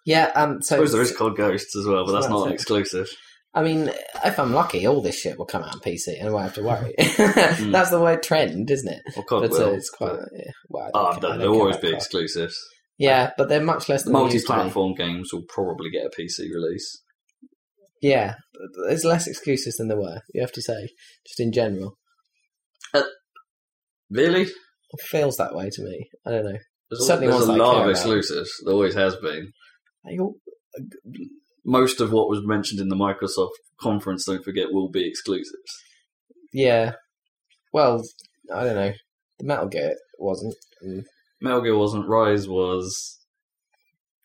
Speaker 1: Yeah. Um.
Speaker 3: I
Speaker 1: So
Speaker 3: suppose there is Cod Ghosts as well, but that's
Speaker 1: That's
Speaker 3: not
Speaker 1: it.
Speaker 3: exclusive.
Speaker 1: I mean, if I'm lucky, all this shit will come out on PC, and I won't have to
Speaker 3: [laughs]
Speaker 1: worry.
Speaker 3: Hmm.
Speaker 1: That's the word trend, isn't it?
Speaker 3: Or Cod
Speaker 1: but
Speaker 3: will.
Speaker 1: so it's quite.
Speaker 3: but-
Speaker 1: Yeah, well, I don't
Speaker 3: Ah,
Speaker 1: care- I
Speaker 3: they'll
Speaker 1: don't
Speaker 3: they'll
Speaker 1: care
Speaker 3: always
Speaker 1: about
Speaker 3: be
Speaker 1: COD.
Speaker 3: exclusives.
Speaker 1: Yeah, but they're much less
Speaker 3: The
Speaker 1: than they used to be.
Speaker 3: multi-platform games will probably get a PC release.
Speaker 1: Yeah, there's less excuses than there were. You have to say, just in general,
Speaker 3: Really?
Speaker 1: it feels that way to me. I don't know.
Speaker 3: There's,
Speaker 1: Certainly
Speaker 3: there's
Speaker 1: ones
Speaker 3: a
Speaker 1: that I
Speaker 3: lot
Speaker 1: care
Speaker 3: of
Speaker 1: about.
Speaker 3: exclusives. There always has been.
Speaker 1: Like, oh,
Speaker 3: Most of what was mentioned in the Microsoft conference, don't forget, will be exclusives.
Speaker 1: Yeah. Well, I don't know. The Metal Gear wasn't.
Speaker 3: Metal Gear wasn't. Rise was.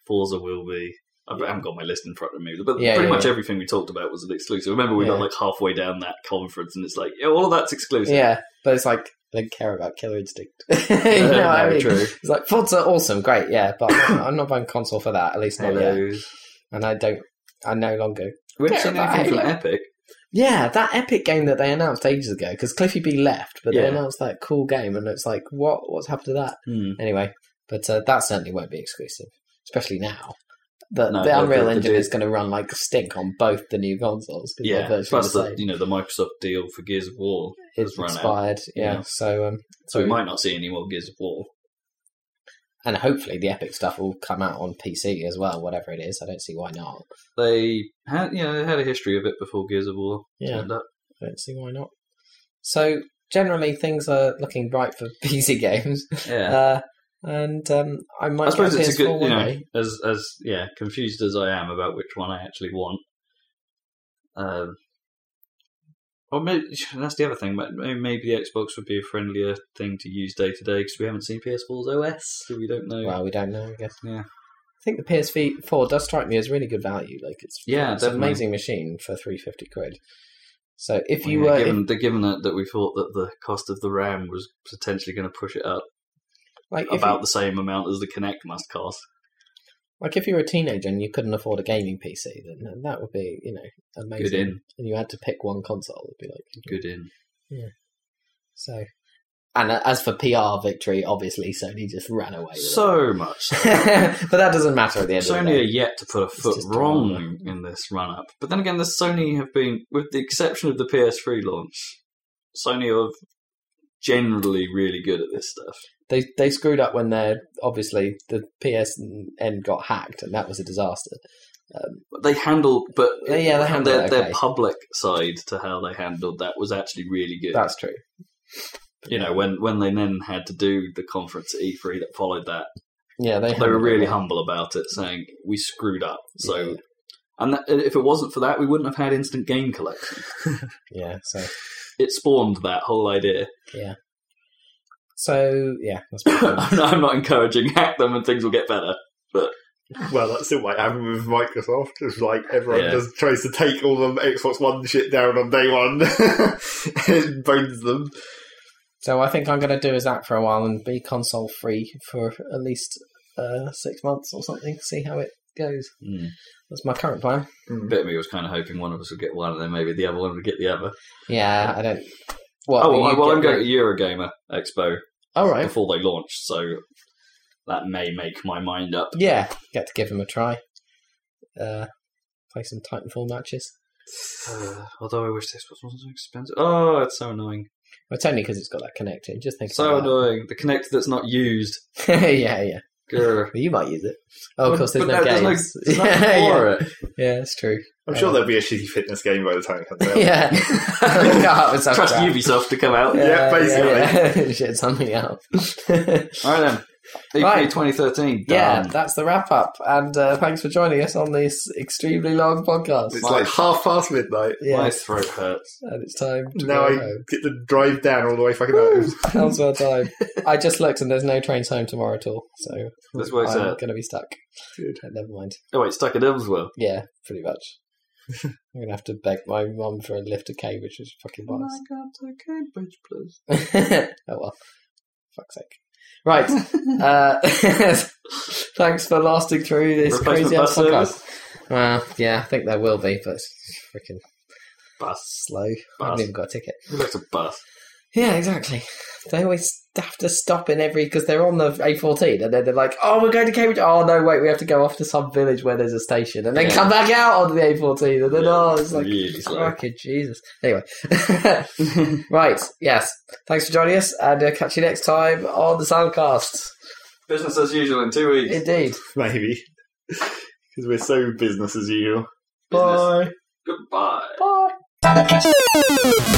Speaker 3: Forza will be. I haven't got my list in front of me, but
Speaker 1: Yeah,
Speaker 3: pretty
Speaker 1: yeah,
Speaker 3: much
Speaker 1: yeah.
Speaker 3: everything we talked about was an exclusive. Remember, we got
Speaker 1: Yeah.
Speaker 3: like halfway down that conference, and it's like, yeah, all of that's exclusive. [laughs]
Speaker 1: Yeah, but it's like they care about Killer [laughs] Instinct. you know what I
Speaker 3: No,
Speaker 1: mean? [laughs]
Speaker 3: true.
Speaker 1: It's like Forza, awesome, great, yeah, but I'm not- I'm not buying console for that. At least not yet.
Speaker 3: Halos.
Speaker 1: And I don't. I no longer.
Speaker 3: We haven't
Speaker 1: Yeah,
Speaker 3: seen
Speaker 1: but
Speaker 3: anything from
Speaker 1: Halo.
Speaker 3: Epic.
Speaker 1: Yeah, that epic game that they announced ages ago because Cliffy B left, but they
Speaker 3: Yeah.
Speaker 1: announced that cool game, and it's like, what? What's happened to that?
Speaker 3: Hmm.
Speaker 1: anyway. But uh, that certainly won't be exclusive, especially now. The,
Speaker 3: No,
Speaker 1: the
Speaker 3: the-
Speaker 1: Unreal
Speaker 3: the- the
Speaker 1: Engine
Speaker 3: di-
Speaker 1: is going to run like stink on both the new consoles. 'cause they're
Speaker 3: Yeah,
Speaker 1: virtually
Speaker 3: plus
Speaker 1: the
Speaker 3: the
Speaker 1: same.
Speaker 3: you know the Microsoft deal for Gears of War
Speaker 1: it's
Speaker 3: has run out,
Speaker 1: expired. Yeah.
Speaker 3: Yeah.
Speaker 1: so um,
Speaker 3: so we might not see any more Gears of War.
Speaker 1: and hopefully the Epic stuff will come out on PC as well, whatever it is. I don't see why not.
Speaker 3: They had, you know, they had a history of it before Gears of War.
Speaker 1: Yeah. [laughs]
Speaker 3: turned up.
Speaker 1: I don't see why not. So generally things are looking bright for [laughs] PC games,
Speaker 3: yeah.
Speaker 1: uh, and um, I might.
Speaker 3: I suppose
Speaker 1: get
Speaker 3: it's a
Speaker 1: PS4
Speaker 3: good, you
Speaker 1: one
Speaker 3: know,
Speaker 1: day.
Speaker 3: as as yeah, confused as I am about which one I actually want. Um, or maybe [sighs] that's the other thing. but may- Maybe the Xbox would be a friendlier thing to use day to day because we haven't seen PS4's OS, so we don't know.
Speaker 1: Well, we don't know, I guess.
Speaker 3: Yeah.
Speaker 1: I think the PS4 does strike me as really good value. Like it's
Speaker 3: Yeah,
Speaker 1: it's an
Speaker 3: definitely.
Speaker 1: amazing machine for three fifty quid. So if
Speaker 3: Well,
Speaker 1: you
Speaker 3: yeah,
Speaker 1: were, if,
Speaker 3: given, the- given that, that we thought that the cost of the RAM was potentially going to push it up
Speaker 1: like if
Speaker 3: about
Speaker 1: you,
Speaker 3: the same amount as the Kinect must cost.
Speaker 1: like if you were a teenager and you couldn't afford a gaming PC, then that would be you know amazing.
Speaker 3: Good in,
Speaker 1: And you had to pick one console, it'd be like
Speaker 3: good in.
Speaker 1: So, and uh, as for PR victory, obviously Sony just ran away. With
Speaker 3: So much. so.
Speaker 1: it. [laughs] but that doesn't matter at the end of the
Speaker 3: Sony are
Speaker 1: day.
Speaker 3: yet to put a foot
Speaker 1: just
Speaker 3: wrong in this run up. But then again, the Sony have been, with the exception of the PS3 launch, Sony are generally really good at this stuff.
Speaker 1: They they screwed up when they obviously the PSN got hacked, and that was a disaster. Um,
Speaker 3: But they handle, but
Speaker 1: Yeah, yeah, they handle
Speaker 3: their,
Speaker 1: it
Speaker 3: their
Speaker 1: okay.
Speaker 3: public side to how they handled that was actually really good.
Speaker 1: That's true.
Speaker 3: you know, when when they then had to do the conference at E3 that followed that,
Speaker 1: Yeah, they
Speaker 3: they were
Speaker 1: handled it
Speaker 3: really
Speaker 1: well.
Speaker 3: humble about it, saying we screwed up. So,
Speaker 1: Yeah.
Speaker 3: and that, if it wasn't for that, we wouldn't have had instant game collection.
Speaker 1: Yeah. So
Speaker 3: It spawned that whole idea.
Speaker 1: so yeah, that's pretty [coughs] cool.
Speaker 3: [laughs] I'm, not, I'm not encouraging [laughs] hack them and things will get better.
Speaker 2: Well, that's still what happened with Microsoft. It's like everyone
Speaker 3: Yeah.
Speaker 2: just tries to take all the Xbox One shit down on day one. [laughs] it bones them.
Speaker 1: so I think I'm going to do as that for a while and be console free for at least uh, six months or something. See how it goes.
Speaker 3: Hmm.
Speaker 1: That's my current plan.
Speaker 3: Bit of me was kind of hoping one of us would get one, and then maybe the other one would get the other.
Speaker 1: Yeah, I don't. Well,
Speaker 3: oh, well, I-
Speaker 1: you
Speaker 3: well I'm
Speaker 1: get-
Speaker 3: going to Eurogamer Expo
Speaker 1: All right.
Speaker 3: before they launch, so that may make my mind up.
Speaker 1: [laughs] Yeah, get to give him a try. Uh, play some Titanfall matches.
Speaker 3: Uh, [sighs] although I wish this was not so expensive. Oh, it's so annoying.
Speaker 1: Well, it's only because it's got that connector. Just think.
Speaker 3: So
Speaker 1: about
Speaker 3: annoying. The connector that's not used.
Speaker 1: [laughs] it. yeah, yeah.
Speaker 3: Grr. [laughs]
Speaker 1: Well, you might use it. Oh, of
Speaker 3: But-
Speaker 1: course, there's
Speaker 3: but
Speaker 1: no, games.
Speaker 3: There's [laughs] no, there's nothing
Speaker 1: yeah, [laughs] yeah.
Speaker 3: for it.
Speaker 1: yeah, that's true. [laughs]
Speaker 2: I'm
Speaker 1: Yeah.
Speaker 2: sure there'll be a shitty fitness game by the time it comes
Speaker 3: [laughs]
Speaker 2: out.
Speaker 1: Yeah. [laughs] God, it's so
Speaker 3: Trust
Speaker 1: crap.
Speaker 3: Ubisoft to come out.
Speaker 2: Yeah.
Speaker 1: [laughs]
Speaker 2: basically.
Speaker 1: yeah. Shit, something else.
Speaker 3: All right then. E EP
Speaker 1: Right.
Speaker 3: 2013.
Speaker 1: yeah,
Speaker 3: done.
Speaker 1: that's the wrap up. And uh, thanks for joining us on this extremely long podcast.
Speaker 2: It's like half past midnight.
Speaker 1: yeah,
Speaker 3: My throat hurts.
Speaker 1: and it's time to
Speaker 2: Now
Speaker 1: go
Speaker 2: I
Speaker 1: home.
Speaker 2: get to drive down all the way fucking [laughs]
Speaker 1: Woo!
Speaker 2: home.
Speaker 1: Now's our time.
Speaker 2: [laughs]
Speaker 1: I just looked and there's no trains home tomorrow at all, so
Speaker 3: This works
Speaker 1: I'm
Speaker 3: out.
Speaker 1: going to be stuck.
Speaker 2: Good.
Speaker 1: Uh, Never mind.
Speaker 3: Oh wait, stuck at Evansville.
Speaker 1: Yeah, pretty
Speaker 2: [laughs]
Speaker 1: much. I'm going to have to beg my mum for a lift to Cambridge, which is fucking bollocks.
Speaker 3: God, to Cambridge,
Speaker 1: [laughs]
Speaker 3: please.
Speaker 1: oh well, fuck's sake. Right. uh, [laughs] thanks for lasting through this
Speaker 3: Replacement
Speaker 1: crazy ass
Speaker 3: bus
Speaker 1: podcast. Well, yeah, I think there will be, but it's freaking
Speaker 3: Bus.
Speaker 1: slow. I
Speaker 3: Bus.
Speaker 1: haven't even got a ticket.
Speaker 3: Who likes a bus?
Speaker 1: Yeah, exactly. They always have to stop in every because they're on the A14, and then they're like, "Oh, we're going to Cambridge." Oh no, wait, we have to go off to some village where there's a station, and then
Speaker 3: Yeah.
Speaker 1: come back out onto the A14, and then oh, it's like,
Speaker 3: really slow.
Speaker 1: fucking Jesus. Anyway, [laughs] right, yes. Thanks for joining us, and uh, catch you next time on the Soundcast.
Speaker 3: Business as usual in two weeks.
Speaker 1: Indeed.
Speaker 2: [laughs] Maybe. Because we're so business as usual.
Speaker 3: Business. Goodbye.
Speaker 1: Bye.
Speaker 5: Thank you.